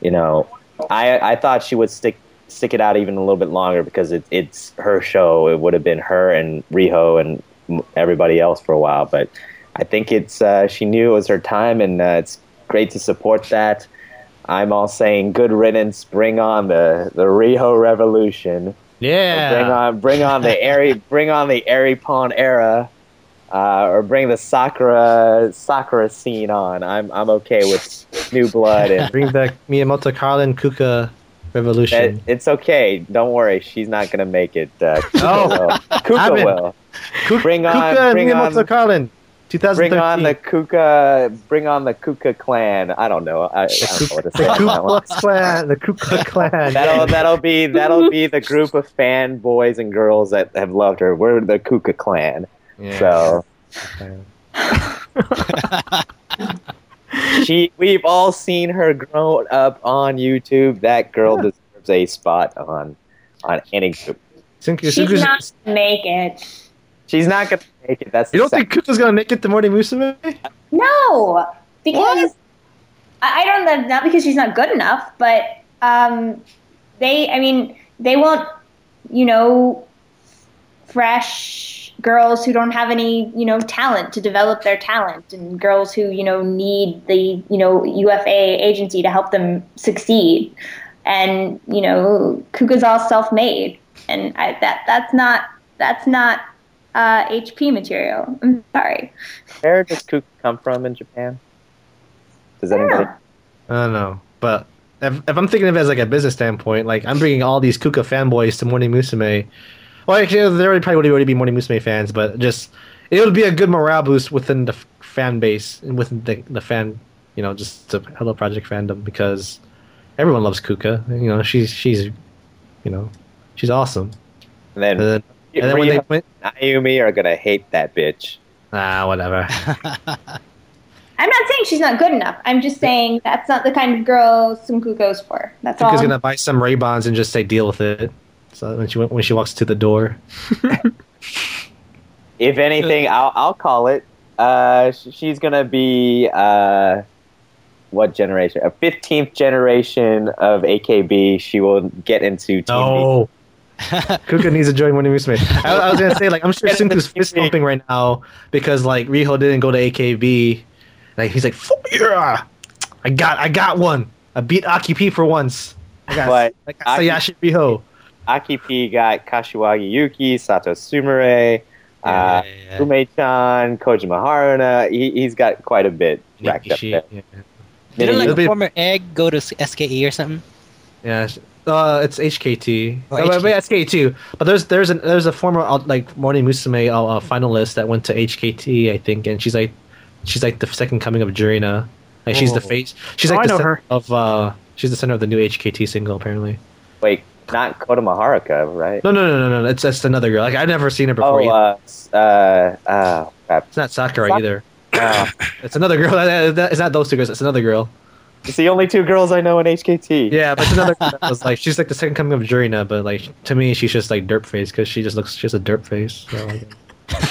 D: you know, I I thought she would stick stick it out even a little bit longer because it, it's her show. It would have been her and Riho and m- everybody else for a while, but I think it's uh, she knew it was her time, and uh, it's great to support that. I'm all saying good riddance. Bring on the the Riho revolution. Bring
B: Yeah.
D: on bring on the airy bring on the airy pawn era. Uh, or bring the Sakura Sakura scene on. I'm I'm okay with new blood and
B: Bring back Miyamoto Carlin Kuka
D: That-
B: Revolution.
D: it's okay. Don't worry. She's not gonna make it. Uh, Kuka
B: Oh.
D: will.
B: I
D: Kuka
B: mean-
D: will.
B: Ku-
D: bring on-
B: Kuka and
D: bring on-
B: Miyamoto Carlin. 2013.
D: Bring on the Kuka. Bring on the Kuka clan. I don't know. I, I don't know what to say.
B: the
D: on that
B: Ku
D: one.
B: Klux Klan. The Ku Klux Klan.
D: That'll that'll be that'll be the group of fanboys and girls that have loved her. We're the Kuka clan.
B: Yeah.
D: So she, we've all seen her grown up on YouTube. That girl deserves a spot on on any group.
B: Sunku,
C: She's
B: Sunku's-
C: not gonna make it.
D: She's not gonna make it. That's
B: you don't
D: the
B: think Kuka's gonna make it to Morning Musume?
C: No, because I, I don't know. Not because she's not good enough, but um, they. I mean, they want you know fresh girls who don't have any you know talent to develop their talent, and girls who you know need the you know UFA agency to help them succeed. And you know, Kuka's all self-made, and I, that that's not that's not uh, HP material. I'm sorry.
D: Where does Kuka come from in Japan? Does
C: I don't
D: anybody?
C: know.
B: I don't know, but if, if I'm thinking of it as like a business standpoint, like I'm bringing all these Kuka fanboys to Morning Musume. Well, actually, they already probably would already be Morning Musume fans, but just it would be a good morale boost within the f- fan base and within the, the fan, you know, just the Hello Project fandom because everyone loves Kuka. You know, she's she's, you know, she's awesome.
D: And then,
B: And then, Uh, and then when they
D: Ryu
B: went,
D: and Ayumi are gonna hate that bitch.
B: ah, whatever.
C: I'm not saying she's not good enough. I'm just saying that's not the kind of girl Sunku goes for. That's all.
B: Kuka's gonna buy some Ray Bans and just say deal with it. So when she went- when she walks to the door,
D: If anything, I'll I'll call it. Uh, sh- she's gonna be uh, what generation? A fifteenth generation of AKB. She will get into TV.
B: Kuka needs to join Morning Musume. I, I was gonna say, like, I'm sure
D: Get in the
B: Sunku's fist
D: TV.
B: pumping right now because like Riho didn't go to AKB. Like he's like, "Fuck yeah, I got, I got one. I beat Aki P for once. I got,
D: But
B: I got Sayashi Riho.
D: Aki P got Kashiwagi Yuki, Sato Sumire, uh,
E: yeah.
D: Ume-chan, Kojima Haruna. He, he's got quite a bit racked up
B: Nikishi,
D: there.
B: yeah.
E: Didn't
B: It'll
E: like
B: be-
E: former egg go to S- SKE or something?
B: Yeah, sh- uh, it's HKT.
E: Oh,
B: Oh, wait,
E: HKT.
B: wait, SK2. But there's there's an, there's a former uh, like Morning Musume uh, uh, finalist that went to HKT, I think, and she's like she's like the second coming of Jurina. Like she's the
E: Oh.
B: face. She's
A: Oh,
B: like
A: I
B: the
A: know
B: center
A: her.
B: of uh she's the center of the new HKT single apparently.
D: Wait, not Kota Maharuka, right?
B: No, no, no, no, no, no. It's just another girl. Like I've never seen her before.
D: oh,
B: either.
D: uh, s- uh, uh, crap.
B: it's not Sakura
D: Sak-
B: either.
D: Uh,
B: It's another girl. It's not those two girls. It's another girl.
D: It's the only two girls I know in HKT.
B: Yeah, but it's another. girl that was like she's like the second coming of Jurina, but like to me she's just like derp face because she just looks she's a derp face. So, like,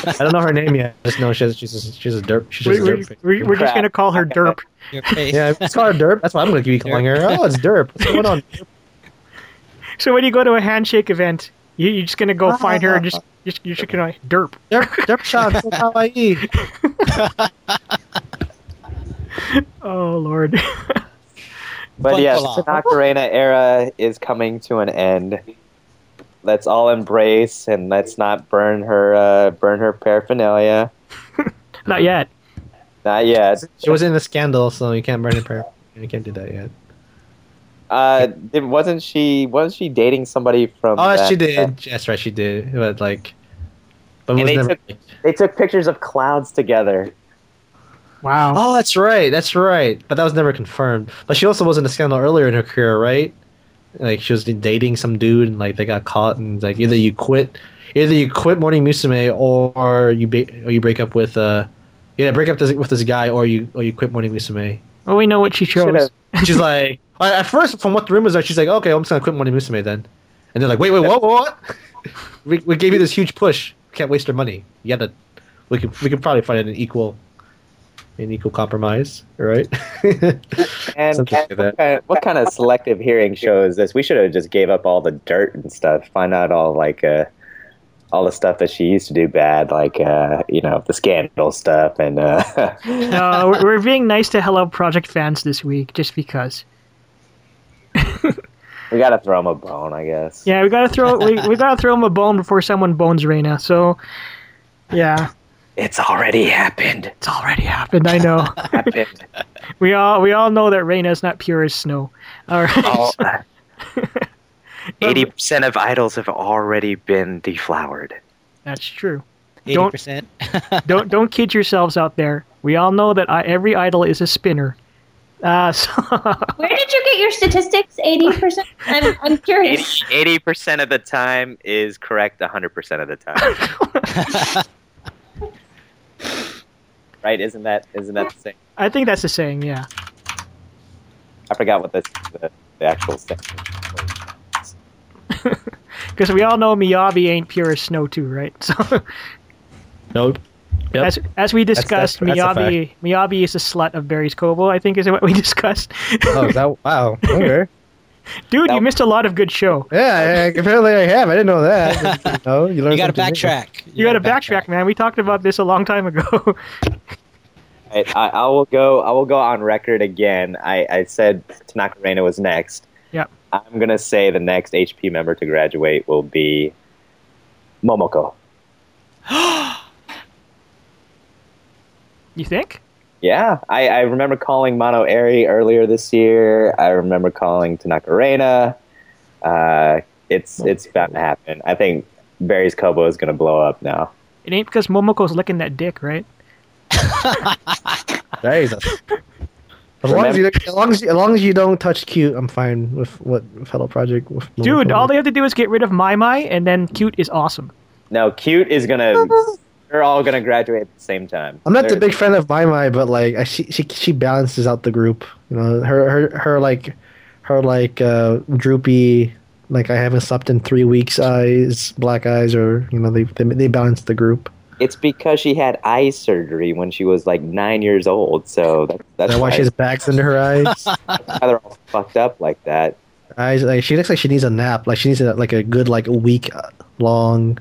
B: I don't know her name yet. I just know she's she's a, she's a derp. She's just
A: We,
B: a
A: we,
B: derp.
A: we, we're just
D: Crap.
A: gonna call her Derp.
E: Your face.
B: Yeah, it's called a derp. That's why I'm going to be calling her. Oh, it's derp. What's going on?
A: So when you go to a handshake event, you, you're just gonna go find her and just just you're just gonna Derp.
B: Derp, derp shot. So kawaii.
A: Oh lord.
D: But
E: Fun
D: yes,
E: collab.
D: Nakarena era is coming to an end. Let's all embrace and let's not burn her uh, burn her paraphernalia.
A: Not yet.
D: Not yet.
B: She was in a scandal, so you can't burn her prayer. You can't do that yet.
D: Uh, it, wasn't she? Wasn't she dating somebody from?
B: Oh,
D: that- uh,
B: she did. That's right, she did. But like, but
D: And
B: was
D: they
B: never.
D: took- They took pictures of clouds together.
A: Wow.
B: Oh, that's right. That's right. But that was never confirmed. But she also was in a scandal earlier in her career, right? Like she was dating some dude, and like they got caught, and like either you quit, either you quit Morning Musume, or you ba- or you break up with uh, yeah, break up this, with this guy, or you or you quit Morning Musume.
A: Well, we know what she chose.
D: Should've-
B: She's like, I- at first, from what the rumors are, she's like, okay, I'm just gonna quit Morning Musume then, and they're like, wait, wait, what, what? we, we gave you this huge push. Can't waste our money. You gotta, we could we could probably find an equal, an equal compromise, right?
D: And,
B: Something like
D: and what,
B: that.
D: kind of, what kind of selective hearing shows this? We should have just gave up all the dirt and stuff. Find out all like uh, all the stuff that she used to do bad, like uh, you know the scandal stuff and uh,
A: No, we're, we're being nice to Hello Project fans this week just because.
D: We gotta throw him a bone, I guess.
A: Yeah, we gotta throw we, we gotta throw him a bone before someone bones Reyna. So, yeah,
D: It's already happened.
A: it's already happened. I know.
D: Happened.
A: we all we all know that Reyna's not pure as snow. All right.
D: Oh. uh, Eighty percent of idols have already been deflowered.
A: That's true.
E: Eighty percent.
A: Don't don't kid yourselves out there. We all know that I, every idol is a spinner. Uh, so
C: Where did you get your statistics? Eighty percent. I'm I'm curious.
D: Eighty percent of the time is correct. hundred percent of the time. right? Isn't that isn't that the same?
A: I think that's the saying. Yeah.
D: I forgot what the the, the actual thing.
A: Because we all know Miyabi ain't pure as snow too, right? So
B: nope. Yep.
A: as as we
B: That's- that's-
A: discussed,
B: that's a fact.
A: Miyabi Miyabi is a slut of Barry's Kobo. I think is what we discussed.
B: Oh, is that wow. Okay.
A: Dude, you
D: That-
A: missed a lot of good show.
B: Yeah, I- apparently I have. I didn't know that. No, you learned
E: You got to
B: something new.
E: backtrack.
A: You, got to backtrack, man. We talked about this a long time ago.
D: I, I, I will go. I will go on record again. I, I said Tanaka Reina was next.
A: Yep.
D: I'm gonna say the next HP member to graduate will be Momoko.
A: you think?
D: Yeah, I, I remember calling Mono Airy earlier this year. I remember calling Tanaka Reina. Uh, it's it's about to happen. I think Barry's Kobo is gonna blow up now.
A: It ain't because Momoko's licking that dick, right?
B: Jesus. As long as, you, as, long as, you, as long as you don't touch cute, I'm fine with what fellow project. With
A: Dude, all they have to do is get rid of Mai Mai, and then cute is awesome.
D: No, cute is gonna. They're all gonna graduate at the same time.
B: I'm not the
D: They're-
B: big fan of Mai Mai, but like I, she, she she balances out the group. You know, her her her like her like uh, droopy, like I haven't slept in three weeks eyes, black eyes, or you know they they, they balance the group.
D: It's because she had eye surgery when she was like nine years old. So that, that's
B: That's why she has bags under her eyes.
D: why they're all fucked up like that.
B: eyes like she looks like she needs a nap like she needs a, like a good like a week uh, long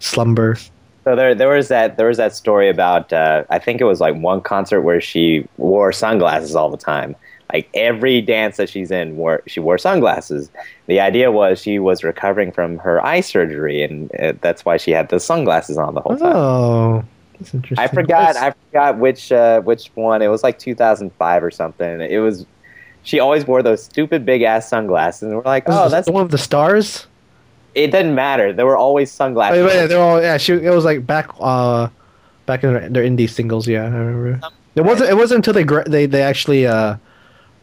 B: slumber
D: So there, there was that there was that story about uh, I think it was like one concert where she wore sunglasses all the time. Like every dance that she's in, wore, she wore sunglasses. The idea was she was recovering from her eye surgery, and uh, that's why she had the sunglasses on the whole time.
B: oh that's interesting
D: I forgot. I forgot which uh, which one. It was like 2005 or something. It was. She always wore those stupid big ass sunglasses, and we're like, oh, that's.
B: the one of the stars
D: It didn't matter. There were always
B: oh,
D: sunglasses.
B: yeah, they're all yeah she it was like back uh back in their, their indie singles yeah i remember it wasn't it wasn't until they gra- they they actually uh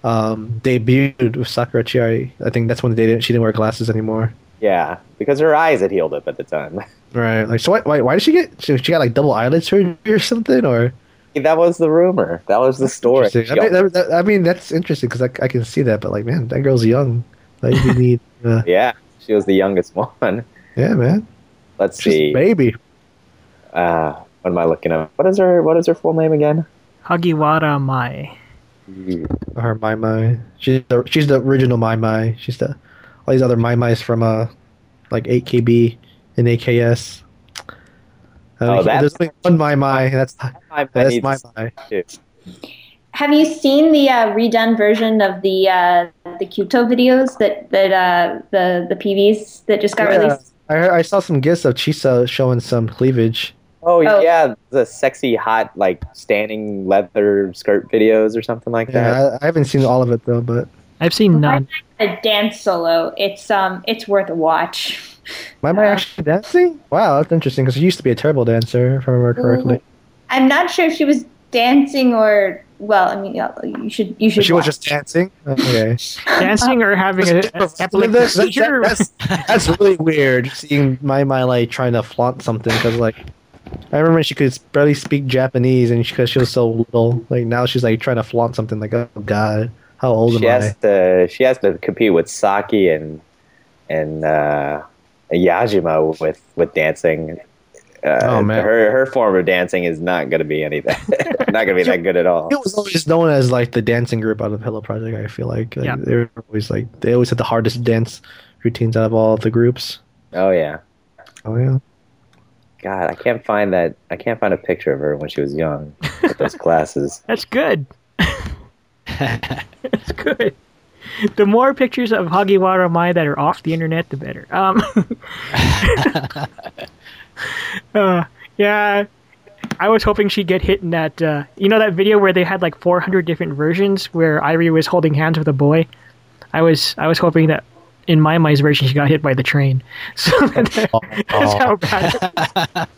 B: um debuted with sakura chiari i think that's when they didn't she didn't wear glasses anymore
D: yeah, because her eyes had healed up at the time.
B: right like so why why, why did she get she, she got like double eyelid surgery or something or
D: That was the rumor. That was the story.
B: Interesting. I mean, that, that- I mean, that's interesting because I, I can see that, but like, man, that girl's young. Like, you need, uh,
D: yeah, she was the youngest one.
B: yeah, man,
D: Let's
B: she's a
D: see.
B: baby.
D: Uh, what am I looking up? What is her What is her full name again?
A: Hagiwara Mai.
B: Her Mai Mai. She's the she's the original Mai Mai. She's the all these other Mai Mai's from uh like 8KB and AKS. I don't
D: Oh,
B: know,
D: that-
B: Uh, there's only one Mai Mai. That's that's Mai Mai.
C: Have you seen the uh, redone version of the uh, the Kyoto videos that that uh, the the PVs that just got
B: Yeah.
C: released?
B: I heard- I saw some gifs of Chisa showing some cleavage.
D: Oh,
C: Oh.
D: yeah, the sexy hot like standing leather skirt videos or something like that.
B: Yeah, I, I haven't seen all of it though, but
A: I've seen none.
C: A dance solo. It's um it's worth a watch.
B: Mai Mai actually dancing? Wow, that's interesting because she used to be a terrible dancer, if I remember correctly.
D: Oh,
C: I'm not sure if she was dancing or well. I mean, yeah, you should you should.
B: She was
C: watch.
B: just dancing. Okay,
A: Dancing or having a, a epileptic
B: That's-
A: seizure?
B: that's- that's really weird. Seeing my my like trying to flaunt something because like I remember she could barely speak Japanese and because she was so little, like now she's like trying to flaunt something. Like oh god, how old
D: she
B: am
D: has to she has to compete with Saki and and uh, Yajima with with dancing. Uh,
B: Oh, man.
D: her her form of dancing is not going to be anything. not going to be that good at all.
B: I? It was always known as like the dancing group out of Hello Project. I feel like, Like,
A: Yeah.
B: they were always like they always had the hardest dance routines out of all the groups.
D: Oh yeah,
B: Oh yeah,
D: God, I can't find that. I can't find a picture of her when she was young with those glasses.
A: That's good. That's good. The more pictures of Hagiwara Mai that are off the internet, the better. Um, uh, yeah, I was hoping she'd get hit in that. Uh, you know that video where they had like 400 different versions where Irie was holding hands with a boy. I was I was hoping that in my Mai's version she got hit by the train. So that- that's how bad.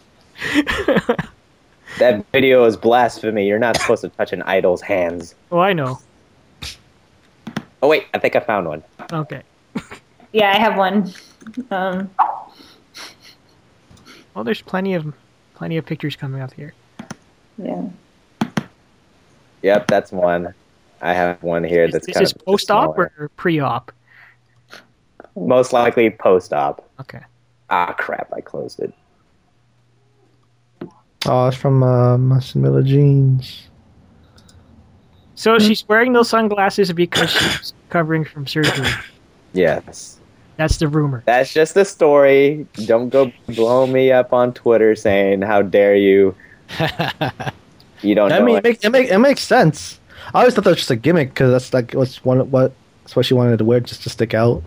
D: That video is blasphemy. You're not supposed to touch an idol's hands.
A: Oh, I know.
D: Oh wait, I think I found one.
A: Okay.
C: Yeah, I have one. Um,
A: Well, there's plenty of plenty of pictures coming up here.
C: yeah.
D: Yep, that's one. I have one here that's
A: Is
D: kind
A: this
D: of
A: post-op
D: smaller.
A: or pre-op?
D: most likely post-op.
A: Okay.
D: Ah, crap! I closed it.
B: oh it's from uh, Masimilla Jeans.
A: So she's wearing those sunglasses because she's recovering from surgery.
D: Yes.
A: That's the rumor.
D: That's just the story. Don't go blow me up on Twitter saying how dare you. You don't
B: I
D: know.
B: mean,
D: it.
B: it, make, it, make, it makes sense. I always thought that was just a gimmick because that's like what's one what that's what she wanted to wear just to stick out,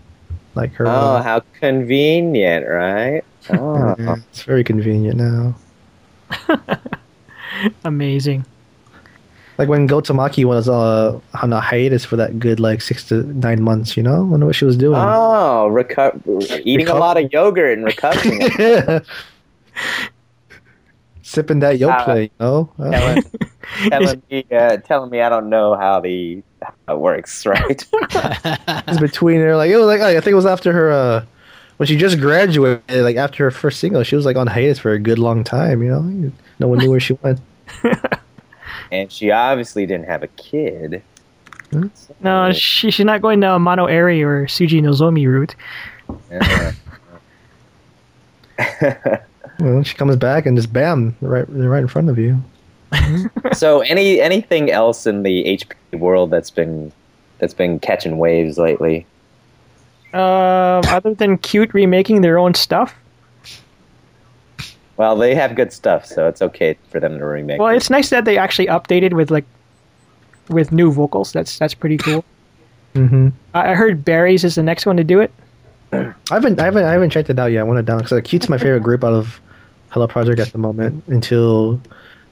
B: like her.
D: oh,
B: uh,
D: how convenient, right? Oh.
B: yeah, it's very convenient now.
A: Amazing.
B: Like when Gotomaki was uh, on a hiatus for that good like six to nine months, you know, wonder what she was doing.
D: Oh, reco- eating a
B: Reco-
D: lot of yogurt and recovering. it.
B: Sipping that yoplait,
D: Uh,
B: you know. Uh,
D: telling, telling me, uh, telling me I don't know how the how it works, right?
B: it's between her, like it was like I think it was after her uh, when she just graduated, like after her first single, she was like on hiatus for a good long time, you know. No one knew where she went.
D: and she obviously didn't have a kid. uh,
B: Hmm?
A: No, Uh, she, she's not going to Mono Eri or Suji Nozomi route.
D: Yeah. uh.
B: Well, she comes back and just bam, they're right, they're right in front of you.
D: so, any anything else in the HP world that's been that's been catching waves lately?
A: Um, other than cute remaking their own stuff.
D: Well, they have good stuff, so it's okay for them to remake.
A: Well,
D: it.
A: it's nice that they actually updated with like with new vocals. That's that's pretty cool.
B: Mm-hmm.
A: I I heard Barry's is the next one to do it.
B: I haven't, I haven't, I haven't checked it out yet. I want to down because Cute's my favorite group out of Hello Project at the moment. Until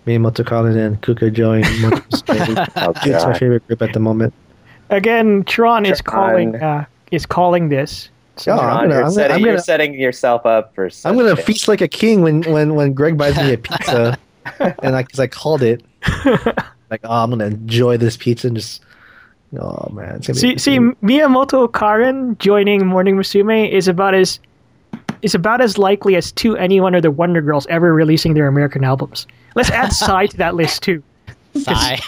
B: me and Motokawa and Kuka join, Cute's
D: Oh,
B: my
D: God.
B: favorite group at the moment.
A: Again, Tron is
D: Tron.
A: calling uh, is calling this. So
B: Oh,
D: Ron,
B: I'm gonna,
D: you're,
B: I'm gonna,
D: setting,
B: I'm
D: you're
B: gonna,
D: setting yourself up for.
B: I'm gonna
D: such a-
B: feast like a king when, when, when Greg buys me a pizza, and I, cause I called it, like, oh, I'm gonna enjoy this pizza and just, oh man, it's gonna
A: See,
B: be,
A: see, Miyamoto Karin joining Morning Musume is about as is about as likely as two anyone or the Wonder Girls ever releasing their American albums. Let's add Psy to that list too,
E: Sigh.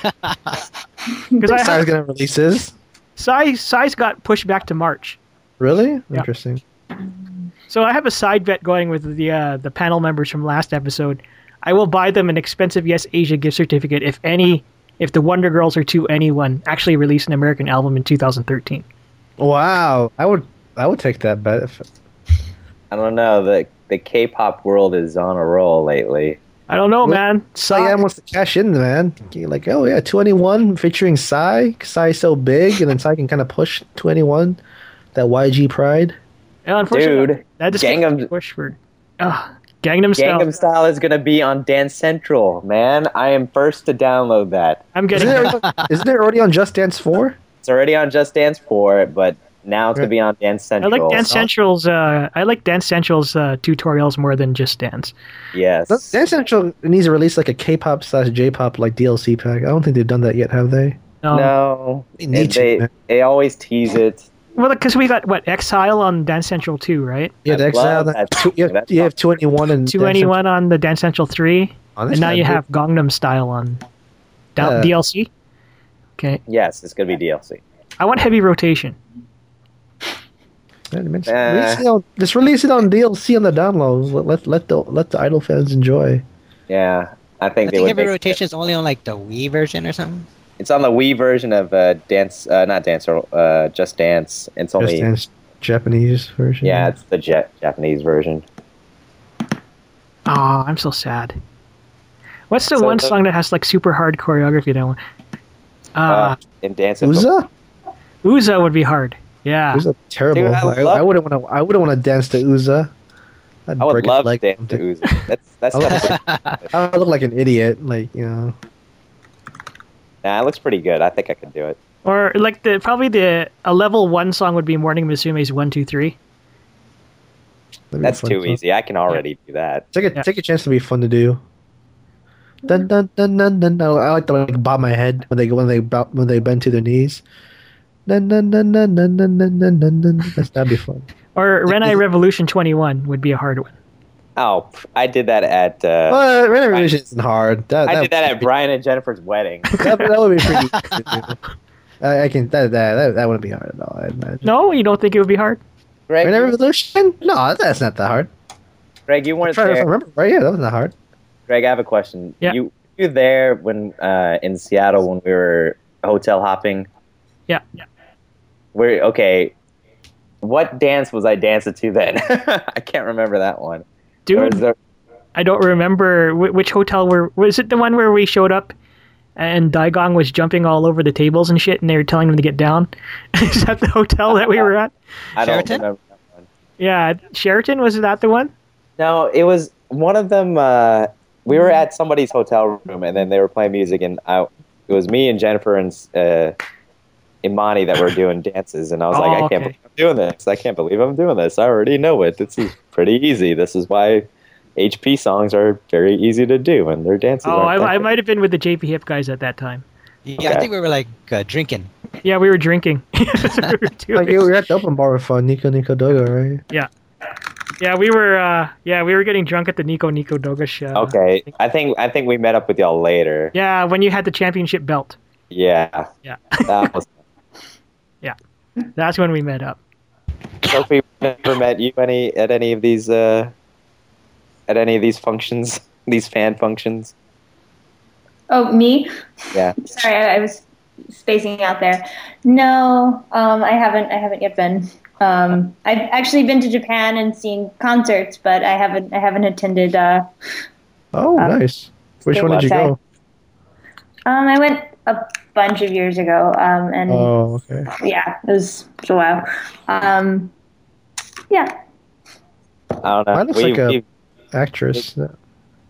A: because I
B: Star's
A: have,
B: gonna release this.
A: Psy Psy's got pushed back to March.
B: Really
A: Yeah.
B: interesting.
A: So I have a side bet going with the uh, the panel members from last episode. I will buy them an expensive Yes Asia gift certificate if any if the Wonder Girls or to anyone actually release an American album in 2013.
B: Wow, I would I would take that bet. If,
D: I don't know. The the K-pop world is on a roll lately.
A: I don't know,
B: Well,
A: man. Suck.
B: Cyan wants to cash in, man. You're like, oh yeah, two eighty one featuring Psy. Psy so big, and then Psy can kind of push two eighty one. That YG pride.
A: Yeah, unfortunately,
D: Dude,
A: that just
D: Gangnam-
A: push for Ugh, Gangnam Style.
D: Gangnam Style is gonna be on Dance Central, man. I am first to download that.
A: I'm
B: Isn't
A: getting.
B: it, already- isn't it already on Just Dance four?
D: It's already on Just Dance 4, but now it's gonna be on Dance
A: I
D: Central.
A: like Dance Central's. Uh, I like Dance Central's uh, tutorials more than just dance.
D: Yes.
B: Dance Central needs to release like a K-pop slash J-pop like DLC pack. I don't think they've done that yet, have they?
A: No,
D: No,
B: They need to,
D: they
B: man.
D: they always tease it.
A: well, because we got what Exile on Dance Central two, right?
B: Yeah, the
D: I
B: Exile.
D: love
B: That,
D: that
B: two, you have,
D: song.
B: you have two eighty one and
A: To
B: Dance Central.
A: anyone on the Dance Central three,
B: Oh, that's
A: and now
B: not
A: you
B: good.
A: have Gangnam Style on da-
B: Yeah.
A: DLC. Okay,
D: Yes, it's gonna be DLC.
A: I want heavy rotation.
B: Yeah, man, just,
D: Uh.
B: release it on, just release it on DLC on the download. Let let, let the let the idol fans enjoy.
D: Yeah, I think
E: I
D: they
E: think
D: would.
E: every
D: make-
E: rotation is only on like the Wii version or something.
D: It's on the Wii version of uh, Dance, uh, not Dance, uh, Just Dance. It's
B: Just
D: only
B: Dance Japanese version.
D: yeah, it's the ja- Japanese version.
A: Oh, I'm so sad. What's the
D: So
A: one
D: the-
A: song that has like super hard choreography? That one. Uh,
D: Uh, in Dance Central.
B: Uza.
A: Uza would be hard. Yeah.
B: Uza terrible.
D: Dude, I
B: I,
D: love-
B: I wouldn't want to. I wouldn't want to dance to Uza. I'd
D: I would
B: break his
D: love to
B: leg. Oh.
D: dance to Uzi. That's that's
B: I
D: not
B: would- I would look like an idiot. Like you know,
D: nah, it looks pretty good. I think I could do it.
A: Or like the probably the a level one song would be Morning Musume's one two three.
B: that'd be a
D: That's
B: fun
D: too
B: song.
D: easy. I can already do that.
B: Take a
A: Yeah.
B: take a chance to be fun to do. Dun dun dun dun dun. dun. I like to like bob my head when they when they bow, when they bend to their knees. Dun dun dun dun dun dun dun dun dun. dun. That's that'd be fun.
A: Or Renai Revolution twenty one would be a hard one.
D: Oh, pff, I did that at uh,
B: But renovation isn't hard. That,
D: I
B: that
D: did that at Brian and Jennifer's wedding.
B: that, that would be pretty. easy to do. I, I can that, that that that wouldn't be hard at all. I imagine.
A: No, you don't think it would be hard?
D: Greg,
B: Red Revolution? No, that's not that hard.
D: Greg, you weren't
B: Try to
D: there.
B: remember, right? Yeah, that was not hard.
D: Greg, I have a question.
A: Yeah.
D: You you there when uh, in Seattle when we were hotel hopping?
A: Yeah.
D: Where okay, what dance was I dancing to then? I can't remember that one. Or is
A: Dude,
D: there-
A: I don't remember whi- which hotel were was it the one where we showed up and Daigong was jumping all over the tables and shit and they were telling him to get down? Is that the hotel that we were at?
D: I don't
E: Sheraton?
D: remember that one.
A: Yeah, Sheraton was that the one?
D: No, it was one of them. Uh, we were at somebody's hotel room, and then they were playing music, and I, it was me and Jennifer and uh, Imani that were doing dances, and I was
A: Oh,
D: like, I can't
A: okay.
D: believe I'm doing this. I can't believe I'm doing this. I already know it. This is pretty easy. This is why HP songs are very easy to do, and their dances.
A: Oh,
D: aren't
A: I, I
D: that
A: might have been with the JP Hip guys at that time.
E: Yeah, I
D: Okay.
E: think we were like uh, drinking.
A: Yeah, we were drinking. That's what we were doing.
B: Like you were at the open bar with uh, Nico Nico Dogo, right?
A: Yeah, we were. Uh, yeah, we were getting drunk at the Nico Nico Doga show.
D: good. Okay, I think I think we met up with y'all later.
A: Yeah, when you had the championship belt,
D: Yeah,
A: Yeah.
D: That was,
A: that's when we met up.
D: Sophie never met you any at any of these uh, at any of these functions, these fan functions.
C: Oh, me?
D: Yeah.
C: Sorry, I, I was spacing out there. No, um, I haven't. I haven't yet been. Um, I've actually been to Japan and seen concerts, but I haven't. I haven't attended. Uh,
B: Oh,
C: Um,
B: nice. Which
C: they
B: one did you
C: were
B: go?
C: um, I went a bunch of years ago, um, and
B: Oh, okay.
C: yeah, it was, it was a while. Um, yeah,
D: I don't know.
B: Mine looks
D: We-
B: like a-
D: we-
B: Actress.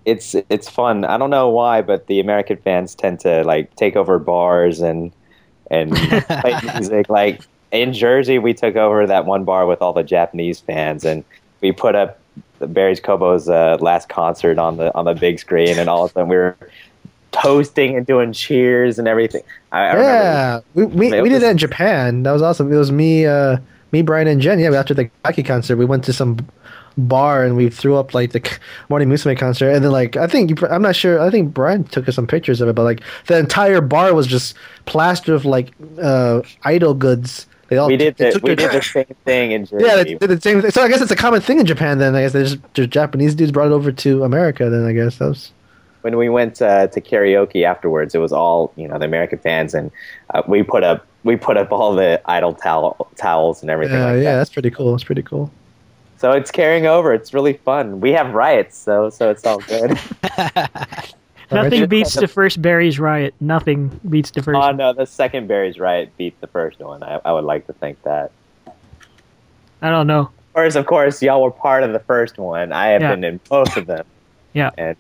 D: it's it's fun. I don't know why, but the American fans tend to like take over bars and and play music. Like in Jersey, we took over that one bar with all the Japanese fans, and we put up Barry's Kobo's uh, last concert on the on the big screen, and all of a sudden we were toasting and doing cheers and everything. I, I remember.
B: Yeah, we, we,
D: It
B: we did
D: was-
B: that in Japan. That was awesome. It was me, uh, me, Brian, and Jen. Yeah, after the hockey concert, we went to some bar and we threw up like the K- Morning Musume concert. And then like I think you, pr- I'm not sure. I think Brian took us some pictures of it, but like the entire bar was just plastered with like uh, idol goods. They all
D: We did
B: they
D: the,
B: took
D: we
B: their-
D: did the same thing in Jersey.
B: Yeah, they did the same thing. So I guess it's a common thing in Japan. Then I guess they just the Japanese dudes brought it over to America. Then I guess that was
D: when we went uh, to karaoke afterwards, it was all you know the American fans, and uh, we put up we put up all the idle towel, towels and everything.
B: Yeah,
D: like
B: yeah,
D: that.
B: that's pretty cool. That's pretty cool.
D: So it's carrying over. It's really fun. We have riots, so so it's all good.
A: Nothing
B: Richard?
A: beats the first Barry's riot. Nothing beats the first.
D: oh no, the second Barry's riot beat the first one. I, I would like to think that.
A: I don't know.
D: Of course, of course, y'all were part of the first one. I have
A: Yeah.
D: been in both of them.
A: Yeah.
D: and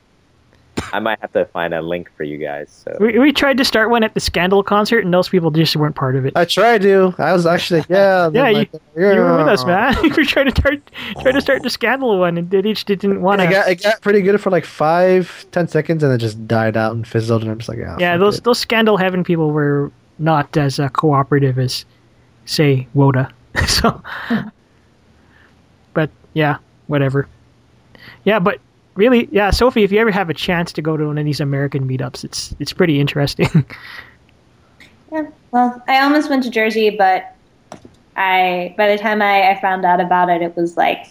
D: I might have to find a link for you guys. So
A: We, we tried to start one at the Scandal concert, and those people just weren't part of it.
B: I tried to. I was actually yeah. and
A: Yeah,
B: then, like,
A: you were with us,
B: yeah.
A: man. we tried to start, tried to start the Scandal one, and they each didn't want to.
B: I got, I got pretty good for like five, ten seconds, and it just died out and fizzled, and I'm just like, yeah.
A: yeah,
B: fuck
A: those
B: it.
A: those Scandal Heaven people were not as uh, cooperative as, say, Woda. so, but yeah, whatever. Yeah, but really, yeah, Sophie, if you ever have a chance to go to one of these American meetups, it's it's pretty interesting.
C: Yeah. Well, I almost went to Jersey, but I by the time I, I found out about it, it was like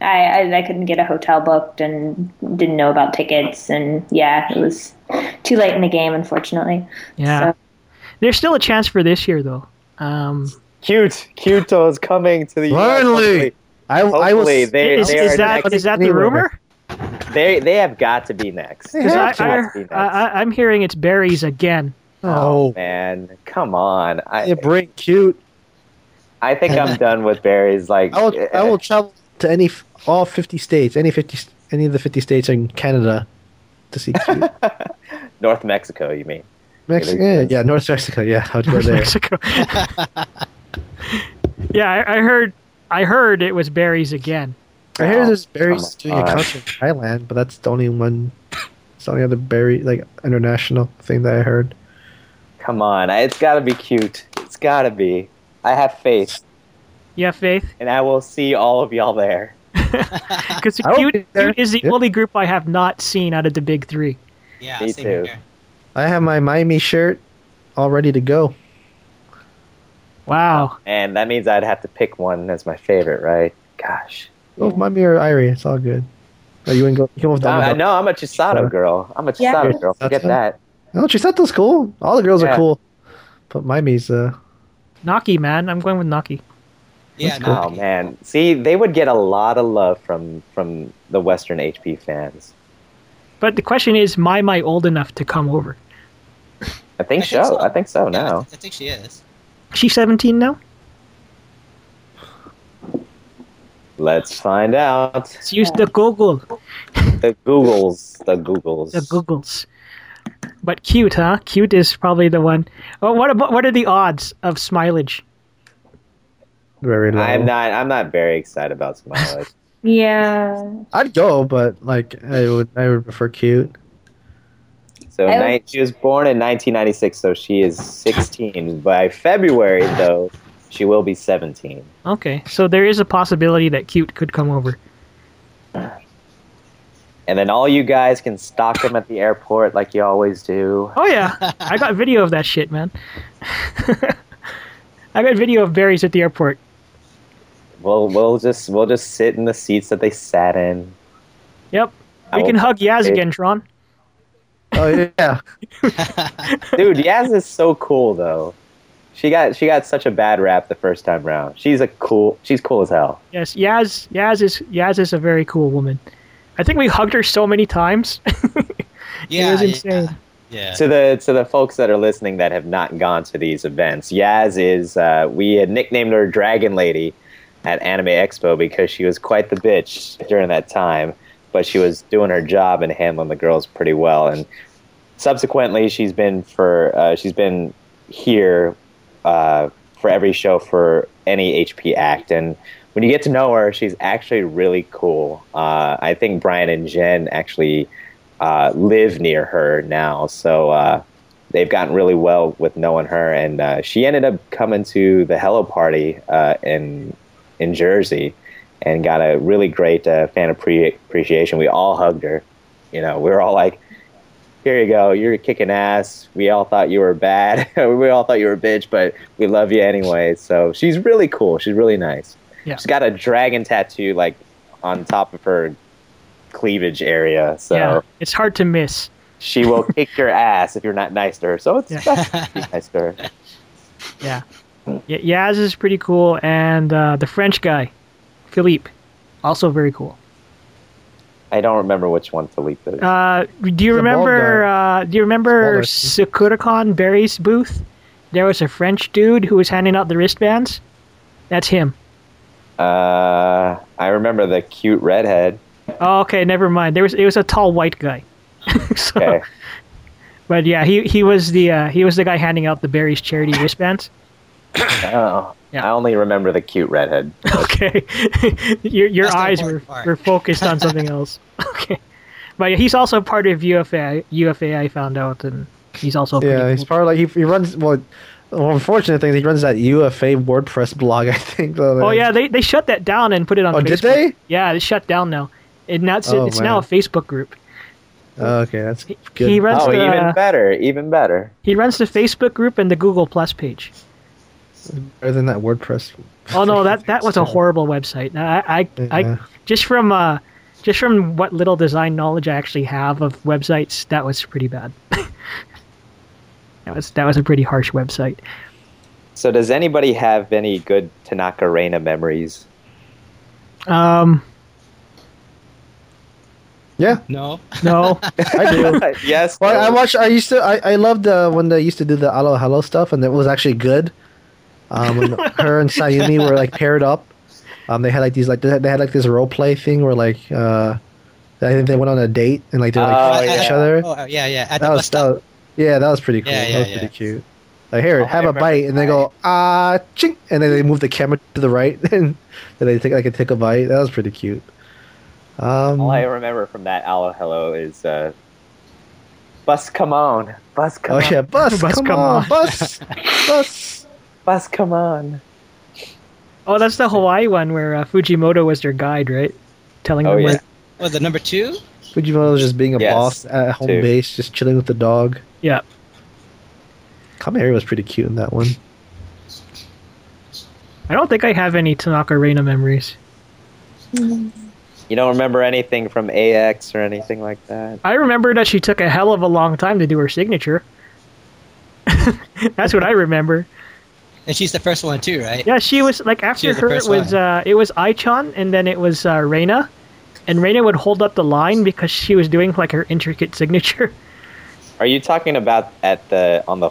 C: I, I I couldn't get a hotel booked and didn't know about tickets, and yeah, it was too late in the game, unfortunately.
A: yeah, there's still a chance for this year though. Um,
D: cute, Kyoto is coming to the
B: Finally! I, I was.
D: Hopefully they-
A: is,
D: they
A: is
D: are
A: that
D: next-
A: is that the
B: anywhere.
A: rumor?
D: They they have got to be next.
B: They
A: 'Cause
B: have
A: I,
B: to.
A: I,
D: Must be next.
A: I, I, I'm hearing it's berries again.
B: Oh,
D: man, come on! I
B: you bring cute.
D: I think I'm done with berries. Like eh,
B: I will. I will travel to any f- all fifty states, any fifty, s- any of the fifty states in Canada, to see cute.
D: North Mexico. You mean?
B: Mexico, yeah, yeah, North Mexico, yeah, I would go there.
A: Mexico. yeah, I, I heard. I heard it was berries again.
B: I hear there's berries
D: Oh
B: doing
D: my
B: a
D: God.
B: concert in Thailand, but that's the only one. It's the only other berry like international thing that I heard.
D: Come on! I, it's got to be cute. It's got to be. I have faith,
A: Yeah, Faith,
D: and I will see all of y'all there.
A: because
B: I will be
A: cute,
B: there.
A: cute is the
B: Yeah.
A: only group I have not seen out of the big three.
E: Yeah,
D: Me
E: same
D: too.
E: here.
B: I have my Miami shirt all ready to go.
A: Wow.
D: And that means I'd have to pick one as my favorite, right? Gosh.
B: Oh, Miami or Irie, it's all good. No, you wouldn't go. You come with
D: I, I
B: Domino.
D: know I'm a Chisato
B: Sure.
D: girl. I'm a
C: Yeah.
D: Chisato girl. Forget
B: Chisato.
D: that.
B: No, Chisatos Oh, cool. All the girls
D: Yeah.
B: are cool, but Miami's uh.
A: Naki, man, I'm going with Naki.
E: Yeah, no,
D: Oh man, see, they would get a lot of love from from the Western HP fans.
A: But the question is, my my old enough to come over?
D: I think,
E: I think
D: so.
E: so.
D: I think so
E: yeah, I,
D: now.
E: th- I think she is.
A: She's 17 now.
D: Let's find out.
A: Let's use the Google,
D: The Googles. The Googles.
A: the Googles. But cute, huh? Cute is probably the one. Oh, what about what are the odds of Smilage?
B: Very low.
D: I'm not. I'm not very excited about Smiley.
C: Yeah.
B: I'd go, but like I would, I would prefer cute.
D: So
C: I
D: nine, she was born in 1996, so she is 16. By February, though, she will be 17.
A: Okay, so there is a possibility that cute could come over.
D: And then all you guys can stalk them at the airport like you always do.
A: Oh yeah, I got video of that shit, man. I got video of berries at the airport.
D: We'll we'll just we'll just sit in the seats that they sat in.
A: Yep,
D: I
A: we can
D: will-
A: hug Yaz again, Tron.
B: Oh yeah,
D: Dude, Yaz is so cool though. She got she got such a bad rap the first time round. She's a cool. She's cool as hell.
A: Yes, Yaz. Yaz is Yaz is a very cool woman. I think we hugged her so many times.
E: Yeah,
A: it was
E: yeah,
A: insane.
E: Yeah,
D: to the to the folks that are listening that have not gone to these events, Yaz is uh, we had nicknamed her Dragon Lady at Anime Expo because she was quite the bitch during that time, but she was doing her job and handling the girls pretty well. And subsequently, she's been for uh, she's been here uh, for every show for any HP act and. When you get to know her, she's actually really cool. Uh, I think Brian and Jen actually uh, live near her now. So uh, they've gotten really well with knowing her, and uh, she ended up coming to the Hello Party uh, in in Jersey, and got a really great uh, fan appre- appreciation. We all hugged her. You know, we were all like. Here you go. You're kicking ass. We all thought you were bad. we all thought you were a bitch, but we love you anyway. So she's really cool. She's really nice.
A: Yeah.
D: She's got a dragon tattoo like on top of her cleavage area. So
A: Yeah, it's hard to miss.
D: she will kick your ass if you're not nice to her. So it's best to be nice to her.
A: Yeah. Y- Yaz is pretty cool, and uh, the French guy, Philippe, also very cool.
D: I don't remember which one Philippe is.
A: Uh, do you
B: The bald
A: remember? Uh, do you remember
B: Smaller.
A: Sakuracon Barry's booth? There was a French dude who was handing out the wristbands. That's him.
D: Uh, I remember the cute redhead.
A: Oh, okay, never mind. There was it was a tall white guy. so,
D: Okay.
A: But yeah, he he was the uh, he was the guy handing out the Barry's charity wristbands.
D: Oh,
A: Yeah.
D: I only remember the cute redhead.
A: Okay, your your
E: That's the
A: eyes were,
E: important part.
A: were focused on something else. Okay, but yeah, he's also part of UFA. UFA, I found out, and he's also
B: Yeah,
A: pretty
B: he's
A: cool.
B: part of like he, he runs well. Well, unfortunate thing is he runs that UFA WordPress blog. I think.
A: Oh yeah, they they shut that down and put it on.
B: Oh,
A: Facebook.
B: did they?
A: Yeah, it's shut down now. It now it's,
B: Oh,
A: it's now a
B: man.
A: Facebook group.
B: Oh, okay, that's good.
A: He runs
D: oh,
A: the
D: even better, even better.
A: he runs the Facebook group and the Google Plus page.
B: better than that WordPress.
A: Oh no, that that was a horrible website. I I,
B: Yeah.
A: I just from uh just from what little design knowledge I actually have of websites, that was pretty bad. that was that was a pretty harsh website.
D: So, does anybody have any good Tanaka Reina memories?
A: Um,
B: Yeah,
E: No.
A: no,
B: I do.
D: yes.
B: Well, I
D: no?
B: watched. I used to. I, I loved uh, when they used to do the Alo Hello stuff, and it was actually good. Um, when her and Sayumi were like paired up. Um, they had like these like they had, they had like this role play thing where like uh, I think they went on a date and like they were
D: Oh,
B: like fighting each
D: yeah.
B: other.
E: Oh, yeah, yeah. At
B: that
E: the bus
B: was that.
E: stop.
B: Was, yeah, that was pretty cool.
E: Yeah,
B: that
E: yeah,
B: was
E: yeah.
B: pretty cute. Like here,
D: Oh, I
B: have a
D: remember
B: bite, and they go ah ching, and then they move the camera to the right, and then they take like a take a bite. That was pretty cute. Um,
D: All Oh, I remember from that Allo Hello is uh, Bus Come On. Bus Come
B: oh
D: On.
B: yeah, bus,
A: Bus,
B: come,
A: come
B: on,
A: on.
B: bus, bus.
D: Bus Come On.
A: oh, that's the Hawaii one where uh, Fujimoto was their guide, right? Telling
D: Oh,
A: them
D: yeah.
A: where,
E: Was it number two?
B: Fujimoto was just being a
D: Yes,
B: boss at home
D: too.
B: base, just chilling with the dog.
A: yeah,
B: Kamehari was pretty cute in that one.
A: I don't think I have any Tanaka Reina memories.
D: You don't remember anything from AX or anything like that?
A: I remember that she took a hell of a long time to do her signature. That's what I remember.
E: And she's the first one too, right?
A: Yeah, she was like after
E: was the
A: her it
E: first
A: was
E: one.
A: uh, it was Aichon and then it was uh, Reina, and Reina would hold up the line because she was doing like her intricate signature.
D: Are you talking about at the on the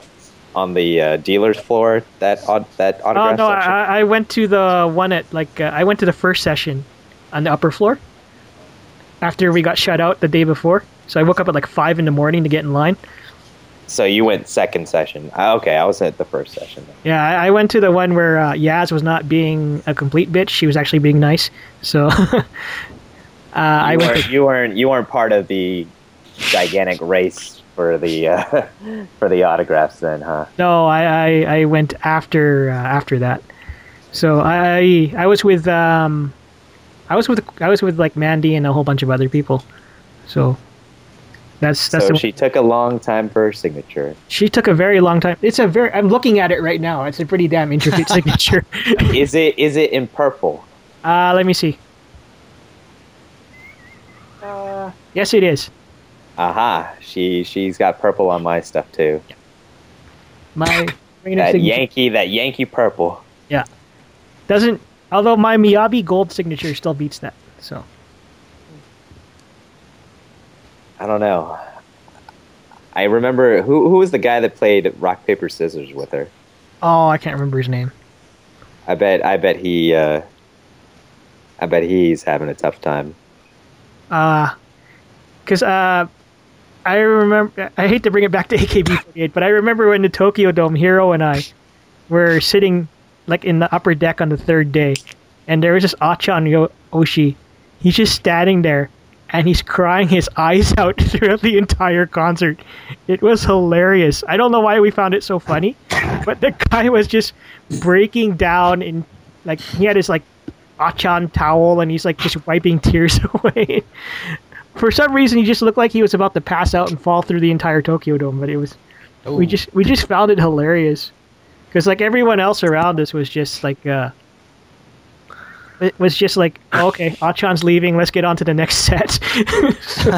D: on the uh, dealer's floor that au- that
A: Oh
D: autograph
A: no,
D: section?
A: I, I went to the one at like uh, I went to the first session on the upper floor after we got shut out the day before. So I woke up at like five in the morning to get in line.
D: So you went second session. Ah, Okay, I was at the first session.
A: Yeah, I, I went to the one where uh, Yaz was not being a complete bitch; she was actually being nice. So uh, I
D: you,
A: went.
D: weren't, you weren't you weren't part of the gigantic race for the uh, for the autographs then, huh?
A: No, I, I, I went after uh, after that. So I I was with um, I was with I was with like Mandy and a whole bunch of other people. So that's that's
D: so
A: the
D: she took a long time for her signature.
A: she took a very long time. It's a very I'm looking at it right now. It's a pretty damn intricate signature.
D: Is it is it in purple?
A: Uh, let me see. Yes, it is.
D: Aha! She she's got purple on my stuff too.
A: My
D: That
A: signature
D: Yankee that Yankee purple.
A: doesn't. Although my Miyabi gold signature still beats that. So
D: I don't know. I remember who who was the guy that played rock paper scissors with her.
A: oh, I can't remember his name.
D: I bet I bet he uh, I bet he's having a tough time.
A: because uh, I remember. I hate to bring it back to AKB48, but I remember when the Tokyo Dome Hero and I were sitting like in the upper deck on the third day, and there was this Achan Yo- Oshi. He's just standing there, and he's crying his eyes out throughout the entire concert. It was hilarious. I don't know why we found it so funny, but the guy was just breaking down in like he had his like Achan towel and he's like just wiping tears away. For some reason, he just looked like he was about to pass out and fall through the entire Tokyo Dome. But it was we just we just found it hilarious because like everyone else around us was just like uh it was just like, okay, Achan's leaving. Let's get on to the next set. So-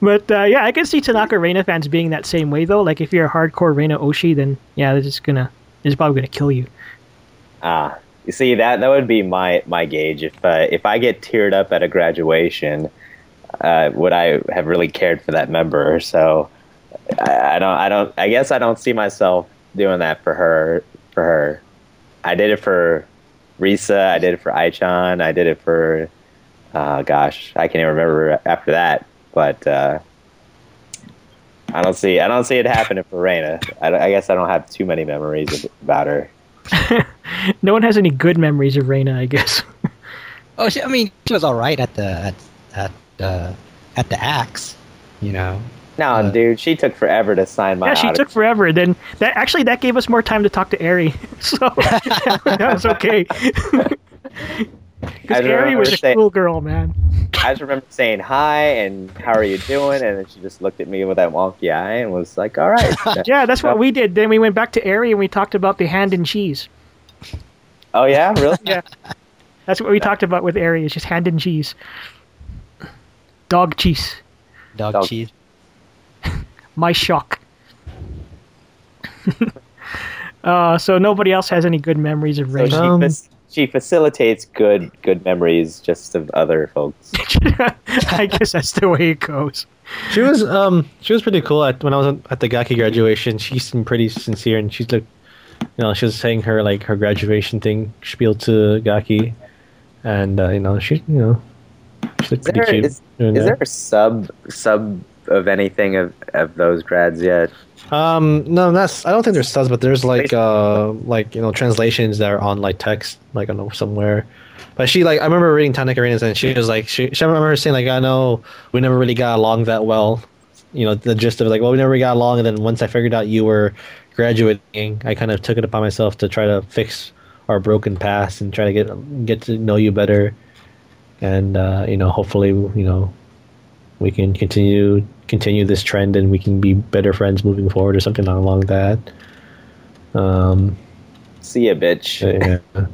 A: but uh, yeah, I can see Tanaka Reina fans being that same way though. Like if you're a hardcore Reina Oshi, then yeah, this is gonna, this is probably gonna kill you.
D: Ah, you see that that would be my my gauge. If uh, if I get teared up at a graduation, uh, would I have really cared for that member? So I, I don't. I don't. I guess I don't see myself doing that for her. For her, I did it for Risa. I did it for Aichan. I did it for. Uh, gosh, I can't even remember after that. But uh, I don't see. I don't see it happening for Raina. I, don't- I guess I don't have too many memories ab- about her.
A: No one has any good memories of Reina, I guess.
E: Oh, she, I mean, she was all right at the at at uh, at the axe, you know.
D: No,
E: Uh,
D: dude, she took forever to sign my
A: yeah, she took
D: autograph.
A: forever. Then that actually that gave us more time to talk to Eri, so that was okay.
D: I
A: Because
D: remember
A: Eri was a
D: saying-
A: cool girl, man.
D: I just remember saying hi and how are you doing, and then she just looked at me with that wonky eye and was like, "All right."
A: Yeah, that's what we did. Then we went back to Eri and we talked about the hand and cheese.
D: oh yeah, really?
A: Yeah, that's what we talked about with Eri. It's just hand and cheese, dog cheese,
E: Dog,
D: Dog.
E: cheese.
A: my shock. uh, so nobody else has any good memories of
D: So
A: Ray.
D: she,
B: Um,
D: fac- she facilitates good good memories just of other folks.
A: I guess that's the way it goes.
B: She was um she was pretty cool at when I was at the Gaki graduation. She seemed pretty sincere and she looked you know, she was saying her like her graduation thing spiel to Gaki and uh, you know, she you know she looked
D: Is
B: pretty
D: there,
B: cute.
D: is,
B: doing
D: is
B: that.
D: there a sub sub of anything of, of those grads yet?
B: Um, no, that's. I don't think there's subs, but there's like, uh, like you know, translations that are on like text, like on somewhere. But she like, I remember reading Tanaka Arenas, and she was like, she, she I remember her saying like, I know we never really got along that well. You know, the gist of like, well, we never really got along, and then once I figured out you were graduating, I kind of took it upon myself to try to fix our broken past and try to get get to know you better, and uh, you know, hopefully, you know, we can continue continue this trend and we can be better friends moving forward or something along that. Um,
D: See ya, bitch.
B: yeah.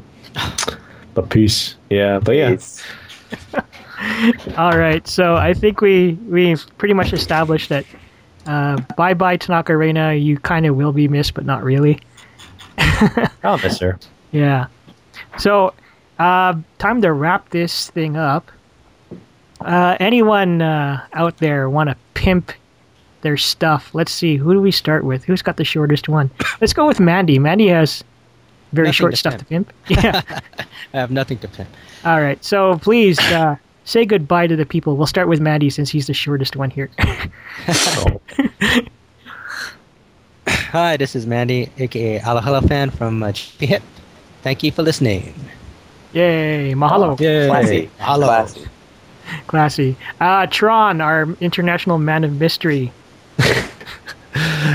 B: but peace. Yeah, but yeah.
D: It's-
A: All right, so I think we we've pretty much established that. Uh, bye bye Tanaka Reina. You kind of will be missed, but not really.
B: I'll miss her.
A: Yeah. So, uh, time to wrap this thing up. Uh, anyone uh, out there want to pimp their stuff? Let's see. Who do we start with? Who's got the shortest one? Let's go with Mandy. Mandy has very
E: Nothing
A: short
E: to
A: stuff to pimp. Yeah.
E: I have nothing to pin.
A: All right. So please uh, say goodbye to the people. We'll start with Mandy since he's the shortest one here.
E: Hi, this is Mandy, aka Alahala fan from uh, GP Hip. Thank you for listening.
A: Yay! Mahalo.
B: Yeah.
D: Classy.
E: Hello.
D: Classy.
A: Classy. Uh, Tron, our international man of mystery. one,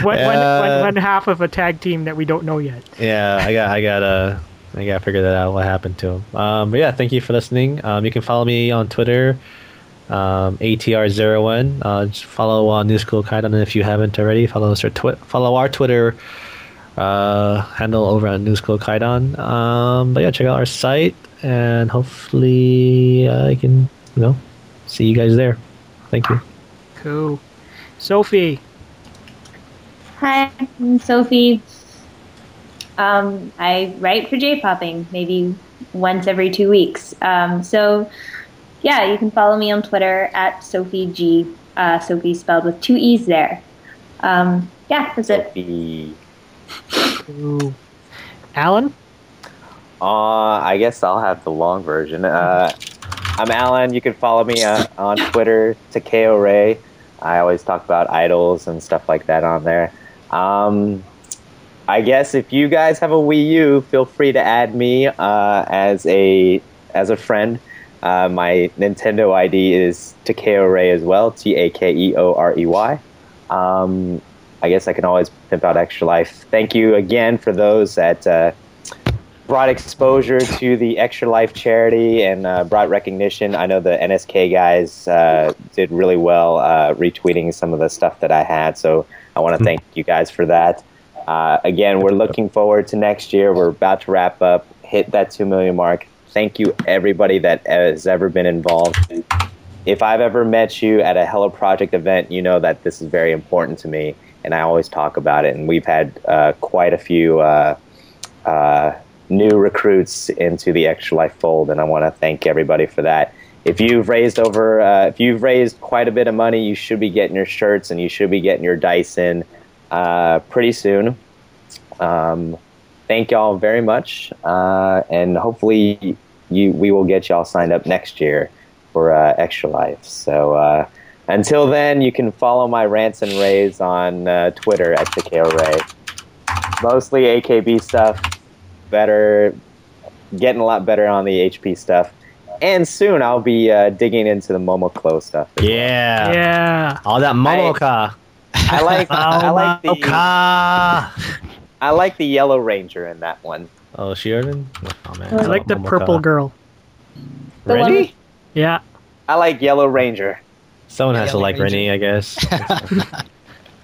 A: one-
B: Uh,
A: one- one half of a tag team that we don't know yet.
B: yeah, I got, I got, uh, I got to figure that out. What happened to him? Um, but yeah, thank you for listening. Um, you can follow me on Twitter, um, ATR01. Uh, just follow uh, New School Kaidan if you haven't already. Follow us or twi- follow our Twitter uh, handle over on New School Kaidan. Um, but yeah, check out our site and hopefully uh, I can, you know, see you guys there. Thank you.
A: Cool. Sophie.
C: Hi, I'm Sophie. Um, I write for J Popping maybe once every two weeks. Um, so, yeah, you can follow me on Twitter at Sophie G. Uh, Sophie spelled with two E's there. Um, yeah, that's it.
D: Sophie.
A: Cool. Alan.
D: Uh, I guess I'll have the long version. Uh, I'm Alan. You can follow me uh, on Twitter, Takeo Ray. I always talk about idols and stuff like that on there. Um, I guess if you guys have a Wii U, feel free to add me uh, as a as a friend. Uh, my Nintendo ID is Takeo Ray as well, T A K E O R E Y. Um, I guess I can always pimp out Extra Life. Thank you again for those that. Uh, brought exposure to the Extra Life charity and uh, brought recognition. I know the NSK guys uh, did really well uh, retweeting some of the stuff that I had, so I want to thank you guys for that. Uh, again, we're looking forward to next year. We're about to wrap up. hit that 2 million mark. Thank you, everybody that has ever been involved. If I've ever met you at a Hello Project event, you know that this is very important to me, and I always talk about it. And we've had uh, quite a few uh, uh, new recruits into the Extra Life fold, and I want to thank everybody for that. If you've raised over, uh, if you've raised quite a bit of money, you should be getting your shirts and you should be getting your dice in uh, pretty soon. Um, thank y'all very much, uh, and hopefully you we will get y'all signed up next year for uh, Extra Life. So uh, until then, you can follow my rants and raves on uh, Twitter at Takeo Ray. Mostly AKB stuff. Better, getting a lot better on the HP stuff. And soon I'll be uh, digging into the Momoklo stuff.
B: Yeah.
A: Yeah.
B: All that Momoka.
D: I like, I like the,
B: Momoka.
D: I like the Yellow Ranger in that one.
B: Oh, she Irvin? Oh, man.
A: I like the
B: Momoka.
A: purple girl.
C: The one
B: Rennie?
A: Yeah.
D: I like Yellow Ranger.
B: Someone has to
E: Yellow
B: like
E: Ranger.
B: Rennie, I guess.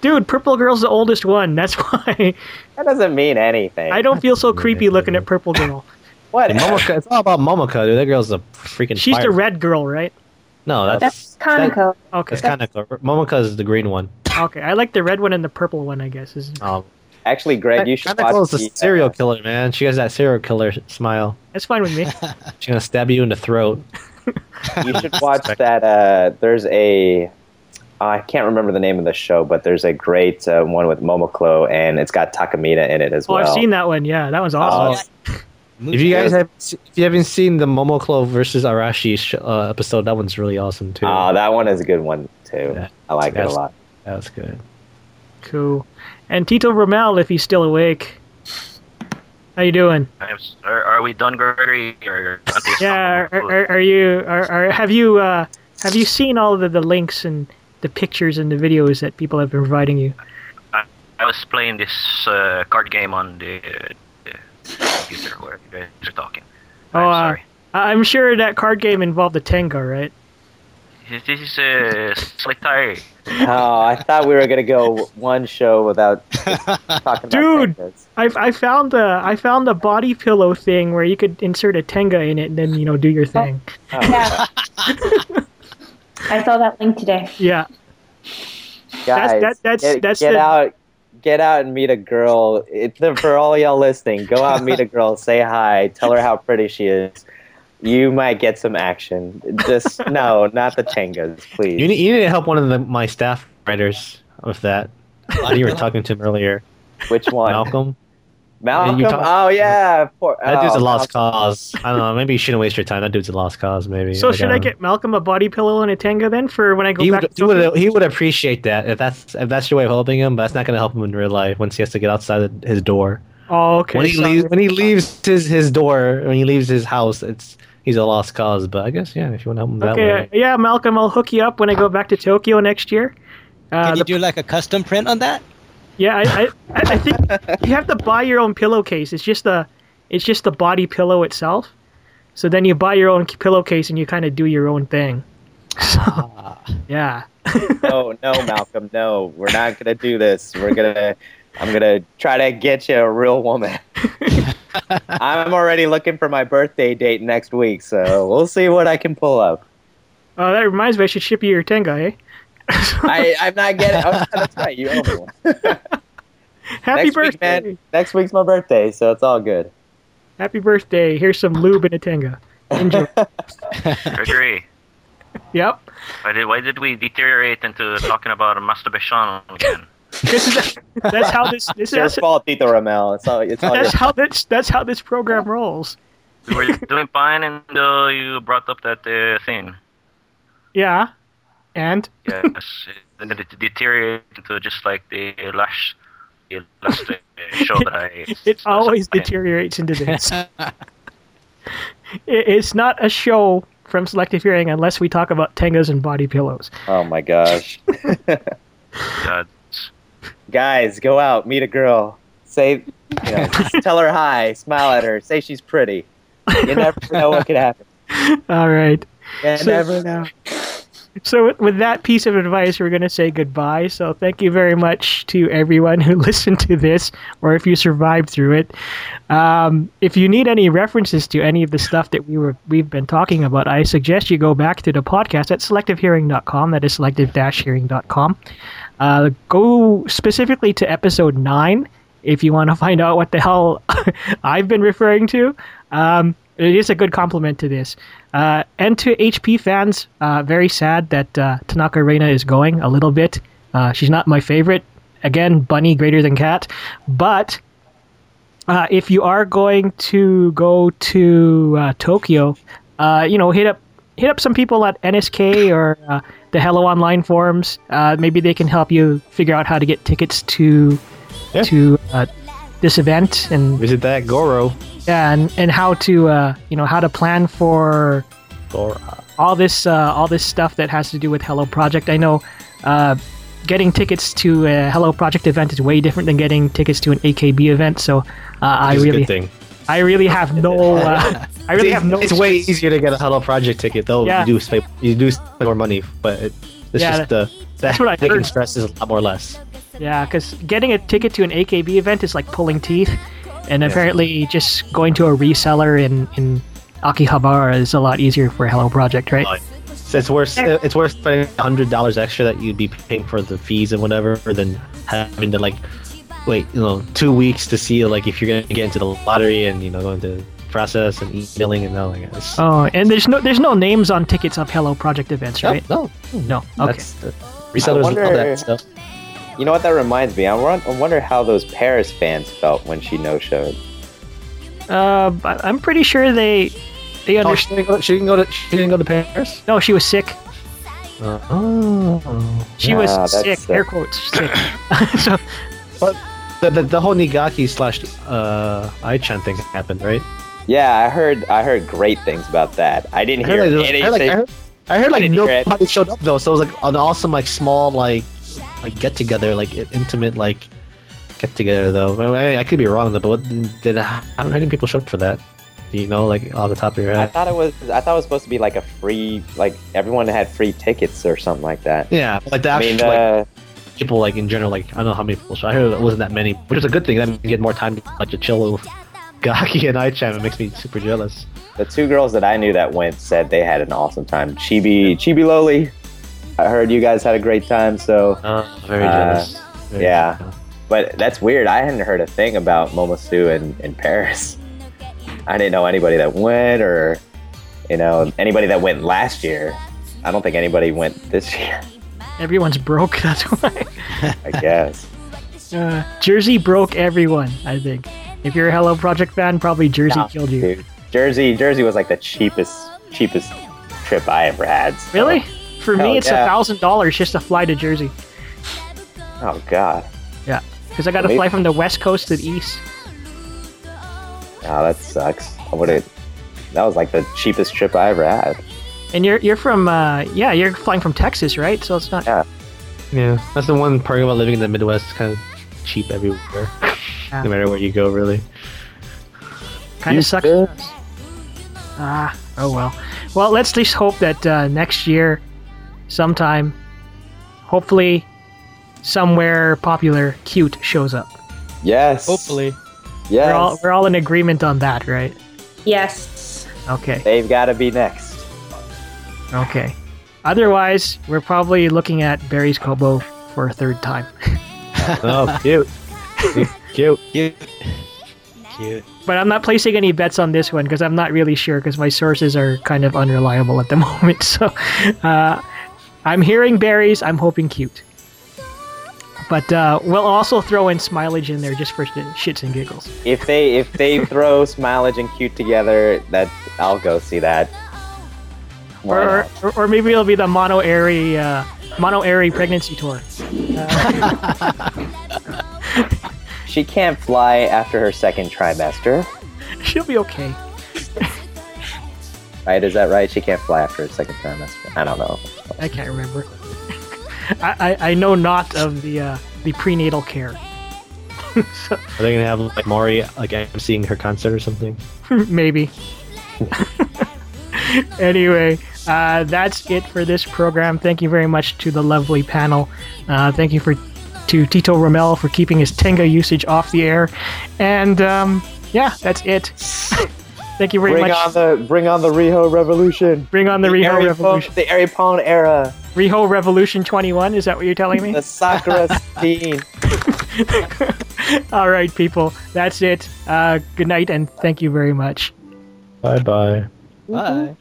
A: Dude, purple girl's the oldest one. That's why
D: That doesn't mean anything.
A: I don't feel so creepy looking at purple girl.
D: What?
B: And Momoka, it's all about Momoka, dude. That girl's a freaking.
A: She's
B: fire.
A: the red girl, right?
B: No, that's
C: That's Kaneko.
A: Okay.
B: That's kind of Momoka is the green one.
A: Okay. I like the red one and the purple one, I guess. Is
B: Um,
D: Actually, Greg, you should watch
B: Kaneko's
D: the,
B: a
D: uh,
B: serial killer, man. She has that serial killer smile.
A: That's fine with me.
B: She's gonna stab you in the throat.
D: you should watch that. Uh, there's a oh, I can't remember the name of the show, but there's a great uh, one with Momoklo, and it's got Takamina in it as
A: Oh,
D: well.
A: I've seen that one. Yeah, that was
B: uh,
D: Oh,
A: awesome.
B: If you guys have, if you haven't seen the Momoklo versus Arashi sh- uh, episode, that one's really awesome too.
D: Oh, that one is a good one too.
B: Yeah.
D: I like it a
B: That's-
D: lot.
B: that was good.
A: Cool. And Tito Romel, if he's still awake. How you doing?
F: I am- Are, are we done, Gregory? Or until
A: Yeah, er, are,
F: someone-
A: are, are you are, are have you uh, have you seen all the, the links and the pictures and the videos that people have been providing you? er.
F: I was playing this uh, card game on the, uh, the computer where you guys are talking.
A: Oh,
F: I'm
A: uh,
F: sorry.
A: I- I'm sure that card game involved a Tenga, right?
F: This this is uh, solitaire.
D: Oh, I thought we were gonna go one show without talking about
A: Dude!
D: Tengas.
A: I, I found the I found the body pillow thing where you could insert a Tenga in it and then you know do your thing.
D: Oh,
C: Yeah. I saw that link today.
A: Yeah,
D: guys,
A: that- that's-
D: get,
A: that's
D: get
A: the-
D: out, get out and meet a girl. It's the- for all y'all listening. Go out, and meet a girl, say hi, tell her how pretty she is. You might get some action. Just no, not the tangas, please.
B: You need, you need to help one of the, my staff writers with that. Uh, you were talking to him earlier,
D: Which one,
B: Malcolm.
D: Malcolm?
B: You talk-
D: oh yeah, poor,
B: That dude's a
D: oh,
B: lost
D: Malcolm.
B: cause. I don't know. Maybe you shouldn't waste your time. That dude's a lost cause. Maybe.
A: So
B: Like,
A: should I
B: don't know.
A: get Malcolm a body pillow and a Tenga then for when I go
B: he
A: back?
B: would, he
A: to Tokyo?
B: would he would appreciate that if that's if that's your way of helping him, but that's not going to help him in real life once he has to get outside his door.
A: oh, okay.
B: when he
A: sorry.
B: leaves when he leaves his, his door when he leaves his house, it's he's a lost cause. But I guess yeah, if you want to help him that
A: okay,
B: way,
A: yeah, Malcolm, I'll hook you up when I go back to Tokyo next year. Uh,
E: Can you
A: the-
E: do like a custom print on that?
A: yeah, I, I, I I think you have to buy your own pillowcase. It's just the, it's just the body pillow itself. So then you buy your own pillowcase and you kind of do your own thing. So
E: Ah.
A: yeah,
D: No, no, Malcolm, no. We're not gonna do this. We're gonna. I'm gonna try to get you a real woman. I'm already looking for my birthday date next week, so we'll see what I can pull up.
A: uh, that reminds me, I should ship you your Tenga. Eh?
D: I, I'm not getting. Oh, that's right. You owe me one.
A: Happy
D: next Week,
A: birthday!
D: man, next week's my birthday, so it's all good.
A: Happy birthday! Here's some lube and a Tenga. Enjoy.
F: Gregory,
A: yep.
F: why did, why did we deteriorate into talking about masturbation again?
A: This is that's how this this
D: It's your
A: is
D: fault, Tito Ramel. It's all. It's all. Your,
A: that's how this that's how this program rolls.
F: We were doing fine until you brought up that uh, thing.
A: Yeah. And
F: Yes, and then it deteriorated into just like the last, the last uh, show that I.
A: it always
F: I-
A: deteriorates into this. It- it's not a show from Selective Hearing unless we talk about tangas and body pillows.
D: oh my gosh,
F: uh,
D: guys, go out, meet a girl, say, you know, tell her hi, smile at her, say she's pretty. You never know what could happen.
A: All right.
D: You
A: So-
D: never know.
A: So, with- with that piece of advice, we're going to say goodbye. So, thank you very much to everyone who listened to this, or if you survived through it. Um, if you need any references to any of the stuff that we were we've been talking about, I suggest you go back to the podcast at selectivehearing.com. That is selective-hearing.com. Uh, go specifically to episode nine if you want to find out what the hell I've been referring to. Um, it is a good compliment to this. Uh, and to HP fans, uh, very sad that uh, Tanaka Reina is going a little bit. Uh, she's not my favorite. Again, bunny greater than cat. But uh, if you are going to go to uh, Tokyo, uh, you know, hit up hit up some people at NSK or uh, the Hello Online forums. Uh, maybe they can help you figure out how to get tickets to
B: Yeah.
A: to uh, this event and
B: Visit that Goro.
A: yeah, and, and how to uh, you know how to plan for
B: Gora.
A: all this uh, all this stuff that has to do with Hello Project. I know uh, getting tickets to a Hello Project event is way different than getting tickets to an AKB event. So uh, I
B: It's a
A: really
B: good thing.
A: I really have no uh, I really have no
B: It's way easier to get a Hello Project ticket, though.
A: Yeah.
B: You do pay, you do spend more money, but it, it's
A: Yeah,
B: just the
A: that's what I
B: ticket
A: heard.
B: stress is a lot more less.
A: Yeah, because getting a ticket to an AKB event is like pulling teeth, and apparently just going to a reseller in in Akihabara is a lot easier for Hello Project, right?
B: Like, it's worth it's worth spending hundred dollars extra that you'd be paying for the fees and whatever, than having to like wait, you know, two weeks to see like if you're gonna get into the lottery and you know going to process and emailing and all like that.
A: Oh, and there's no there's no names on tickets of Hello Project events,
B: No,
A: right?
B: oh, no,
A: No. Okay.
B: that's the resellers
D: wonder-
B: love that stuff.
D: You know what? That reminds me. I won- I wonder how those Paris fans felt when she no showed.
A: Uh, but I'm pretty sure they they
B: Oh,
A: understand.
B: she didn't go. She didn't go to. She didn't go to Paris.
A: no, she was sick.
B: Uh, oh,
A: She
D: Yeah,
A: was
D: Ah, that's
A: sick.
D: the-
A: Air quotes sick. so
B: the, the, the whole Nigaki slash uh, Aichan thing happened, right?
D: Yeah, I heard. I heard great things about that. I didn't
B: I
D: hear
B: heard, like, I
D: anything.
B: heard, like, I heard, I heard, like,
D: I didn't hear it.
B: nobody showed up though, so it was like an awesome like small like like get together, like i- intimate like get together though. I, I- I could be wrong though, but what, did how many people showed up for that? Do you know, like off the top of your
D: I
B: head?
D: thought it was. I thought it was supposed to be like a free. Like everyone had free tickets or something like that.
B: Yeah, but the
D: I
B: actual
D: mean,
B: like,
D: uh,
B: people like in general, like I don't know how many people. So I heard it wasn't that many, which is a good thing. That means you get more time to, like to chill with Gaki and Aichan. It makes me super jealous.
D: the two girls that I knew that went said they had an awesome time. Chibi, Chibi Loli. I heard you guys had a great time. So,
B: Uh, very
D: Uh,
B: jealous. Very
D: yeah.
B: jealous.
D: but that's weird. I hadn't heard a thing about Momosu in, in Paris. I didn't know anybody that went or, you know, anybody that went last year. I don't think anybody went this year.
A: everyone's broke. That's why.
D: I guess.
A: Uh, Jersey broke everyone. I think. If you're a Hello Project fan, probably Jersey
D: Nah,
A: killed you.
D: Dude, Jersey, Jersey was like the cheapest, cheapest trip I ever had. so-
A: Really? For
D: Hell
A: me, it's
D: yeah.
A: a thousand dollars just to fly to Jersey
D: Oh God.
A: because I got to
D: Really?
A: fly from the west coast to the east.
D: Oh, that sucks. I would have. That was like the cheapest trip I ever had.
A: And you're you're from uh, yeah, you're flying from Texas, right? So it's not.
D: Yeah.
B: Yeah, that's the one part about living in the Midwest. It's kind of cheap everywhere,
A: Yeah.
B: no matter where you go. Really,
A: kind of sucks. Ah, oh well. Well, let's just hope that uh, next year, sometime, hopefully, somewhere popular, cute shows up.
D: Yes.
E: Hopefully.
D: Yes.
A: We're all we're all in agreement on that, right?
C: Yes.
A: Okay,
D: They've got to be next.
A: okay. Otherwise, we're probably looking at Barry's Kobo for a third time.
B: oh, cute, cute.
E: Cute. Cute.
A: But I'm not placing any bets on this one because I'm not really sure because my sources are kind of unreliable at the moment. So uh, I'm hearing berries. I'm hoping cute. But uh, we'll also throw in Smilage in there just for sh- shits and giggles.
D: If they if they throw Smilage and Cute together, that I'll go see that. Why
A: Or,
D: not?
A: or, or maybe it'll be the Mono Airy, uh, Mono Airy Pregnancy Tour.
D: She can't fly after her second trimester.
A: She'll be okay.
D: Right? Is that right? She can't fly after her second trimester. I don't know.
A: I can't remember. I, I, I know not of the, uh, the prenatal care.
B: Are they gonna have like Mari like I'm seeing her concert or something?
A: Maybe. anyway, Uh, that's it for this program. Thank you very much to the lovely panel. Uh, thank you for to Tito Rommel for keeping his Tenga usage off the air. And um, yeah, that's it. thank you very
D: Bring
A: much.
D: on the bring on the Riho Revolution.
A: Bring on the, Riho
D: Ari-
A: Revolution.
D: The Aripone era.
A: Riho Revolution 21. Is that what you're telling me?
D: The Sakura scene.
A: All right, people. That's it. Uh, good night, and thank you very much.
B: Bye bye.
E: Bye.